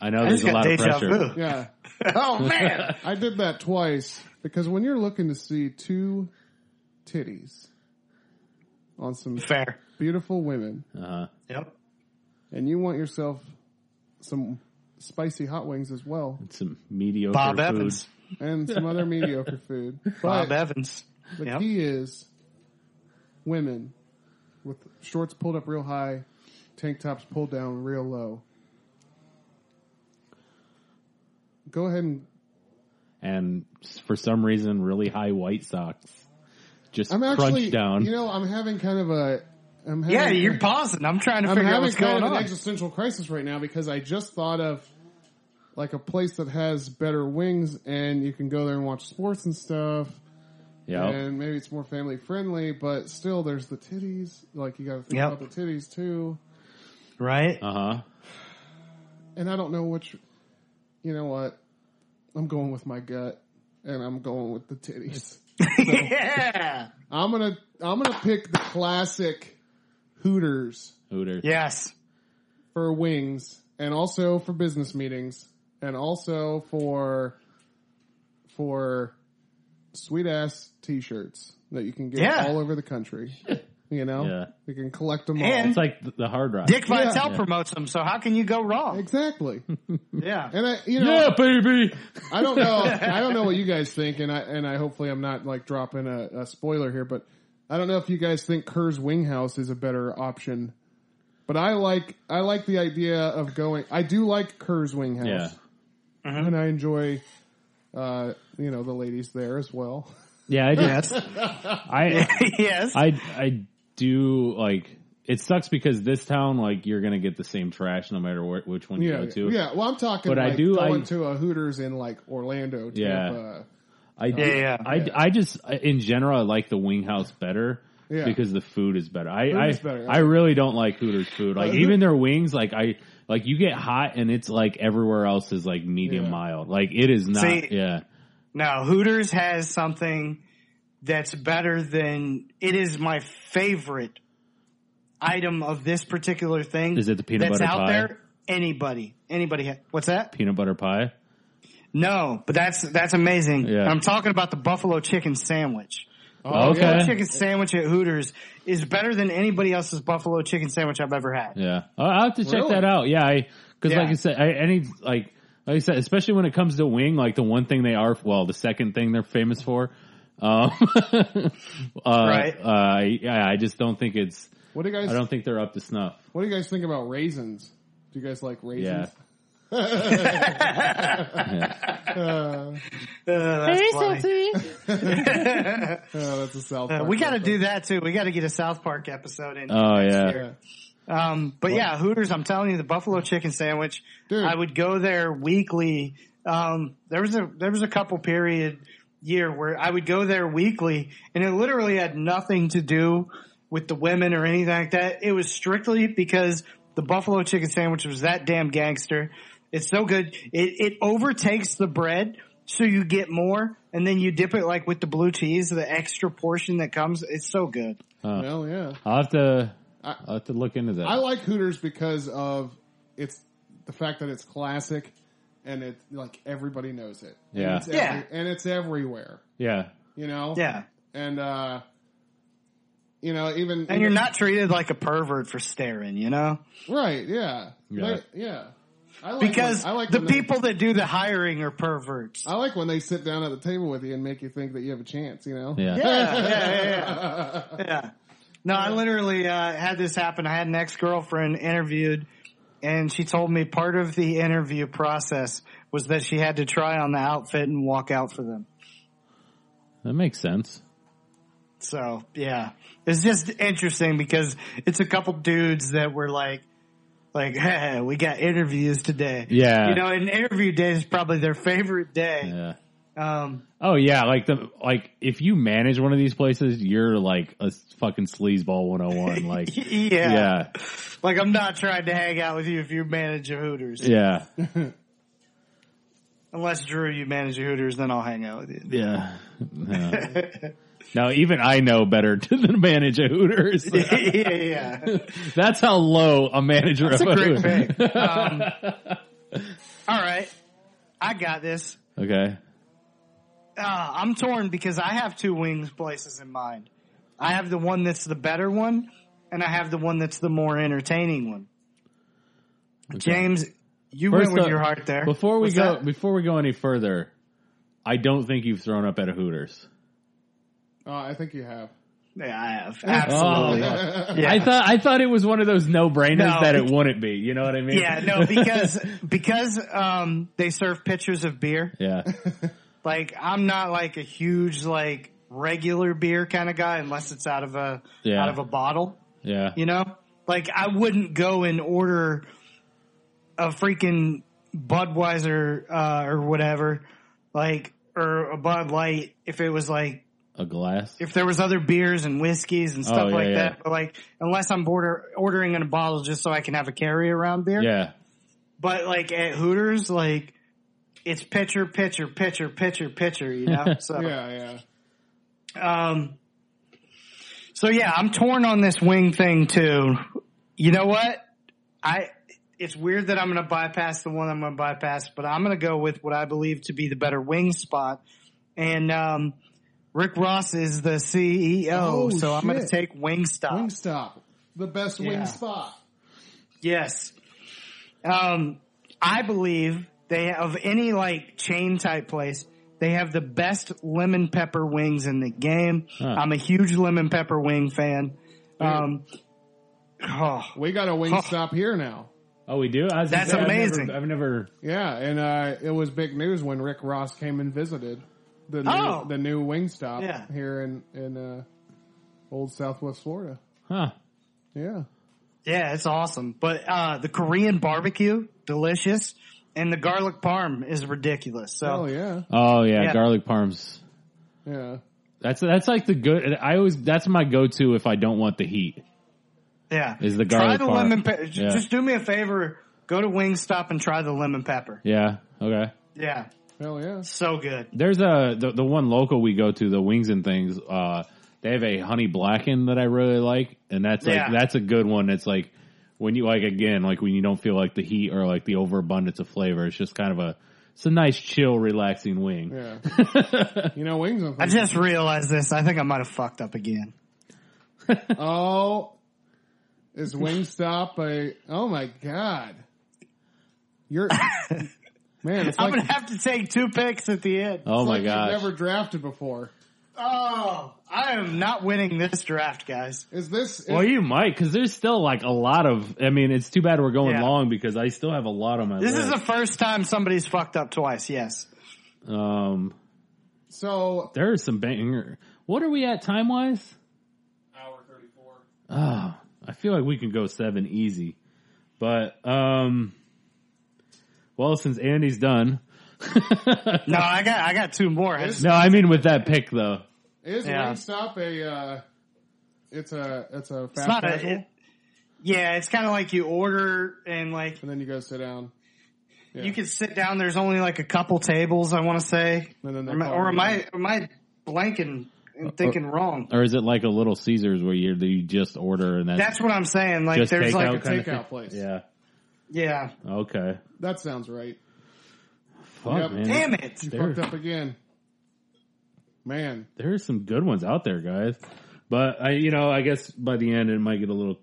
S4: I know
S3: I
S4: there's
S3: just
S4: a
S3: got
S4: lot of
S3: deja
S4: pressure.
S3: vu.
S2: Yeah,
S3: <laughs> Oh man,
S2: I did that twice because when you're looking to see two titties on some
S3: fair.
S2: beautiful women,
S4: Uh,
S3: Yep.
S2: and you want yourself some spicy hot wings as well,
S4: some mediocre
S3: Bob
S4: food.
S3: Evans.
S2: and some
S3: <laughs>
S2: other mediocre food. But
S3: Bob Evans.
S2: the
S3: Yep.
S2: key is women with shorts pulled up real high, tank tops pulled down real low. Go ahead and
S4: and for some reason, really high white socks. Just
S2: I'm actually
S4: crunched down.
S2: You know, I'm having kind of a. I'm having,
S3: Yeah, you're pausing. I'm trying to
S2: I'm
S3: figure out
S2: having
S3: what's
S2: kind
S3: going
S2: of an
S3: on.
S2: existential crisis right now because I just thought of like a place that has better wings and you can go there and watch sports and stuff.
S3: Oh.
S4: Yep.
S2: And maybe it's more family friendly, but still there's the titties. Like you gotta think
S3: Yep.
S2: about the titties too.
S3: right?
S4: Uh huh.
S2: And I don't know which, you know what? I'm going with my gut and I'm going with the titties.
S3: yeah.
S2: I'm gonna, I'm gonna pick the classic Hooters
S4: Hooters.
S3: <laughs> Yes.
S2: for wings and also for business meetings and also for, for sweet ass t-shirts that you can get
S3: Yeah.
S2: all over the
S3: <laughs>
S2: country. You know,
S4: Yeah.
S2: you can collect them all.
S3: And
S4: It's like th- the hard rock.
S3: Dick
S2: Yeah.
S3: Vitale
S4: Yeah.
S3: promotes him, so how can you go wrong?
S2: Exactly.
S3: Yeah.
S2: And I, you know,
S4: yeah, baby.
S2: I don't
S4: <laughs>
S2: know, I don't know what you guys think, and I and I hopefully I'm not like dropping a, a spoiler here, but I don't know if you guys think Kerr's Winghouse is a better option. But I like I like the idea of going. I do like Kerr's Winghouse,
S4: Yeah. Uh-huh.
S2: and I enjoy, uh, you know, the ladies there as well. <laughs>
S4: Yeah, I just,
S3: Yes.
S4: I,
S3: <laughs> yes.
S4: I, I do like. It sucks because this town, like, you're gonna get the same trash no matter where, which one you
S2: Yeah,
S4: go to.
S2: yeah. Well, I'm talking.
S4: But I
S2: like
S4: do
S2: going
S4: like-
S2: to a Hooters in like Orlando,
S4: Yeah.
S2: Tampa.
S4: I, do,
S3: Yeah, yeah.
S4: I,
S2: Yeah.
S4: I just, I- in general, I like the wing house better.
S2: Yeah.
S4: Because the food is better. I,
S2: Food
S4: I,
S2: is better.
S4: I really don't like Hooters food.
S2: <laughs>
S4: Like
S2: Uh, who-
S4: even their wings, like I, like you get hot and it's like everywhere else is like medium
S2: Yeah.
S4: mild. Like it is not,
S3: See-
S4: yeah.
S3: Now, Hooters has something that's better than it is my favorite item of this particular thing.
S4: Is it the peanut
S3: that's
S4: butter
S3: out
S4: pie?
S3: there? Anybody, anybody? Ha- What's that?
S4: Peanut butter pie.
S3: No, but that's that's amazing.
S4: Yeah.
S3: I'm talking about the buffalo chicken sandwich.
S2: Oh,
S4: okay.
S3: Buffalo chicken sandwich at Hooters is better than anybody else's buffalo chicken sandwich I've ever had.
S4: Yeah, I'll I'll have to check
S2: Really?
S4: that out. Yeah, I because
S3: Yeah.
S4: like I said, I, any like like I said, especially when it comes to wing, like the one thing they are well, the second thing they're famous for. Um, <laughs> uh,
S3: Right.
S4: Uh, yeah, I just don't think it's.
S2: What do you guys?
S4: I don't think they're up to snuff.
S2: What do you guys think about raisins? Do you guys like raisins?
S4: Yeah.
S3: Uh, that's funny.
S2: Oh, that's a South
S3: Uh,
S2: Park
S3: we got to
S2: reference.
S3: do that too. We got to get a South Park episode in.
S4: Oh yeah,
S2: Yeah.
S3: Um, but yeah, Hooters, I'm telling you, the buffalo chicken sandwich,
S2: Dude.
S3: I would go there weekly. Um, there was a, there was a couple period year where I would go there weekly and it literally had nothing to do with the women or anything like that. It was strictly because the buffalo chicken sandwich was that damn gangster. It's so good. It, it overtakes the bread. So you get more and then you dip it like with the blue cheese, the extra portion that comes. It's so good.
S2: Well, yeah.
S4: Uh, I'll have to.
S2: I-
S4: I'll have to look into that.
S2: I like Hooters because of it's the fact that it's classic and it like everybody knows it. And
S4: Yeah.
S2: it's
S3: Yeah.
S2: and it's everywhere.
S4: yeah,
S2: You know.
S3: Yeah.
S2: And uh, you know, even
S3: And you're not treated like a pervert for staring, you know?
S2: right. Yeah.
S4: Yeah.
S2: Like, yeah. I like
S3: Because
S2: when- I like
S3: the
S2: when they-
S3: people that do the hiring
S2: <laughs>
S3: are perverts.
S2: I like when they sit down at the table with you and make you think that you have a chance. You know.
S4: yeah,
S3: yeah, yeah, yeah, yeah. yeah. No, I literally uh, had this happen. I had an ex girlfriend interviewed, and she told me part of the interview process was that she had to try on the outfit and walk out for them.
S4: That makes sense.
S3: So yeah, it's just interesting because it's a couple dudes that were like, like, <laughs> hey, we got interviews today.
S4: Yeah.
S3: you know, and interview day is probably their favorite day.
S4: Yeah.
S3: Um,
S4: Oh yeah, like the like if you manage one of these places, you're like a fucking sleazeball 101 like
S3: yeah.
S4: <laughs> yeah.
S3: like I'm not trying to hang out with you if you manage a Hooters.
S4: Yeah.
S3: Unless Drew, you manage the Hooters, then I'll hang out with you.
S4: Yeah. No. Now even I know better <laughs> than manage a Hooters.
S3: <laughs> yeah, yeah.
S4: That's how low a manager
S3: That's a
S4: of a <laughs>
S3: great
S4: Hooters.
S3: pick. Um, all right, I got this.
S4: Okay.
S3: Uh, I'm torn because I have two wings places in mind. I have the one that's the better one, and I have the one that's the more entertaining one. James, you
S4: First
S3: went with
S4: up,
S3: your heart there.
S4: Before we
S3: What's
S4: go
S3: that?
S4: before we go any further, I don't think you've thrown up at a Hooters.
S2: Oh, I think you have.
S3: yeah, I have absolutely.
S4: Oh.
S3: <laughs> Yeah.
S4: I thought I thought it was one of those no-brainers
S3: No.
S4: that it wouldn't be, you know what I mean?
S3: yeah, no, because because um, they serve pitchers of beer.
S4: <laughs> Yeah.
S3: Like I'm not like a huge like regular beer kind of guy unless it's out of a
S4: Yeah.
S3: out of a bottle,
S4: Yeah.
S3: you know? Like I wouldn't go and order a freaking Budweiser uh, or whatever, like or a Bud Light if it was like
S4: A glass.
S3: if there was other beers and whiskeys and stuff
S4: Oh, yeah,
S3: like
S4: yeah.
S3: that. But like unless I'm border ordering in a bottle just so I can have a carry around beer.
S4: Yeah.
S3: But like at Hooters, like it's pitcher, pitcher, pitcher, pitcher, pitcher,
S2: <laughs>
S3: you know? So
S2: Yeah, yeah.
S3: um, so yeah, I'm torn on this wing thing too. You know what? I it's weird that I'm going to bypass the one I'm going to bypass, but I'm going to go with what I believe to be the better wing spot. And um, Rick Ross is the CEO,
S2: Oh,
S3: so I'm going to
S2: shit.
S3: take Wingstop.
S2: Wingstop, the best
S3: Yeah.
S2: wing spot.
S3: Yes. Um, I believe they of any like chain type place, they have the best lemon pepper wings in the game. I'm a huge lemon pepper wing fan. Um, oh,
S2: We got a Wingstop here now.
S4: Oh, we do? I was gonna
S3: That's
S4: say, I've never-
S3: amazing.
S4: I've never
S2: Yeah, and uh, it was big news when Rick Ross came and visited the new,
S3: Oh.
S2: the new Wingstop
S3: Yeah.
S2: here in in uh, old Southwest Florida.
S4: Huh.
S2: Yeah,
S3: yeah, it's awesome. But uh, the Korean barbecue, delicious, and the garlic parm is ridiculous. So
S2: oh yeah,
S4: Oh yeah,
S3: Yeah.
S4: garlic parms.
S2: yeah.
S4: That's that's like the good. I always that's my go to if I don't want the heat.
S3: yeah,
S4: Is the
S3: try
S4: garlic
S3: the
S4: parm.
S3: lemon pepper?
S4: Yeah.
S3: Just do me a favor, go to Wingstop and try the lemon pepper.
S4: Yeah. Okay.
S3: Yeah,
S2: Hell yeah!
S3: so good.
S4: There's a the, the one local we go to, the wings and things. Uh, they have a honey blackened that I really like, and that's like
S3: Yeah.
S4: that's a good one. It's like when you like again, like when you don't feel like the heat or like the overabundance of flavor. It's just kind of a it's a nice, chill, relaxing wing.
S2: Yeah,
S3: <laughs>
S2: you know wings. and
S3: I
S2: things.
S3: just realized this. I think I might have fucked up again.
S2: Oh, is Wingstop a? Oh my god,
S3: <laughs>
S2: you're man. It's
S3: I'm
S2: like,
S3: gonna have to take two picks at the end.
S4: Oh
S2: it's
S4: my
S2: like
S4: gosh.
S2: you've never drafted before.
S3: Oh, I am not winning this draft, guys.
S2: Is this? Is,
S4: well, you might because there's still like a lot of. I mean, it's too bad we're going
S3: Yeah.
S4: long because I still have a lot on my
S3: This
S4: list.
S3: is the first time somebody's fucked up twice. Yes.
S4: um,
S2: so
S4: There is some banger. What are we at time wise?
S2: hour thirty four.
S4: Oh, I feel like we can go seven easy. But um, well, since Andy's done, <laughs>
S3: No, I got I got two more.
S2: Is-
S4: No, I mean with that pick though.
S2: Is
S3: Yeah.
S2: Wingstop a? Uh, it's a it's a fast
S3: It's not
S2: casual,
S3: a. it- yeah, it's kind of like you order and like
S2: and then you go sit down. Yeah.
S3: you can sit down. There's only like a couple tables. I want to say,
S2: And then they
S3: Am I-
S2: call
S3: or
S2: you
S3: am I
S2: back.
S3: am I blanking and thinking wrong?
S4: Or is it like a Little Caesars where you you just order and that's,
S3: That's what I'm saying. Like
S4: just
S3: there's
S4: takeout
S3: like
S4: kind of
S2: takeout
S4: thing?
S2: place.
S4: Yeah.
S3: yeah.
S4: Okay.
S2: That sounds right.
S4: Fuck
S2: Yep.
S4: man.
S3: Damn it!
S4: There-
S2: Fucked up again. Man,
S4: There's some good ones out there, guys. But I, you know, I guess by the end it might get a little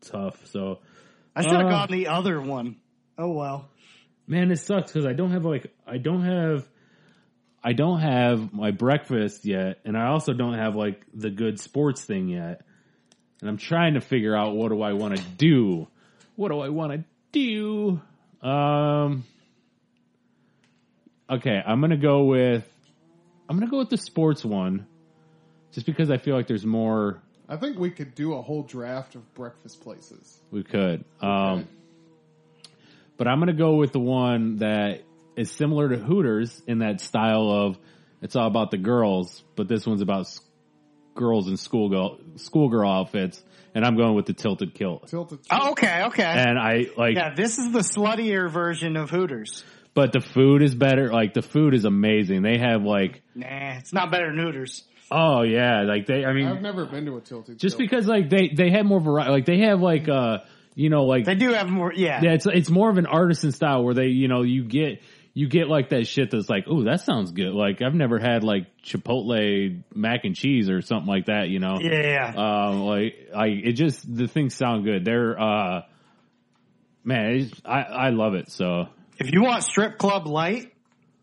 S4: tough. So,
S3: I should have
S4: Uh.
S3: gone the other one. Oh well.
S4: man, it sucks because I don't have like I don't have I don't have my breakfast yet, and I also don't have like the good sports thing yet. And I'm trying to figure out what do I want to do. What do I want to do? Um. Okay, I'm gonna go with I'm gonna go with the sports one, just because I feel like there's more
S2: I think we could do a whole draft of breakfast places.
S4: We could. Um, But I'm going to go with the one that is similar to Hooters in that style of it's all about the girls, but this one's about s- girls in schoolgirl schoolgirl outfits, and I'm going with the tilted kilt.
S2: Tilted.
S3: Oh, okay, okay.
S4: And I like,
S3: yeah, this is the sluttier version of Hooters.
S4: but the food is better. Like the food is amazing. They have like,
S3: Nah, it's not better than Hooters.
S4: oh yeah, like they. I mean,
S2: I've never been to a tilted.
S4: just
S2: Kilt.
S4: because like they they have more variety. Like they have like uh, you know, like
S3: They do have more. Yeah,
S4: Yeah, it's it's more of an artisan style where they, you know, you get you get like that shit that's like, oh, that sounds good. Like I've never had like Chipotle mac and cheese or something like that, you know.
S3: yeah, yeah.
S4: Um, like I, it just the things sound good. They're uh, man, it's, I I love it. So
S3: if you want strip club light,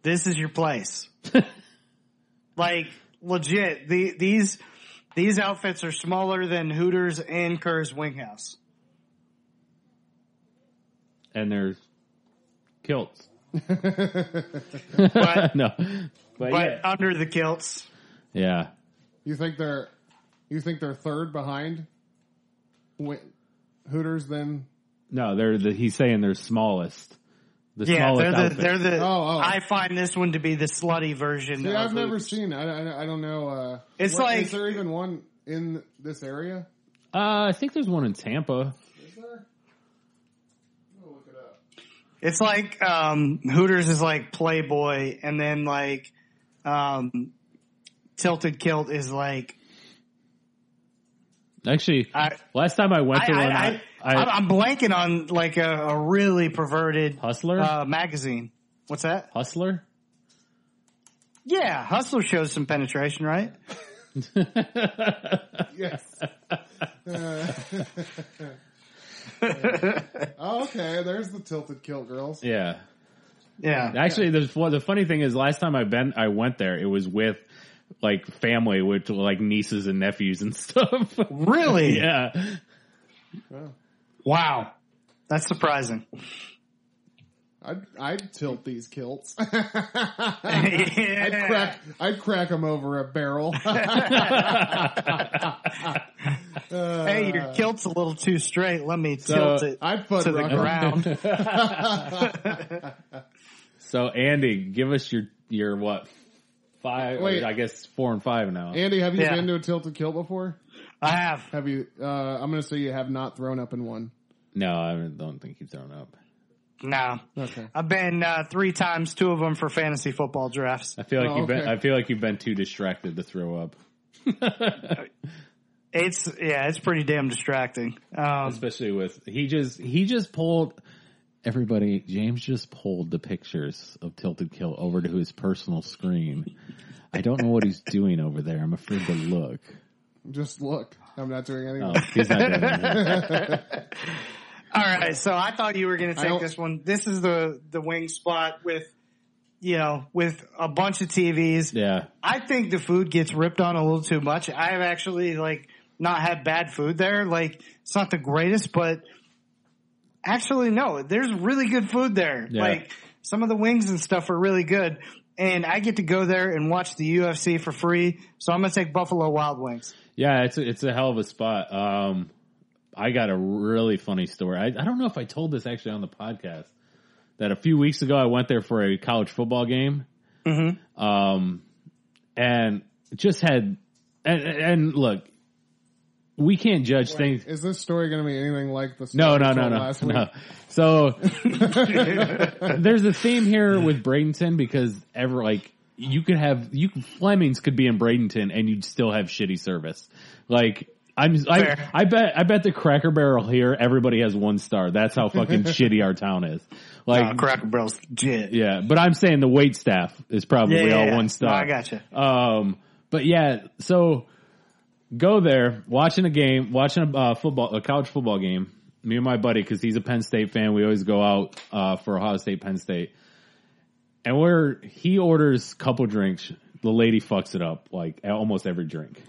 S3: this is your place. like legit, the, these these outfits are smaller than Hooters and Kerr's Winghouse.
S4: and there's kilts. <laughs>
S3: But
S4: no,
S3: but
S4: but, yeah.
S3: under the kilts,
S4: yeah,
S2: you think they're, you think they're third behind, Wi- Hooters. Then
S4: no, they're the, he's saying they're smallest. The
S3: yeah,
S4: smallest
S3: they're the
S4: outfit.
S3: they're the.
S2: Oh, oh.
S3: I find this one to be the slutty version.
S2: See,
S3: of
S2: I've never
S3: Hooters.
S2: seen. I, I, I don't know. Uh,
S3: It's like-
S2: is there even one in this area?
S4: uh, I think there's one in Tampa.
S2: Is there? I'm gonna look it up.
S3: It's like um, Hooters is like Playboy, and then like um, Tilted Kilt is like
S4: Actually,
S3: I.
S4: last time I went
S3: I,
S4: to one,
S3: I, I,
S4: I-
S3: am blanking on like a, a really perverted
S4: Hustler?
S3: uh, magazine. What's that?
S4: Hustler?
S3: Yeah, Hustler shows some penetration, right? <laughs>
S2: Yes. Uh, <laughs> oh, okay, there's the tilted kilt girls.
S4: Yeah.
S3: Yeah,
S4: Actually, there's one- the funny thing is, last time I been, I went there, it was with like family, with like nieces and nephews and <laughs> stuff.
S3: really?
S4: <laughs> yeah.
S2: Oh.
S3: Wow, that's surprising.
S2: I'd, I'd tilt these kilts. <laughs>
S3: yeah.
S2: I'd crack, I'd crack them over a barrel.
S3: <laughs>
S2: <laughs>
S3: Hey, your kilt's a little too straight. Let me
S4: So,
S3: tilt it
S2: I'd put
S3: to the
S2: rock 'em.
S3: ground.
S4: So Andy, give us your your what five?
S2: Wait.
S4: I guess four and five now.
S2: Andy, have you
S3: Yeah.
S2: been to a tilted kilt before?
S3: I have.
S2: Have you? Uh, I'm going to say you have not thrown up in one.
S4: no, I don't think he's thrown up.
S3: No,
S2: Okay.
S3: I've been uh, three times, two of them for fantasy football drafts.
S4: I feel like
S2: Oh,
S4: you've been.
S2: okay.
S4: I feel like you've been too distracted to throw up,
S3: It's yeah, it's pretty damn distracting. Um,
S4: especially with he just he just pulled. Everybody, James just pulled the pictures of Tilted Kill over to his personal screen. I don't know what he's doing over there. I'm afraid to look.
S2: Just look. I'm not doing anything.
S4: Oh, he's not doing that.
S3: all right, so I thought you were going to
S2: don't-
S3: take this one. This is the the wing spot with you know with a bunch of TVs.
S4: Yeah.
S3: I think the food gets ripped on a little too much. I have actually like not had bad food there. Like it's not the greatest, but actually no, there's really good food there.
S4: Yeah.
S3: Like some of the wings and stuff are really good. And I get to go there and watch the UFC for free. So I'm going to take Buffalo Wild Wings.
S4: Yeah, it's a, it's a hell of a spot. Um, I got a really funny story. I, I don't know if I told this actually on the podcast, that a few weeks ago I went there for a college football game. Um, and just had, and, and look, we can't judge things.
S2: Is this story going to be anything like the
S4: Oh. No,
S2: story
S4: no,
S2: we
S4: no,
S2: told
S4: no,
S2: last week?
S4: no.
S3: <laughs>
S4: So there's a theme here with Bradenton because ever like you could have you Flemings could be in Bradenton and you'd still have shitty service. Like I'm I,
S3: Fair.
S4: I bet I bet the Cracker Barrel here everybody has one star. That's
S3: <laughs>
S4: how fucking shitty our town is. Like
S3: Uh, Cracker Barrel's legit.
S4: yeah, but I'm saying the wait staff is probably
S3: Yeah, yeah,
S4: all
S3: yeah.
S4: one star.
S3: No, I gotcha.
S4: Um, but yeah, so go there, watching a game, watching a uh, football, a college football game. Me and my buddy, because he's a Penn State fan, we always go out uh, for Ohio State, Penn State, and we're he orders a couple drinks. The lady fucks it up like at almost every drink,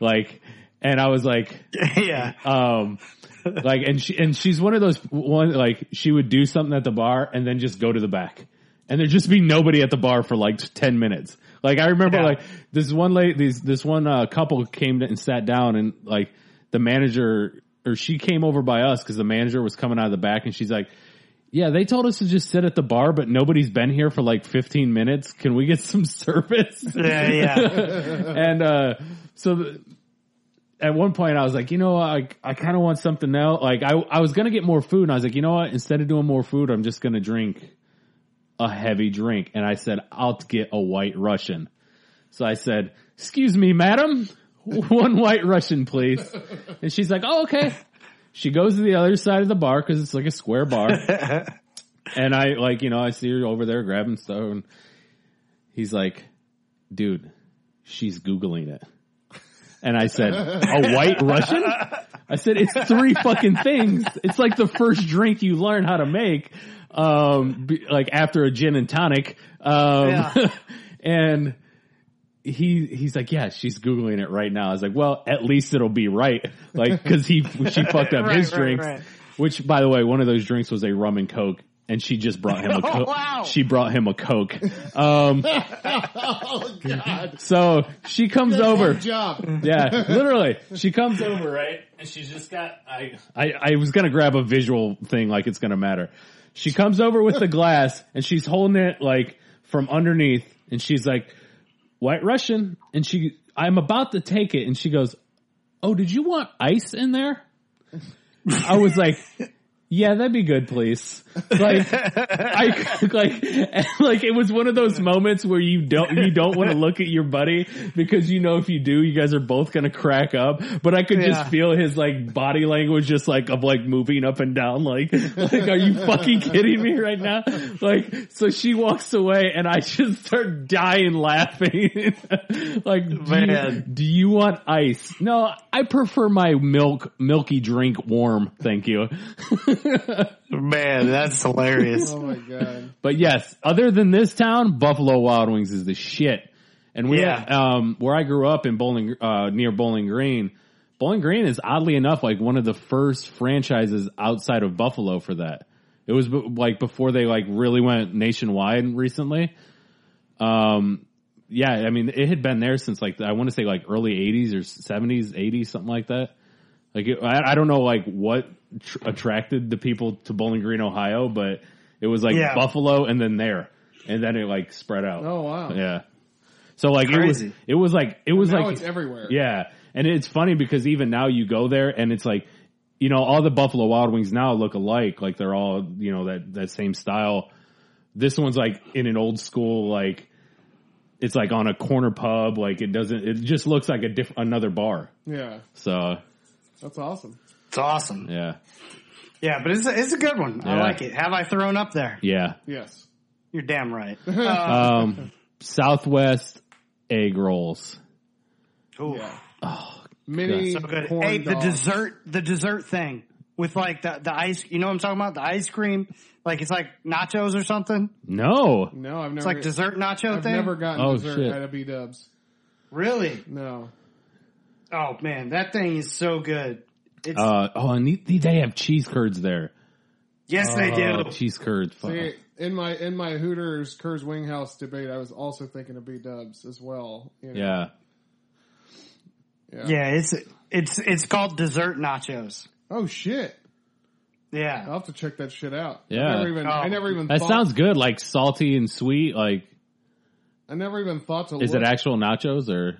S4: like. And I was like,
S3: <laughs> yeah.
S4: um, like, and she, and she's one of those one, like, she would do something at the bar and then just go to the back. And there'd just be nobody at the bar for like 10 minutes. Like, I remember
S3: Yeah.
S4: like this one lady, these, this one, uh, couple came and sat down and like the manager or she came over by us because the manager was coming out of the back and she's like, yeah, they told us to just sit at the bar, but nobody's been here for like 15 minutes. Can we get some <laughs> service?
S3: Yeah, yeah.
S4: <laughs> and uh, so th- at one point I was like, you know, what, I I kind of want something else. Like I I was gonna get more food, and I was like, you know what? Instead of doing more food, I'm just gonna drink a heavy drink. And I said, I'll get a White Russian. So I said, excuse me, madam, one White Russian, please. And she's like, oh okay. She goes to the other side of the bar because it's like a square bar. and I like, you know, I see her over there grabbing stuff and he's like, dude, she's Googling it. And I said, a white Russian? I said, it's three fucking things. It's like the first drink you learn how to make, um, be- like after a gin and tonic. Um,
S3: Yeah.
S4: <laughs> and he, he's like, yeah, she's Googling it right now. I was like, well, at least it'll be right. Like, cause
S3: <laughs>
S4: he, she fucked up
S3: Right,
S4: his
S3: right,
S4: drinks,
S3: right.
S4: which by the way, one of those drinks was a rum and coke. And she just brought
S3: <laughs>
S4: him a
S3: Oh,
S4: coke.
S3: wow.
S4: She brought him a coke.
S3: <laughs>
S4: Um,
S2: Oh God!
S4: so she comes <laughs> over.
S2: Good
S4: <laughs>
S2: job.
S4: Yeah, literally. She comes over, right? And she's just got, I, I, I was gonna grab a visual thing like it's gonna matter. She comes over with <laughs> the glass and she's holding it like from underneath and she's like, white Russian. And she, I'm about to take it and she goes, Oh, did you want ice in there? I was like, yeah, that'd be good, please. Like, I <laughs> like, like it was one of those moments where you don't, you don't want to look at your buddy because you know if you do, you guys are both going to crack up. But I could
S3: Yeah.
S4: just feel his like body language, just like of like moving up and down. Like, like, are you fucking kidding me right now? Like, so she walks away and I just start dying laughing. <laughs> like, man,
S3: Man.
S4: do you want ice? No, I prefer my milk, milky drink warm. Thank you.
S3: Man, that's hilarious.
S2: Oh my God!
S4: But yes, other than this town, Buffalo Wild Wings is the shit. And we,
S3: Yeah.
S4: um, where I grew up in Bowling, uh, near Bowling Green, Bowling Green is oddly enough like one of the first franchises outside of Buffalo for that. It was b- like before they like really went nationwide recently. Um, yeah, I mean, it had been there since like, I want to say like early 80s or 70s, 80s, something like that. Like, it, I, I don't know, like, what tr- attracted the people to Bowling Green, Ohio, but it was like
S3: Yeah.
S4: Buffalo and then there. And then it like spread out.
S2: Oh wow!
S4: Yeah. So like,
S3: Crazy.
S4: it was, it was like, it was
S2: Now
S4: like,
S2: it's everywhere.
S4: yeah. And it's funny because even now you go there and it's like, you know, all the Buffalo Wild Wings now look alike. Like they're all, you know, that, that same style. This one's like in an old school, like, it's like on a corner pub. Like it doesn't, it just looks like a diff, another bar.
S2: yeah.
S4: So
S2: That's awesome.
S3: It's awesome.
S4: yeah.
S3: Yeah, but it's a, it's a good one. I
S4: Yeah.
S3: like it. Have I thrown up there?
S4: Yeah.
S2: Yes.
S3: You're damn
S4: <laughs>
S3: right.
S2: <laughs>
S3: Uh,
S4: Um, Southwest egg rolls.
S3: ooh,
S2: Yeah.
S4: Oh,
S2: Mini
S3: So good.
S2: corn
S3: Hey, the
S2: dog.
S3: dessert, the dessert thing with like the, the ice, you know what I'm talking about? The ice cream, like it's like nachos or something.
S4: No.
S2: No, I've never.
S3: It's like dessert nacho
S2: I've
S3: thing.
S2: never gotten
S4: Oh,
S2: dessert
S4: shit.
S2: at a B Dubs.
S3: really?
S2: No.
S3: Oh man, that thing is so good. It's,
S4: Uh, oh, and they- they have cheese curds there.
S3: yes, they
S4: Oh,
S3: do.
S4: cheese curds. Fuck.
S2: See, in my in my Hooters Kerr's Wing House debate, I was also thinking of B Dubs as well. you know.
S4: Yeah.
S3: Yeah, it's it's it's called dessert nachos.
S2: Oh shit.
S3: Yeah.
S2: I'll have to check that shit out.
S4: Yeah.
S2: I never even, I
S3: Oh.
S2: never even
S4: That
S2: thought,
S4: sounds good, like salty and sweet. Like,
S2: I never even thought to
S4: is
S2: look.
S4: it actual nachos or?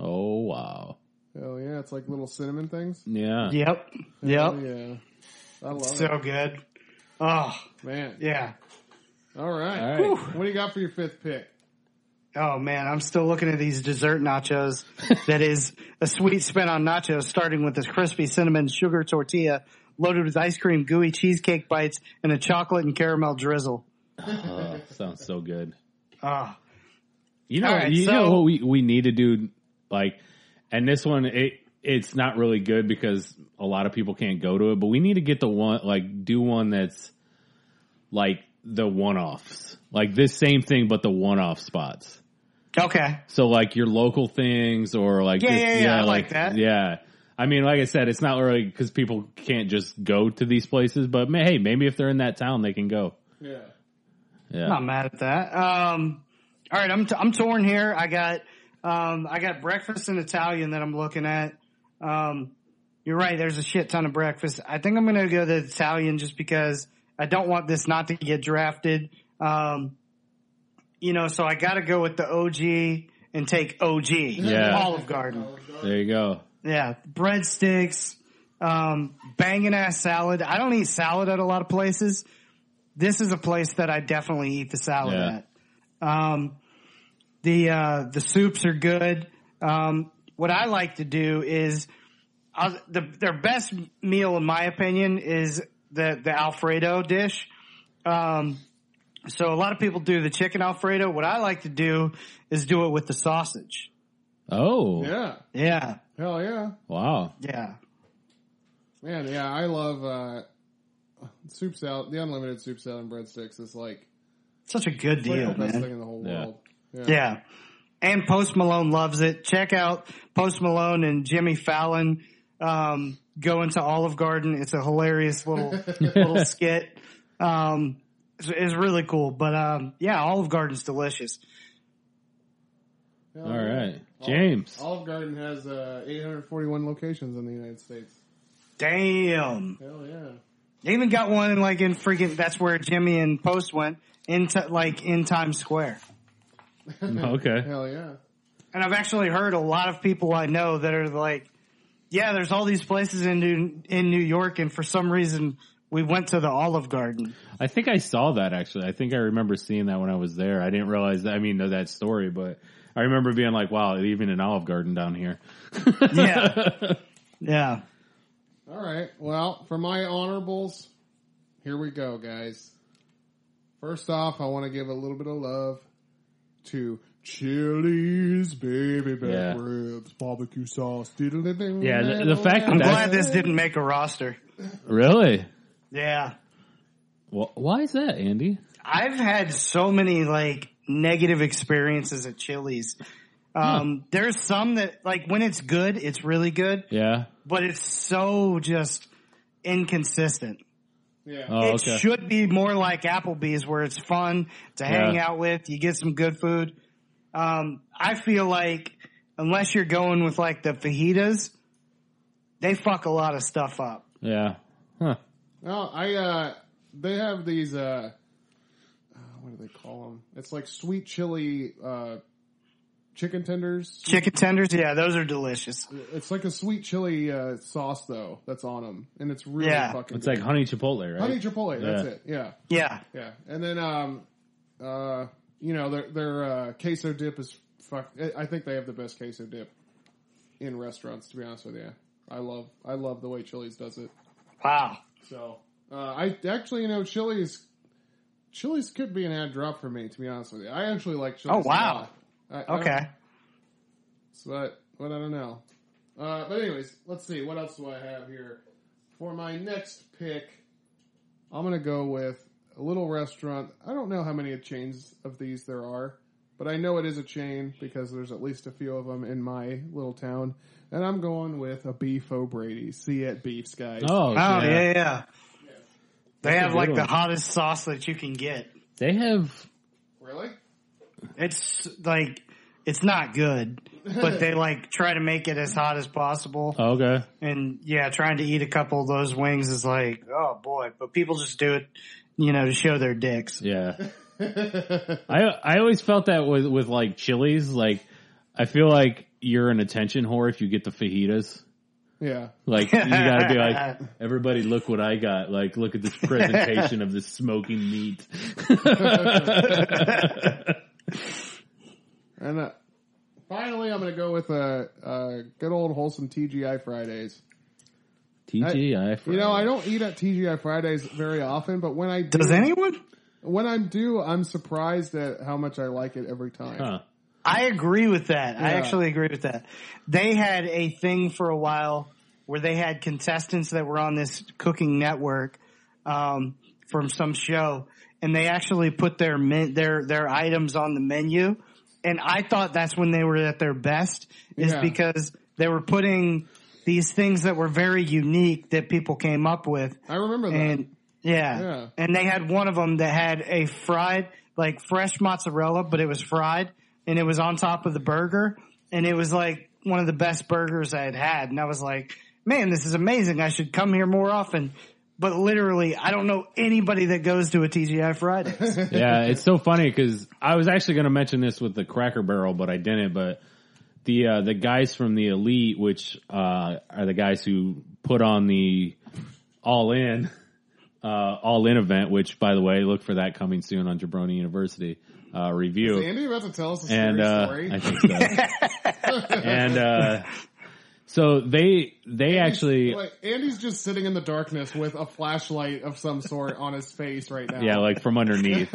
S4: Oh wow!
S2: Oh yeah, it's like little cinnamon things.
S4: Yeah,
S3: Yep.
S2: Oh
S3: Yep.
S2: yeah. I love it.
S3: So good. Oh,
S2: Man.
S3: yeah.
S2: All right.
S4: All right.
S2: What do you got for your fifth pick?
S3: Oh man, I'm still looking at these dessert nachos. <laughs> that is a sweet spin on nachos, starting with this crispy cinnamon sugar tortilla loaded with ice cream, gooey cheesecake bites, and a chocolate and caramel drizzle.
S4: Oh, sounds so good.
S3: Ah,
S4: You know,
S3: All right,
S4: you
S3: so-
S4: know what we we need to do, like, and this one it it's not really good because a lot of people can't go to it, but we need to get the one like do one that's like the one offs, like this same thing but the one off spots.
S3: okay.
S4: So like your local things or like
S3: Yeah,
S4: just-
S3: yeah, yeah, I like that.
S4: Yeah. I mean, like I said, it's not really because people can't just go to these places, but ma- hey, maybe if they're in that town, they can go.
S2: Yeah.
S4: Yeah.
S3: I'm not mad at that. Um, all right, I'm t- I'm torn here. I got um, I got breakfast in Italian that I'm looking at. Um, you're right. There's a shit ton of breakfast. I think I'm gonna go to Italian just because I don't want this not to get drafted. Um, you know, so I got to go with the OG and take OG
S4: Yeah.
S3: Olive Garden.
S4: There you go.
S3: Yeah, breadsticks, um, banging ass salad. I don't eat salad at a lot of places. This is a place that I definitely eat the salad
S4: Yeah.
S3: at. Um, the uh, the soups are good. Um, what I like to do is I'll, the, their best meal, in my opinion, is the the Alfredo dish. Um, so a lot of people do the chicken Alfredo. What I like to do is do it with the sausage.
S4: Oh,
S2: Yeah.
S3: Yeah,
S2: Hell yeah.
S4: wow.
S3: yeah.
S2: Man, yeah, I love uh soup salad the unlimited soup salad and breadsticks is like
S3: Such a good
S2: like
S3: deal,
S2: the best
S3: man.
S2: thing in the whole
S4: Yeah.
S2: world.
S3: Yeah. And Post Malone loves it. Check out Post Malone and Jimmy Fallon um, go into Olive Garden. It's a hilarious little little skit. Um, it's, it's really cool. But um, yeah, Olive Garden's delicious.
S2: Hell
S4: All
S2: yeah.
S4: right. James.
S2: Olive Garden has uh, 841 locations in the United States.
S3: Damn.
S2: Hell yeah.
S3: They even got one in like in freaking. That's where Jimmy and Post went into like in Times Square.
S4: <laughs> Okay.
S2: Hell yeah.
S3: And I've actually heard a lot of people I know that are like, yeah, there's all these places in New, in New York, and for some reason we went to the Olive Garden.
S4: I think I saw that actually. I think I remember seeing that when I was there. I didn't realize that, I mean, know that story, but I remember being like, wow, even an Olive Garden down here.
S3: <laughs> Yeah. yeah.
S2: All right. Well, for my honorables, here we go, guys. First off, I want to give a little bit of love to Chili's baby back
S4: Yeah.
S2: ribs, barbecue sauce. Yeah,
S4: Yeah, the- the fact that
S3: I'm
S4: That's-
S3: glad this didn't make a roster.
S4: <laughs> Really?
S3: Yeah.
S4: Well, why is that, Andy?
S3: I've had so many like negative experiences at Chili's. Um, there's some that like when it's good, it's really good,
S4: Yeah.
S3: but it's so just inconsistent.
S2: Yeah.
S4: Oh,
S3: it
S4: okay.
S3: should be more like Applebee's where it's fun to hang
S4: Yeah.
S3: out with. You get some good food. Um, I feel like unless you're going with like the fajitas, they fuck a lot of stuff up.
S4: yeah. Huh.
S2: No, I, uh, they have these, uh, uh, what do they call them? It's like sweet chili, uh, chicken tenders.
S3: Chicken tenders, yeah, those are delicious.
S2: It's like a sweet chili, uh, sauce though, that's on them. And it's really
S3: Yeah.
S2: fucking
S4: It's
S2: good.
S4: like honey chipotle, right?
S2: honey chipotle. That's
S4: Yeah.
S2: it. Yeah.
S3: Yeah.
S2: Yeah, and then um, uh, you know their their uh, queso dip is fuck. I I think they have the best queso dip in restaurants. To be honest with you, I love I love the way Chili's does it.
S3: Wow.
S2: So uh, I actually you know Chili's Chili's could be an ad drop for me. To be honest with you, I actually like Chili's.
S3: Oh, wow.
S2: A lot. I- I,
S3: Okay.
S2: but but I don't know. Uh, but anyways, let's see what else do I have here for my next pick. I'm gonna go with a little restaurant. I don't know how many chains of these there are, but I know it is a chain because there's at least a few of them in my little town. And I'm going with a Beef O'Brady. See you at Beefs, guys.
S4: Oh,
S3: Oh yeah,
S4: yeah.
S3: yeah. They
S4: That's a
S3: have
S4: good
S3: like the
S4: one.
S3: hottest sauce that you can get.
S4: They have
S2: really?
S3: It's like it's not good, but they like try to make it as hot as possible.
S4: oh, Okay.
S3: And yeah, trying to eat a couple of those wings is like, oh boy. But people just do it, you know, to show their dicks.
S2: <laughs>
S4: Yeah. I I always felt that with with like chilies. Like I feel like you're an attention whore if you get the fajitas.
S2: Yeah.
S4: Like you gotta be like,
S2: <laughs>
S4: everybody, look what I got! Like, look at this presentation of this
S2: <laughs>
S4: smoking meat. <laughs>
S2: And uh, finally, I'm going to go with a uh, uh, good old wholesome TGI Fridays.
S4: TGI.
S2: You know, I don't eat at TGI Fridays very often, but when I do,
S3: Does anyone?
S2: when I'm due, I'm surprised at how much I like it every time.
S4: Huh.
S3: I agree with that. I
S2: Yeah.
S3: actually agree with that. They had a thing for a while where they had contestants that were on this cooking network um, from some show, and they actually put their men, their their items on the menu. And I thought that's when they were at their best, is
S2: Yeah.
S3: because they were putting these things that were very unique that people came up with,
S2: I remember that.
S3: and yeah.
S2: Yeah.
S3: and they had one of them that had a fried, like fresh mozzarella, but it was fried, and it was on top of the burger, and it was like one of the best burgers I had had, and I was like, man, this is amazing. I should come here more often. But literally, I don't know anybody that goes to a TGI Fridays.
S4: yeah, it's so funny because I was actually going to mention this with the Cracker Barrel, but I didn't. But the uh, the guys from the Elite, which uh, are the guys who put on the All In <laughs> uh, All In event, which by the way, look for that coming soon on Jabroni University uh, review.
S2: Is Andy about to tell us a
S4: and
S2: scary
S4: uh,
S2: story?
S4: I think so.
S2: <laughs>
S4: and uh, so they they actually
S2: Wait, Andy's just sitting in the darkness with a flashlight of some sort on his face right now.
S4: yeah like from underneath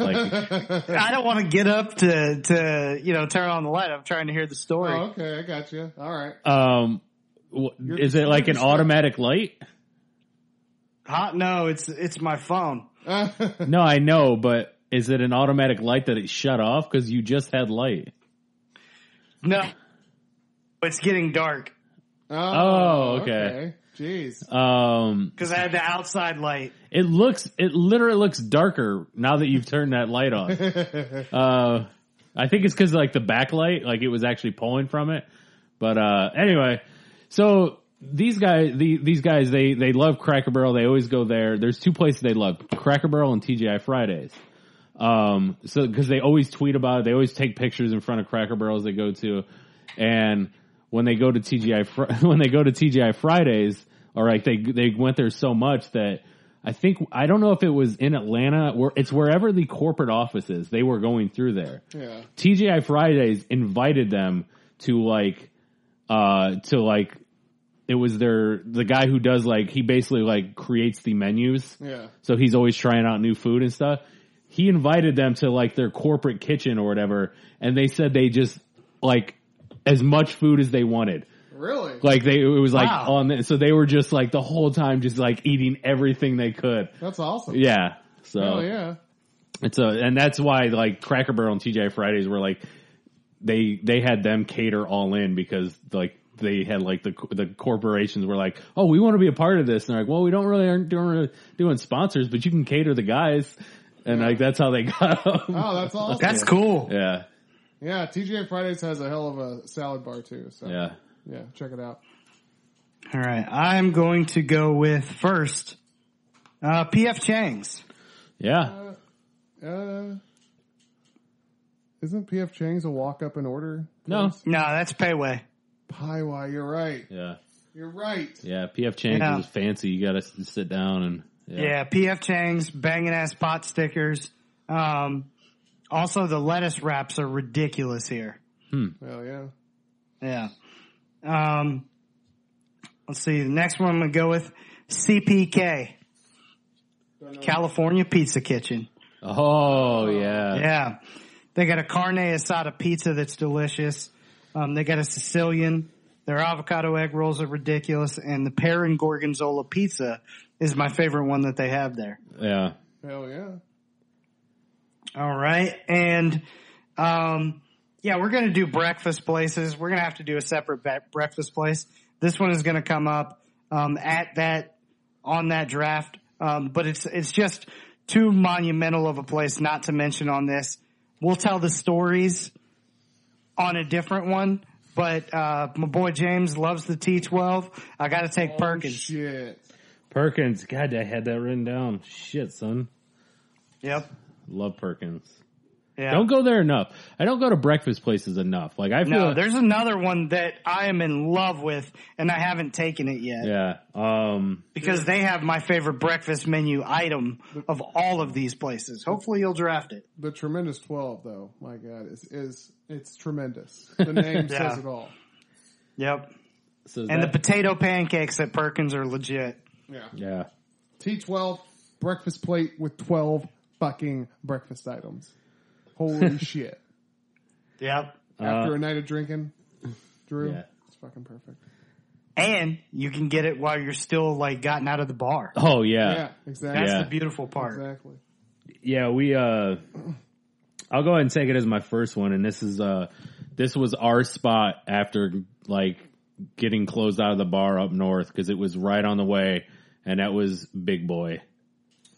S2: <laughs>
S4: like
S3: I don't want to get up to, to, you know, turn on the light. I'm trying to hear the story.
S2: Oh, okay, I got you. All right.
S4: um w- is it like an automatic light?
S3: Hot? No, it's, it's my phone.
S4: No, I know, but is it an automatic light that it shut off because you just had light?
S3: No, it's getting dark
S4: Oh, okay.
S2: Jeez.
S4: Um,
S3: because I had the outside light.
S4: it looks it literally looks darker now that you've turned that light on. uh, I think it's because like the backlight, like it was actually pulling from it. But uh, anyway, so these guys, the, these guys, they they love Cracker Barrel. They always go there. There's two places they love: Cracker Barrel and TGI Fridays. Um, so because they always tweet about it, they always take pictures in front of Cracker Barrels they go to, and when they go to TGI Fri- <laughs> when they go to TGI Fridays, or like they they went there so much that I think I don't know if it was in Atlanta where it's wherever the corporate office is. They were going through there.
S2: Yeah.
S4: TGI Fridays invited them to like uh to like it was their the guy who does like he basically like creates the menus.
S2: Yeah.
S4: So he's always trying out new food and stuff. He invited them to like their corporate kitchen or whatever and they said they just like as much food as they wanted.
S2: Really?
S4: Like they it was like
S3: Wow.
S4: on the, so they were just like the whole time just like eating everything they could.
S2: That's awesome.
S4: Yeah. So
S2: Oh, yeah.
S4: it's a, and that's why like Cracker Barrel and TJ Fridays were like they they had them cater all in because like they had like the the corporations were like oh we want to be a part of this and they're like well we don't really aren't doing really doing sponsors but you can cater the guys and like that's how they <laughs> got 'em.
S2: Oh, that's awesome.
S3: That's cool.
S4: yeah
S2: Yeah, TGI Fridays has a hell of a salad bar too. So yeah,
S4: yeah
S2: check it out.
S3: All right, I'm going to go with first uh, PF Chang's.
S4: yeah
S2: Uh, isn't PF Chang's a walk up and order?
S4: no
S3: No, that's Payway.
S2: Paiwa, you're right.
S4: yeah
S2: You're right.
S4: yeah PF Chang's
S3: Yeah.
S4: is fancy you gotta s- sit down and
S3: Yeah, PF Chang's banging ass pot stickers. Um, also, the lettuce wraps are ridiculous here.
S2: Hell yeah.
S3: Yeah. Um, let's see. The next one I'm gonna go with CPK, California Pizza Kitchen.
S4: oh yeah
S3: Yeah. They got a carne asada pizza that's delicious. Um, they got a Sicilian. Their avocado egg rolls are ridiculous. And the pear and gorgonzola pizza is my favorite one that they have there.
S4: yeah
S2: Hell yeah.
S3: All right. And, um, yeah, we're going to do breakfast places. We're going to have to do a separate be- breakfast place. This one is going to come up, um, at that, on that draft. Um, but it's, it's just too monumental of a place not to mention on this. We'll tell the stories on a different one, But uh, my boy James loves the T12. I got to take Perkins.
S2: Shit.
S4: Perkins. God, I had that written down. Shit, son.
S3: Yep.
S4: Love Perkins.
S3: Yeah.
S4: Don't go there enough. I don't go to breakfast places enough. Like I feel
S3: no, there's another one that I am in love with, and I haven't taken it yet
S4: yeah. Um
S3: because they have my favorite breakfast menu item of all of these places. Hopefully, you'll draft it.
S2: The tremendous twelve, though, my God, is is it's tremendous.
S4: <laughs>
S2: The name
S3: Yeah.
S2: says it all.
S3: Yep.
S4: so is
S3: And the
S4: that-
S3: potato pancakes at Perkins are legit.
S2: Yeah.
S4: yeah.
S2: T twelve breakfast plate with twelve fucking breakfast items.
S4: <laughs>
S2: Holy shit!
S3: Yep.
S2: After a night of drinking, Drew,
S4: Uh, Yeah.
S2: it's fucking perfect.
S3: And you can get it while you're still like gotten out of the bar.
S4: Oh
S2: Yeah, exactly.
S3: That's
S4: Yeah.
S3: the beautiful part.
S2: Exactly.
S4: yeah we uh i'll go ahead and take it as my first one and this is uh this was our spot after like getting closed out of the bar up north because it was right on the way and that was big boy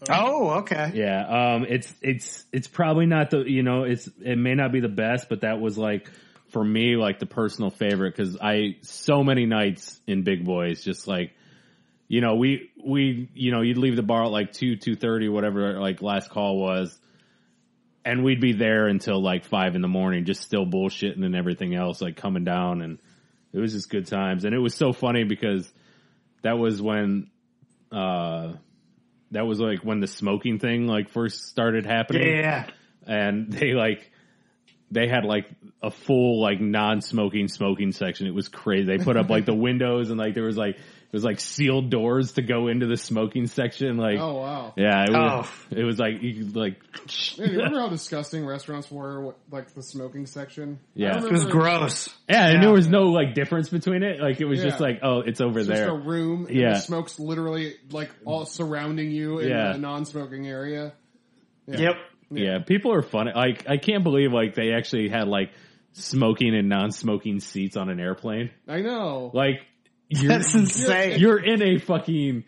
S3: Oh, okay.
S4: yeah um it's it's it's probably not the you know it's it may not be the best but that was like for me like the personal favorite because i so many nights in big boys just like you know, we we you know, you'd leave the bar at like two, two thirty, whatever like last call was, and we'd be there until like five in the morning, just still bullshitting and everything else, like coming down and it was just good times. And it was so funny because that was when uh that was like when the smoking thing like first started happening
S3: Yeah.
S4: and <laughs> they like they had like a full like non-smoking smoking section. It was crazy. They put
S2: <laughs>
S4: up like the windows and like there was like it was like sealed doors to go into the smoking section. Like
S2: Oh wow.
S4: yeah, it was, it was like you
S2: <laughs>
S4: could, like
S2: Man, you remember how disgusting restaurants were, what, like the smoking section? I
S4: Yeah. It
S3: It was
S2: remember
S3: gross.
S4: yeah, and there was no like difference between it. Like it was
S2: Yeah.
S4: just like oh, it's over
S2: It's
S4: there.
S2: just a room. And
S4: Yeah.
S2: the smoke's literally like all surrounding you in
S4: Yeah.
S2: a non-smoking area.
S3: Yep.
S4: yeah, people are funny. Like I can't believe like they actually had like smoking and non-smoking seats on an airplane.
S2: I know.
S4: Like you're
S3: That's insane.
S4: you're in a fucking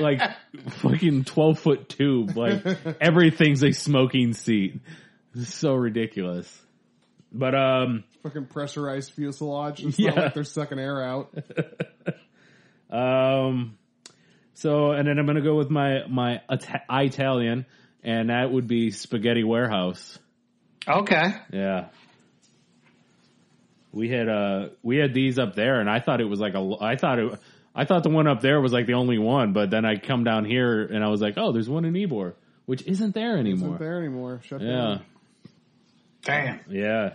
S4: like fucking 12 foot tube like everything's a smoking seat This is so ridiculous but um
S2: Fucking pressurized fuselage. It's not
S4: Yeah.
S2: like they're sucking air out.
S4: um so and then i'm gonna go with my my Ita- italian and that would be spaghetti warehouse
S3: Okay.
S4: yeah we had uh we had these up there and i thought it was like a i thought it i thought the one up there was like the only one but then i come down here and i was like oh there's one in ebor which isn't there anymore
S2: Isn't there anymore? Shut
S4: yeah
S2: down.
S3: Damn.
S4: Yeah.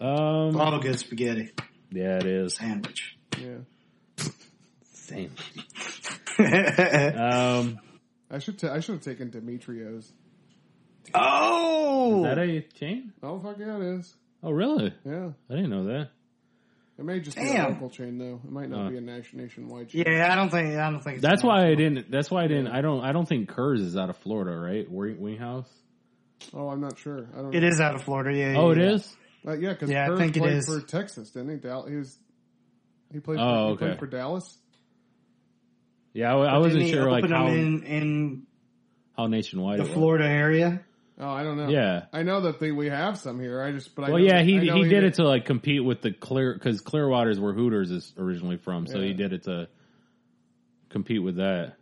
S4: Um.
S3: Love a good spaghetti
S4: Yeah, it is.
S3: sandwich.
S2: Yeah. <laughs>
S4: Same.
S3: oh,
S4: Um.
S2: I should. ta- I should have taken Demetrio's.
S4: Is that a chain?
S2: Oh fuck yeah, it is.
S4: Oh, really?
S2: Yeah.
S4: I didn't know that.
S2: It may just be a
S3: Damn.
S2: local chain though. It might not be a nation nationwide chain.
S3: yeah, I don't think I don't think it's
S4: That's
S3: an
S4: why I didn't. That's why I didn't. I don't. I don't think Kurz is out of Florida, right? Wing Winghouse.
S2: Oh, I'm not sure. I don't.
S3: It is out of Florida. Yeah.
S4: Oh,
S3: yeah,
S4: it
S3: yeah.
S4: is.
S2: Uh, yeah, because
S3: Yeah, I
S2: Kerr
S3: think it
S2: played
S3: is.
S2: for Texas, didn't he? Dal- he was. He played.
S4: Oh,
S2: for, he
S4: okay.
S2: played for Dallas.
S4: Yeah, I, I wasn't
S3: Didn't he
S4: sure like
S3: open them
S4: how
S3: in in
S4: how nationwide
S3: the
S4: it was.
S3: Florida area.
S2: Oh, I don't know.
S4: Yeah.
S2: I know that they we have some here. I just, but I
S4: Well,
S2: know
S4: yeah,
S2: that-
S4: he
S2: I know
S4: he did it to like compete with the Clear because Clearwater's where Hooters is originally from, so
S2: Yeah.
S4: he did it to compete with that.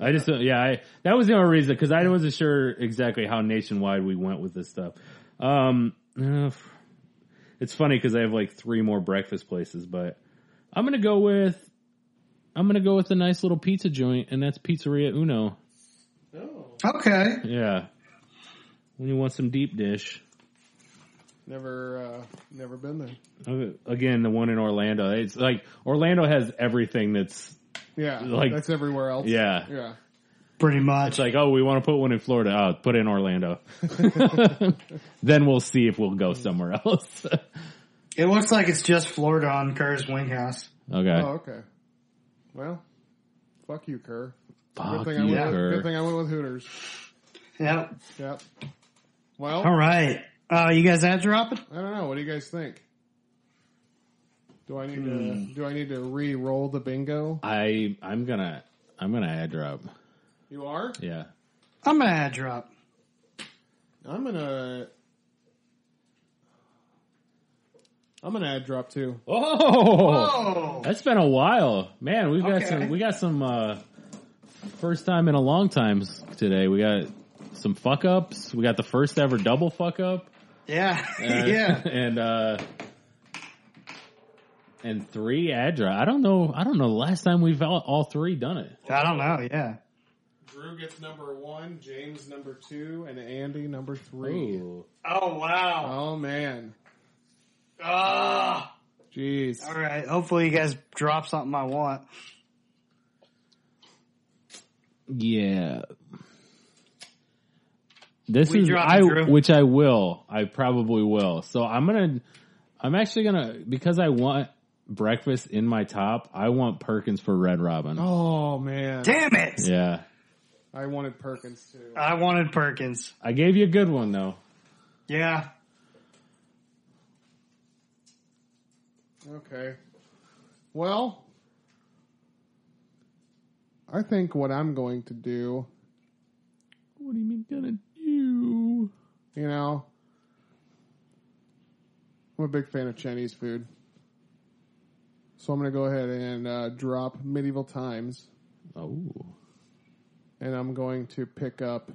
S4: I just uh, yeah, I, that was the only reason because I wasn't sure exactly how nationwide we went with this stuff. Um, uh, it's funny because I have like three more breakfast places, but I'm gonna go with I'm gonna go with a nice little pizza joint, and that's Pizzeria Uno.
S3: Okay.
S4: Yeah, when you want some deep dish.
S2: Never, uh, never been there.
S4: Uh, Again, the one in Orlando. It's like Orlando has everything that's
S2: Yeah,
S4: Like-
S2: that's everywhere else.
S4: yeah.
S2: yeah.
S3: Pretty much.
S4: It's like, oh, we want to put one in Florida. Oh, put it in Orlando. <laughs> then we'll see if we'll
S2: Hmm.
S4: go somewhere else. <laughs> okay.
S3: it looks like it's just Florida on Kerr's Wing House.
S2: Oh, okay. Well, fuck you, Kerr.
S4: Fuck
S2: good
S4: you,
S2: thing I went. With,
S4: Kerr.
S2: good thing I went with Hooters.
S3: Yep.
S2: Yep. Well,
S3: All right. Uh, you guys ad dropping?
S2: I don't know. What do you guys think? Do I need
S4: Hmm.
S2: to? Do I need to re-roll the bingo?
S4: I I'm gonna I'm gonna add drop.
S2: You are.
S4: Yeah.
S3: I'm gonna ad drop.
S2: I'm gonna. I'm an ad drop too.
S4: Oh,
S3: Oh,
S4: that's been a while, man. We've got
S3: Okay.
S4: some. We got some. uh First time in a long time s- today. We got some fuck ups. We got the first ever double fuck up.
S3: yeah, <laughs>
S4: Uh,
S3: yeah.
S4: <laughs> and uh and three Adra. I don't know. I don't know. the Last time we've all, all three done it.
S3: I don't know. Yeah,
S2: Drew gets number one, James number two, and Andy number three.
S4: Ooh.
S3: Oh wow.
S2: Oh man,
S3: Ah.
S2: jeez.
S3: All right. Hopefully you guys drop something I want.
S4: Yeah. This
S3: We
S4: is
S3: dropped
S4: I,
S3: it, Drew.
S4: which I will. I probably will. So I'm gonna. I'm actually gonna because I want breakfast in my top. I want Perkins for Red Robin.
S2: Oh man,
S3: Damn it!
S4: Yeah,
S2: I wanted Perkins too.
S3: I wanted Perkins.
S4: I gave you a good one though.
S3: Yeah.
S2: Okay. Well, I think what I'm going to do,
S4: What do you mean gonna do?
S2: you know, I'm a big fan of Chinese food. So I'm going to go ahead and uh, drop Medieval Times
S4: Oh,
S2: and I'm going to pick up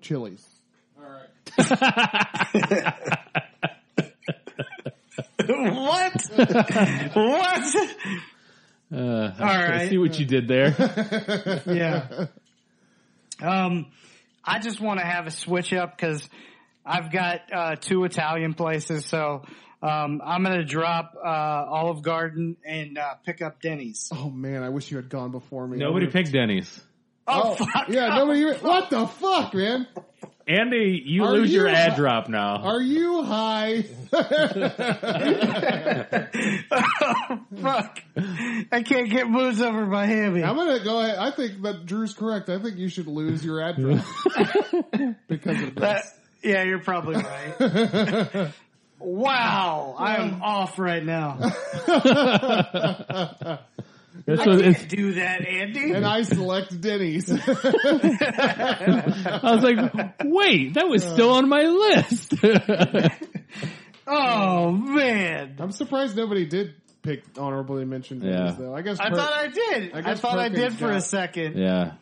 S2: chilies. All right.
S3: <laughs> <laughs> what? what?
S4: uh, <laughs> all I
S3: right.
S4: see what you did there.
S3: Yeah. <laughs> Um, I just want to have a switch up because I've got uh, two Italian places, so um, I'm gonna drop uh, Olive Garden and uh, pick
S2: <laughs>
S3: up Denny's.
S2: Oh man, I wish you had gone before me. I
S4: Nobody
S2: would've-
S4: picked Denny's.
S3: Oh, fuck!
S2: Yeah, nobody even. What the fuck, man?
S4: Andy, you
S2: Are
S4: lose your
S2: you-
S4: ad drop now.
S2: Are you high? <laughs>
S3: fuck! I can't get moves over by Hammy.
S2: I'm gonna go ahead. I think that Drew's correct. I think you should lose your address
S4: <laughs>
S2: because of
S3: That-
S2: this.
S3: yeah, you're probably right.
S2: <laughs>
S3: wow, I am off right now.
S4: This
S3: I
S4: was,
S3: can't
S4: it's,
S3: do that, Andy.
S2: And I select Denny's. <laughs>
S4: I was like, wait, that was still on my list. <laughs>
S3: Oh man.
S2: I'm surprised nobody did pick honorably mentioned Denny's
S4: Yeah.
S2: though. I guess
S3: I
S2: Per-
S3: thought I did.
S2: I
S3: I,
S2: guess
S3: thought I
S2: Perkins
S3: did for
S2: got-
S3: a second.
S4: yeah.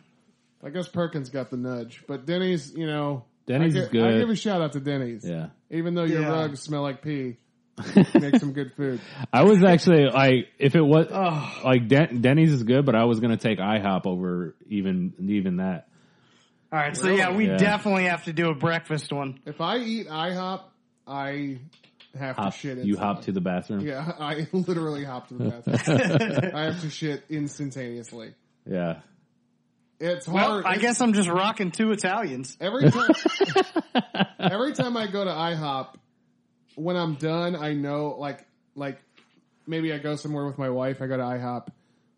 S2: I guess Perkins got the nudge, but Denny's, you know,
S4: Denny's
S2: I
S4: is
S2: gi- I
S4: good.
S2: give a shout out to Denny's,
S4: Yeah.
S2: even though your
S3: Yeah.
S2: rugs smell like
S4: <laughs>
S2: pee. Make some good food.
S4: I was actually like, if it was
S3: Oh,
S4: like Den- Denny's is good, but I was going to take IHOP over even, even that.
S3: all right. So yeah, we
S4: Yeah.
S3: definitely have to do a breakfast one.
S2: If I eat IHOP, I have to
S4: Hop,
S2: Oh, shit.
S4: you hop
S2: instantly.
S4: to the bathroom.
S2: Yeah, <laughs> I literally hopped to the
S3: <laughs>
S2: bathroom. I have to shit instantaneously.
S4: Yeah.
S2: It's
S3: Well,
S2: hard.
S3: I
S2: It's-
S3: guess I'm just rocking two Italians. <laughs>
S2: every time every time I go to IHOP, when I'm done, I know like like maybe I go somewhere with my wife. I go to IHOP,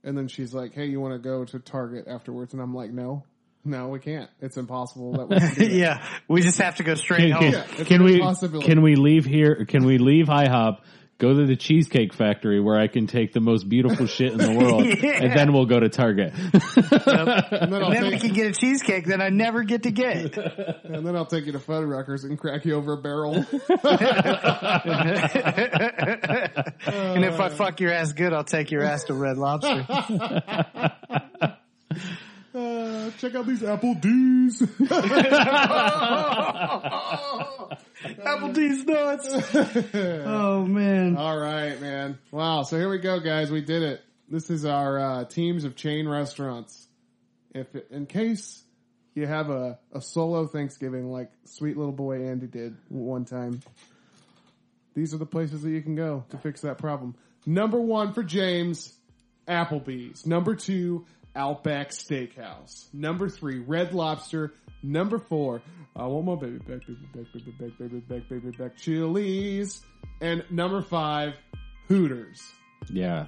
S2: and then she's like, "Hey, you want to go to Target afterwards?" And I'm like, "No, no, we can't. It's impossible that we." Can
S3: <laughs>
S2: do that."
S3: yeah, we just have to go straight
S4: Can,
S3: home.
S2: Yeah, it's
S4: can
S2: a
S4: we,
S2: possibility.
S4: can we leave here? Can we leave IHOP? Go to the Cheesecake Factory where I can take the most beautiful shit in the
S2: <laughs>
S4: world
S3: Yeah.
S4: and then we'll go to Target. <laughs>
S2: And then I'll
S3: Then we
S2: take
S3: can get a cheesecake that I never get to get.
S2: and then I'll take you to Fuddruckers and crack you over a
S3: <laughs>
S2: barrel.
S3: and if I fuck your ass good, I'll take your ass to Red Lobster.
S2: Uh, check out these Apple D's.
S3: Applebee's nuts. Oh man.
S2: All right, man. Wow. So here we go, guys. We did it. This is our uh, teams of chain restaurants. If in case you have a, a solo Thanksgiving like sweet little boy Andy did one time, these are the places that you can go to fix that problem. Number one for James, Applebee's. Number two, Outback Steakhouse. Number three, Red Lobster. Number four, I want my baby back, baby back, baby back, baby back, baby back, Chili's. And number five, Hooters.
S4: yeah.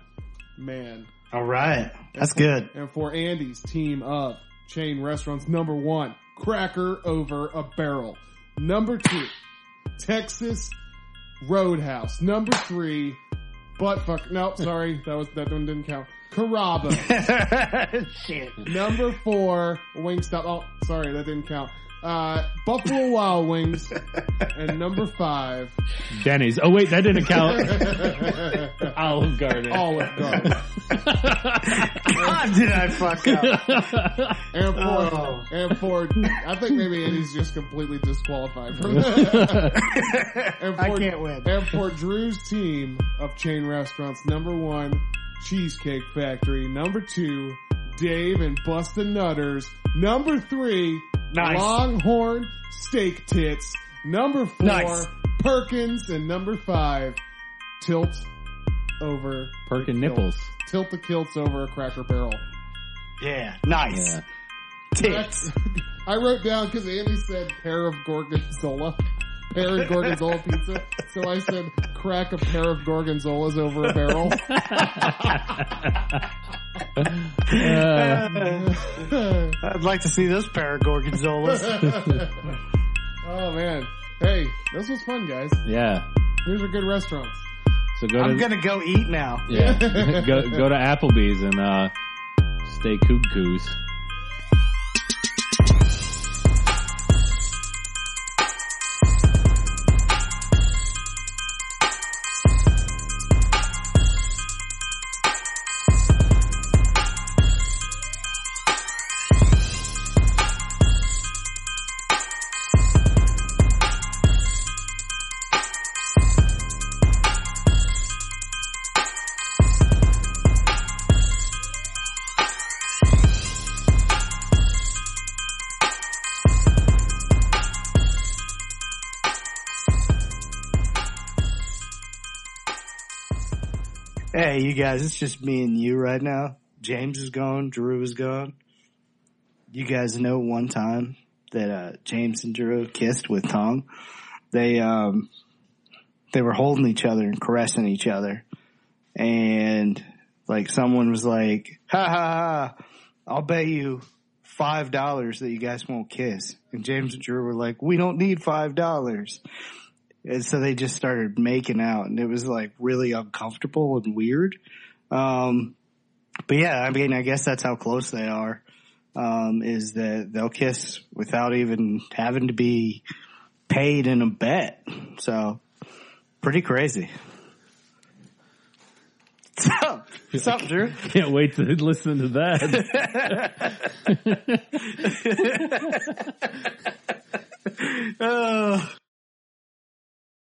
S2: Man.
S3: All right, that's good.
S2: And for Andy's team of chain restaurants, number one, Cracker Over a Barrel. Number two, Texas Roadhouse. Number three, Buttfuck. No, sorry, that was that one didn't count. Carrabba.
S3: <laughs> Shit.
S2: Number four, Wingstop. Oh, sorry, that didn't count. Uh, Buffalo Wild Wings. and number five, <laughs>
S4: Denny's. Oh wait, that didn't count. <laughs> Olive Garden.
S2: Olive Garden.
S3: God, did I fuck
S4: <laughs>
S3: up?
S2: And Ford,
S3: Oh.
S2: and Ford, I think maybe Andy's just completely disqualified from that. and
S3: I can't win.
S2: And for Drew's team of chain restaurants, number one, Cheesecake Factory. Number two, Dave and Busta Nutters. Number three,
S3: Nice.
S2: Longhorn Steak Tits. Number four,
S3: Nice.
S2: Perkins. And number five, Tilt over
S4: <laughs> Perk
S2: the
S4: and
S2: Kilt.
S4: nipples.
S2: Tilt the kilts over a cracker barrel.
S3: Yeah, nice.
S4: Yeah.
S3: Tits.
S2: I wrote down because Andy said pair of gorgonzola, pair of gorgonzola pizza. So I said crack a pair of gorgonzolas over a barrel. <laughs>
S4: Uh,
S3: <laughs> I'd like to see those pair
S2: <laughs>
S3: of gorgonzolas.
S2: oh man! Hey, this was fun, guys.
S4: yeah.
S2: Here's are good restaurants.
S4: So go
S3: I'm
S4: to
S3: gonna go eat now.
S4: yeah. <laughs> go go to Applebee's and uh, stay cuckoos.
S3: Hey, you guys, it's just me and you right now. James is gone. Drew is gone. You guys know one time that uh, James and Drew kissed with tongue. They um, they were holding each other and caressing each other, and like someone was like, "Ha ha ha! I'll bet you five dollars that you guys won't kiss." And James and Drew were like, "We don't need five dollars." And so they just started making out and it was like really uncomfortable and weird. Um, but yeah, I mean, I guess that's how close they are. Um, is that they'll kiss without even having to be paid in a bet. So pretty crazy. <laughs> So, what's up, Drew?
S4: Can't wait to listen to <laughs> that.
S3: <laughs> Oh,